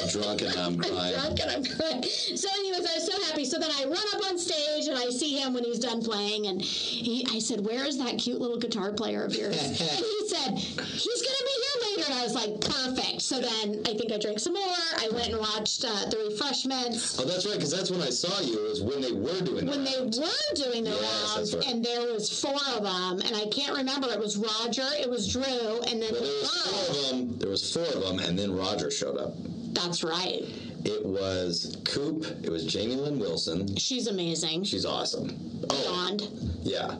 D: I'm drunk and I'm
C: I'm
D: crying.
C: drunk and I'm crying. So, anyways, I was so happy. So then I run up on stage and I see him when he's done playing, and he, I said, "Where is that cute little guitar player of
D: [LAUGHS]
C: yours?" and he said, "He's gonna be here later." And I was like, "Perfect." So then I think I drank some more. I went and watched uh, the refreshments.
D: Oh, that's right, because that's when I saw you. It was when they were doing
C: When
D: that.
C: they were doing the
D: Yes, that's
C: rounds,
D: right.
C: and there was four of them, and I can't remember. It was Roger, it was Drew, and then
D: Well, there was
C: Ron.
D: four of them. There was four of them, and then Roger showed up.
C: That's right.
D: It was Coop. It was Jamie Lynn Wilson.
C: She's amazing.
D: She's awesome. Oh,
C: Blonde.
D: yeah.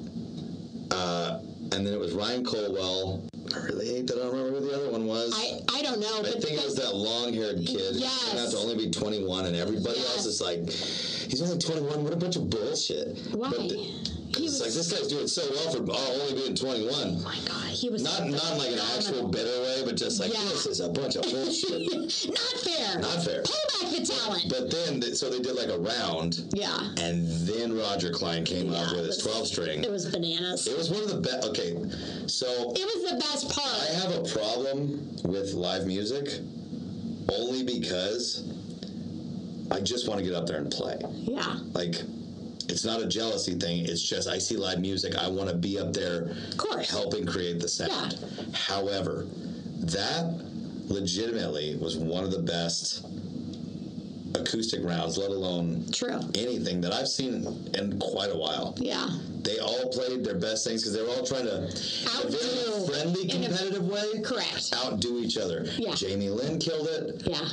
D: Uh, and then it was Ryan Colwell. I really hate that I don't remember who the other one was.
C: I, I don't know,
D: I
C: but
D: think it was that long-haired kid. who
C: Yes.
D: turned out to only be 21, and everybody else
C: Yes.
D: is like, "He's only 21. What a bunch of bullshit."
C: Why?
D: But th-
C: he
D: it's like this guy's doing so well for oh, only being 21.
C: my God, he was
D: Not not in like an actual bitter way, but just like
C: Yeah.
D: this is a bunch of
C: [LAUGHS]
D: bullshit.
C: not fair. [LAUGHS]
D: Not fair.
C: Pull back the talent.
D: But then, th- so they did like a round,
C: Yeah,
D: and then Roger Klein came out
C: Yeah,
D: with his
C: it was-
D: 12 string.
C: it was bananas.
D: It was one of the best. Okay, so
C: It was the best
D: I
C: part.
D: have a problem with live music only because I just want to get up there and play.
C: Yeah,
D: Like, it's not a jealousy thing. It's just I see live music. I want to be up there
C: of course.
D: helping create the sound. However, that legitimately was one of the best acoustic rounds, let alone
C: True.
D: anything that I've seen in quite a while.
C: Yeah,
D: They all played their best things because they were all trying to, in a very
C: Outdo.
D: friendly,
C: In a-
D: competitive way,
C: correct.
D: outdo each other.
C: Yeah.
D: Jamie Lynn killed it.
C: Yeah,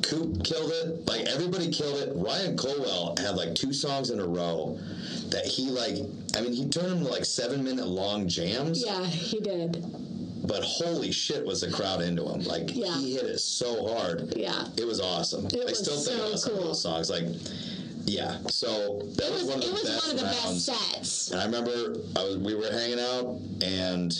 D: Coop killed it. Like everybody killed it. Ryan Colwell had like two songs in a row that he like. I mean, he turned them to like seven minute long jams.
C: yeah, he did.
D: But holy shit, was the crowd into him? Like
C: Yeah.
D: he hit it so hard.
C: Yeah.
D: It was awesome. I
C: was
D: still think
C: so
D: about some of
C: cool.
D: those songs. Like, yeah. So that
C: It
D: was,
C: was,
D: one of the
C: it was
D: best
C: one of the
D: rounds.
C: best sets.
D: And I remember I was we were hanging out and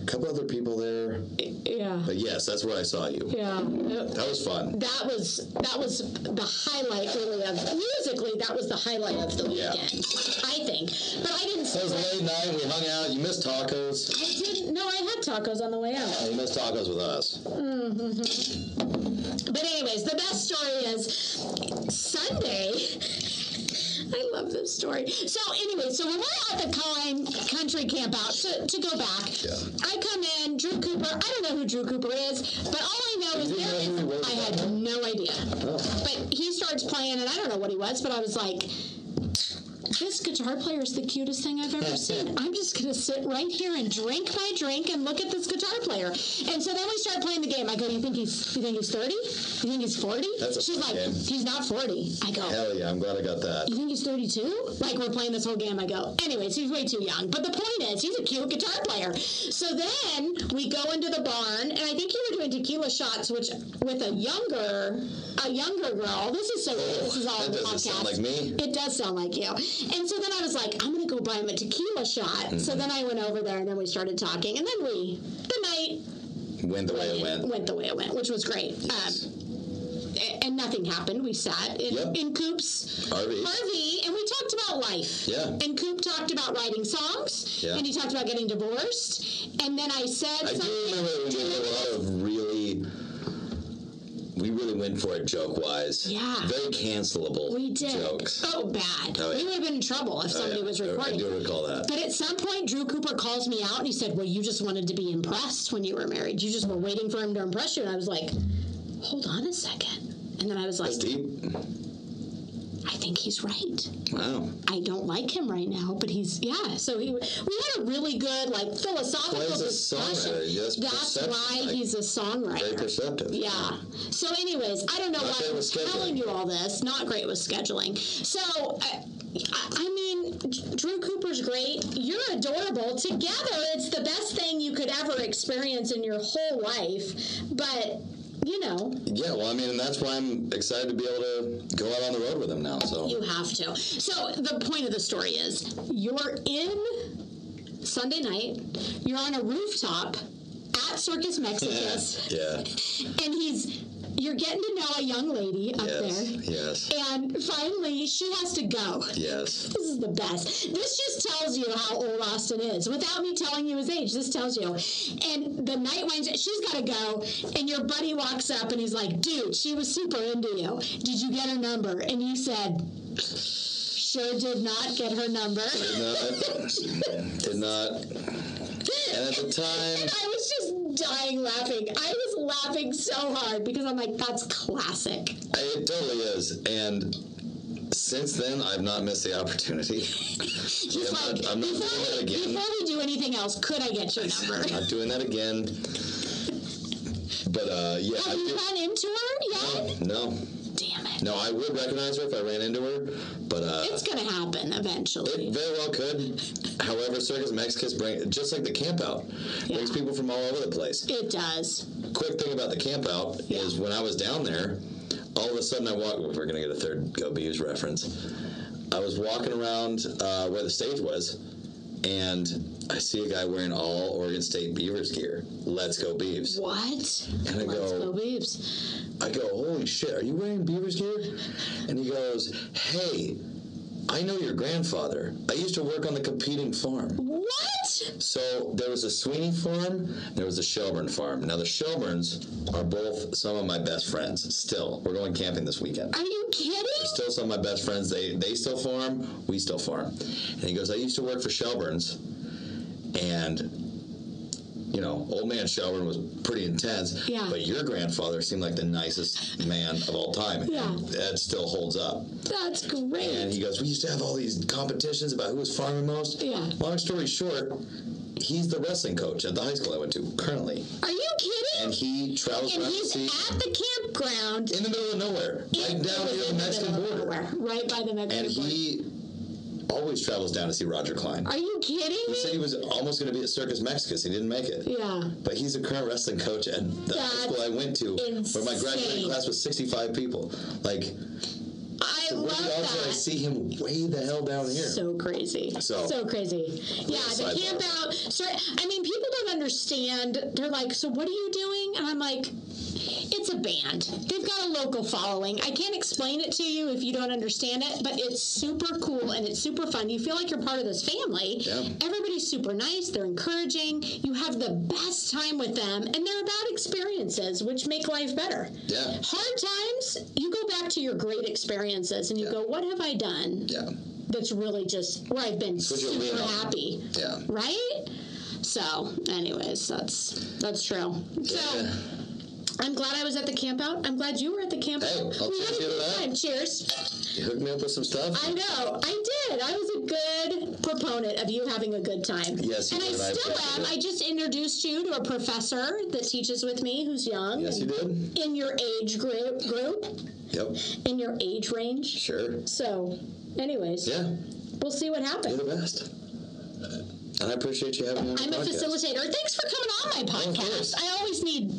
D: a couple other people there.
C: Yeah,
D: But yes, that's where I saw you.
C: yeah.
D: That was fun.
C: that was that was the highlight really of musically that was the highlight of the
D: Yeah.
C: weekend i think but i didn't
D: It was late night. We hung out. You missed tacos.
C: i didn't no i had tacos on the way out
D: Oh, You missed tacos with us.
C: but anyways the best story is sunday I love this story. So, anyway, so when we're at the Collin Country Camp Out, to, to go back,
D: Yeah.
C: I come in, Drew Cooper. I don't know who Drew Cooper is, but all I know is
D: You didn't
C: there
D: know who he was
C: is. I
D: back
C: had
D: then?
C: no idea.
D: Oh.
C: But he starts playing, and I don't know what he was, but I was like, this guitar player is the cutest thing I've ever
D: [LAUGHS]
C: seen. I'm just gonna sit right here and drink my drink and look at this guitar player. And so then we start playing the game. I go, you think he's, you think he's 30? You think he's 40?
D: That's a
C: She's
D: fun
C: like,
D: game.
C: he's not 40. I go,
D: Hell yeah! I'm glad I got that.
C: you think he's 32? Like, we're playing this whole game. I go, anyways, he's way too young. But the point is, he's a cute guitar player. So then we go into the barn, and I think you were doing tequila shots, which with a younger, a younger girl. This is so. this is all
D: Oh, that doesn't
C: podcast.
D: sound like me.
C: It does sound like you. And so then I was like, I'm gonna go buy him a tequila shot.
D: Mm-hmm.
C: So then I went over there and then we started talking. And then we, the night
D: Went the way it went.
C: went the way it went, which was great. Um, a- and nothing happened. We sat in,
D: Yep.
C: in Coop's
D: RV.
C: RV and we talked about life.
D: Yeah.
C: And Coop talked about writing songs.
D: Yeah.
C: And he talked about getting divorced. And then I said
D: I do remember
C: something.
D: we did a lot of really. We really went for it joke wise.
C: Yeah.
D: Very cancelable
C: we did.
D: jokes.
C: Oh, bad.
D: Oh, yeah.
C: We would have been in trouble if somebody was
D: I- I
C: recording.
D: do recall that.
C: But at some point, Drew Cooper calls me out and he said, Well, you just wanted to be impressed when you were married. You just were waiting for him to impress you. And I was like, Hold on a second. And then I was like,
D: That's deep.
C: I think he's right.
D: Wow.
C: I don't like him right now, but he's yeah. So he, we had a really good like philosophical
D: Well, he's a
C: discussion.
D: songwriter, yes,
C: That's
D: perception,
C: why
D: like,
C: he's a
D: Very
C: songwriter.
D: perceptive.
C: Yeah. So, anyways, I don't know why
D: great
C: I'm
D: with scheduling.
C: telling you all this. Not great with scheduling. So, I, I I mean, Drew Cooper's great. You're adorable. Together, it's the best thing you could ever experience in your whole life. But you know,
D: Yeah, well, I mean, and that's why I'm excited to be able to go out on the road with him now. So
C: You have to. So the point of the story is you're in Sunday night, you're on a rooftop at Circus Mexicus,
D: yeah,
C: and he's you're getting to know a young lady up
D: yes,
C: there.
D: yes,
C: And finally she has to go.
D: yes.
C: This is the best. This just tells you how old Austin is. Without me telling you his age, this tells you. And the night winds, she's got to go. And your buddy walks up and he's like, dude, she was super into you. Did you get her number? And you said, sure did not get her number. [LAUGHS]
D: Did not, did not. And at the time,
C: And I was just dying laughing. I was laughing so hard because I'm like, that's classic.
D: it totally is. And since then, I've not missed the opportunity. [LAUGHS]
C: He's
D: I'm
C: like,
D: not- I'm not doing
C: before,
D: that
C: we,
D: again."
C: before we do anything else, could I get
D: [LAUGHS]
C: your number?
D: I'm not doing that again. But uh, yeah,
C: Have you
D: I
C: run into her yet?
D: do. No,
C: Damn it.
D: no, I would recognize her if I ran into her, but uh,
C: It's gonna happen eventually.
D: It very well could. However, Circus Mexicus bring just like the camp out brings
C: Yeah.
D: people from all over the place.
C: It does.
D: Quick thing about the camp out is when I was down there, all of a sudden I walked. We're gonna get a third Go Bees reference. I was walking around uh, where the stage was, and I see a guy wearing all Oregon State Beavers gear. Let's go Beavs!
C: What?
D: And I
C: Let's go,
D: go-
C: Beeves.
D: I go, holy shit, are you wearing Beavers gear? And he goes, hey. I know your grandfather. I used to work on the competing farm.
C: What?
D: So there was a Sweeney farm, there was a Shelburne farm. Now the Shelburnes are both some of my best friends. Still, we're going camping this weekend.
C: Are you kidding?
D: Still, some of my best friends. They they still farm. We still farm. And he goes, I used to work for Shelburne's, and. You know, old man Shelburne was pretty intense,
C: Yeah.
D: but your grandfather seemed like the nicest man of all time.
C: Yeah.
D: And that still holds up.
C: That's
D: And
C: great.
D: he goes, We used to have all these competitions about who was farming most.
C: Yeah.
D: Long story short, he's the wrestling coach at the high school I went to currently.
C: Are you kidding?
D: And he travels
C: And
D: around the
C: he's
D: sea
C: at the campground.
D: in the middle of nowhere, right down near the
C: in
D: Mexican
C: middle of
D: border.
C: nowhere, Right by the Mexican
D: And
C: border.
D: he always travels down to see Roger Klein.
C: Are you kidding
D: He said
C: me?
D: he was almost going to be at Circus Mexicus. He didn't make it.
C: Yeah.
D: But he's a current wrestling coach at the
C: That's
D: high school I went to, where my graduating
C: insane.
D: class was 65 people. Like,
C: I
D: what
C: love
D: the odds that I
C: that.
D: see him way the hell down here?
C: So crazy.
D: So-
C: crazy. Yeah, the
D: sidebar.
C: camp out. Sir, I mean, people don't understand. They're like, so what are you doing? And I'm like, it's a band. They've got a local following. I can't explain it to you if you don't understand it, but it's super cool and it's super fun. You feel like you're part of this family.
D: Yeah.
C: Everybody's super nice. They're encouraging. You have the best time with them, and they're about experiences, which make life better.
D: Yeah.
C: Hard times, you go back to your great experiences and you go, what have I done?
D: yeah.
C: that's really just where I've been
D: what you're leaning
C: super
D: on.
C: happy.
D: Yeah.
C: Right? So, anyways, that's that's true. So
D: Yeah.
C: I'm glad I was at the camp out. I'm glad you were at the camp
D: Hey,
C: out.
D: I'll
C: we had a
D: take you to
C: good
D: that.
C: time. Cheers.
D: You hooked me up with some stuff.
C: I know. I did. I was a good proponent of you having a good time.
D: Yes, you
C: And I
D: did. I
C: still
D: appreciate
C: am.
D: it.
C: I just introduced you to a professor that teaches with me who's young.
D: yes, you did.
C: In your age group group.
D: Yep.
C: In your age range.
D: Sure.
C: So anyways,
D: Yeah.
C: we'll see what happens.
D: You're the best. And I appreciate you having me on the
C: I'm a
D: podcast.
C: facilitator. Thanks for coming on my
D: of
C: podcast.
D: course.
C: I always need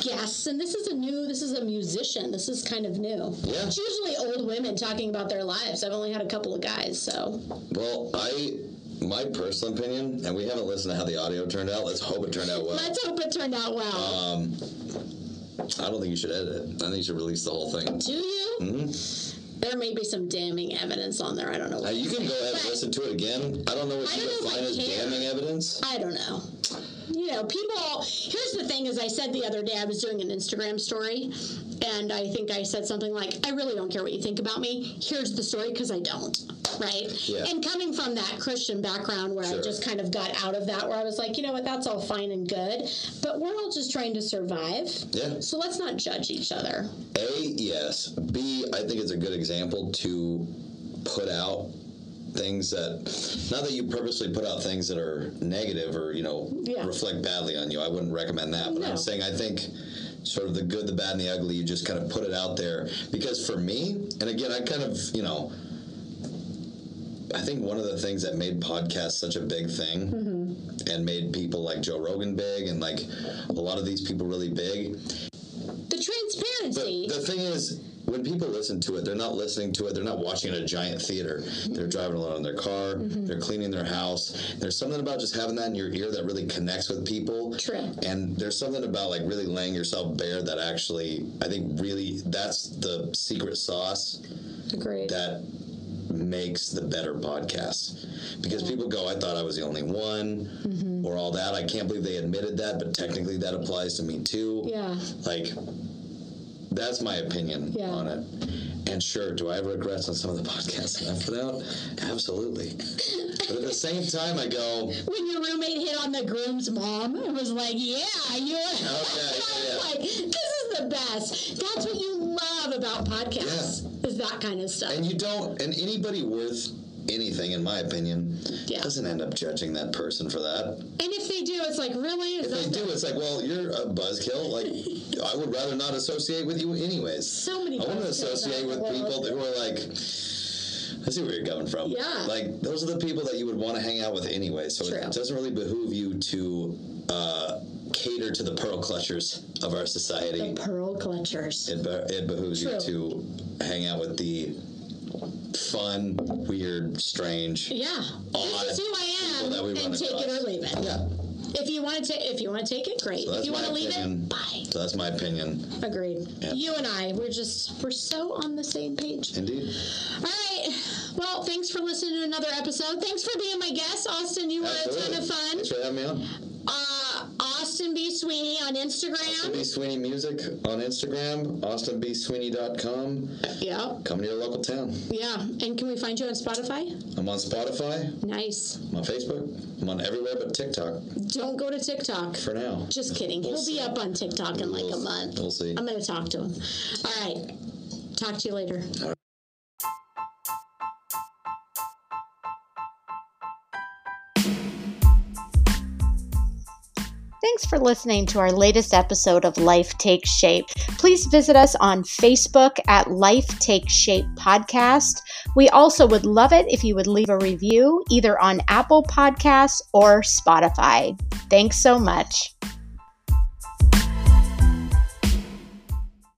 C: guests, and this is a new. This is a musician. This is kind of new.
D: Yeah.
C: It's usually old women talking about their lives. I've only had a couple of guys, so
D: Well, I my personal opinion, and we haven't listened to how the audio turned out. Let's hope it turned out
C: [LAUGHS]
D: well.
C: Let's hope it turned out well.
D: Um, I don't think you should edit it. I think you should release the whole thing.
C: Do you?
D: Mm-hmm.
C: There may be some damning evidence on there. I don't know.
D: Uh,
C: What
D: you can go ahead and listen to it again. I don't know what
C: I
D: you
C: don't know if
D: would
C: I
D: find as
C: care.
D: damning evidence.
C: I don't know. You know, people. Here's the thing: as I said the other day, I was doing an Instagram story, and I think I said something like, "I really don't care what you think about me. Here's the story because I don't." Right?
D: Yeah.
C: And coming from that Christian background, where I
D: Sure.
C: just kind of got out of that, where I was like, you know what, that's all fine and good, but we're all just trying to survive.
D: Yeah.
C: So let's not judge each other.
D: A, yes. B, I think it's a good example to put out things that not that you purposely put out things that are negative or you know
C: Yeah.
D: reflect badly on you i wouldn't recommend that but
C: No.
D: i'm saying i think sort of the good the bad and the ugly you just kind of put it out there because for me and again i kind of you know i think one of the things that made podcasts such a big thing
C: Mm-hmm.
D: and made people like joe rogan big and like a lot of these people really big
C: The transparency.
D: the thing is, when people listen to it, they're not listening to it. They're not watching it in a giant theater.
C: Mm-hmm.
D: They're driving along in their car. They're cleaning their house. There's something about just having that in your ear that really connects with people.
C: True.
D: And there's something about like really laying yourself bare that actually, I think, really that's the secret sauce
C: Agreed.
D: that makes the better podcast because people go i thought i was the only one
C: Mm-hmm.
D: or all that i can't believe they admitted that but technically that applies to me too
C: Yeah.
D: like that's my opinion
C: Yeah.
D: on it and sure do i have regrets on some of the [LAUGHS] podcasts that i put out absolutely but at the same time i go
C: when your roommate hit on the groom's mom and was like, "Yeah, you," [LAUGHS]
D: yeah,
C: I was like, "This is the best." That's what you love about podcasts is that kind of stuff.
D: and you don't and anybody worth anything in my opinion
C: Yeah.
D: doesn't end up judging that person for that
C: And if they do, it's like, really? Is
D: they
C: that
D: do. It's like, well, you're a buzzkill. Like, I would rather not associate with you, anyways.
C: so many?
D: I want to
C: buzzkills out
D: associate
C: in the
D: with
C: world.
D: people who are like, I see where you're coming from.
C: Yeah.
D: Like, those are the people that you would want to hang out with anyway. So
C: True.
D: it doesn't really behoove you to uh, cater to the pearl clutchers of our society.
C: The pearl clutchers.
D: It, be- it behooves you
C: True.
D: to hang out with the fun, weird, strange.
C: yeah,
D: Odd
C: this is who I
D: people that we
C: am,
D: run
C: and take it or
D: across.
C: leave it.
D: Yeah.
C: If you want to, if you want to take it, great.
D: So
C: if
D: that's
C: you
D: my
C: want to leave
D: opinion.
C: it, bye.
D: So that's my opinion.
C: Agreed.
D: Yeah.
C: You and I, we're just we're so on the same page.
D: Indeed.
C: All right. Well, thanks for listening to another episode. Thanks for being my guest, Austin. You were a ton of fun.
D: Thanks for having me on.
C: Uh, Austin B. Sweeney on
D: Austin B.
C: Instagram.
D: Sweeney Music on Instagram, austinbsweeney.com.
C: Yeah.
D: Come to your local town.
C: Yeah. And can we find you on Spotify?
D: I'm on Spotify,
C: Nice.
D: I'm on Facebook, I'm on everywhere but TikTok
C: Don't go to TikTok.
D: for now.
C: Just kidding. He'll be up on TikTok in like a month.
D: We'll see.
C: I'm going to talk to him. All right. Talk to you later.
F: Thanks for listening to our latest episode of Life Takes Shape. Please visit us on Facebook at Life Takes Shape Podcast. We also would love it if you would leave a review either on Apple Podcasts or Spotify. Thanks so much.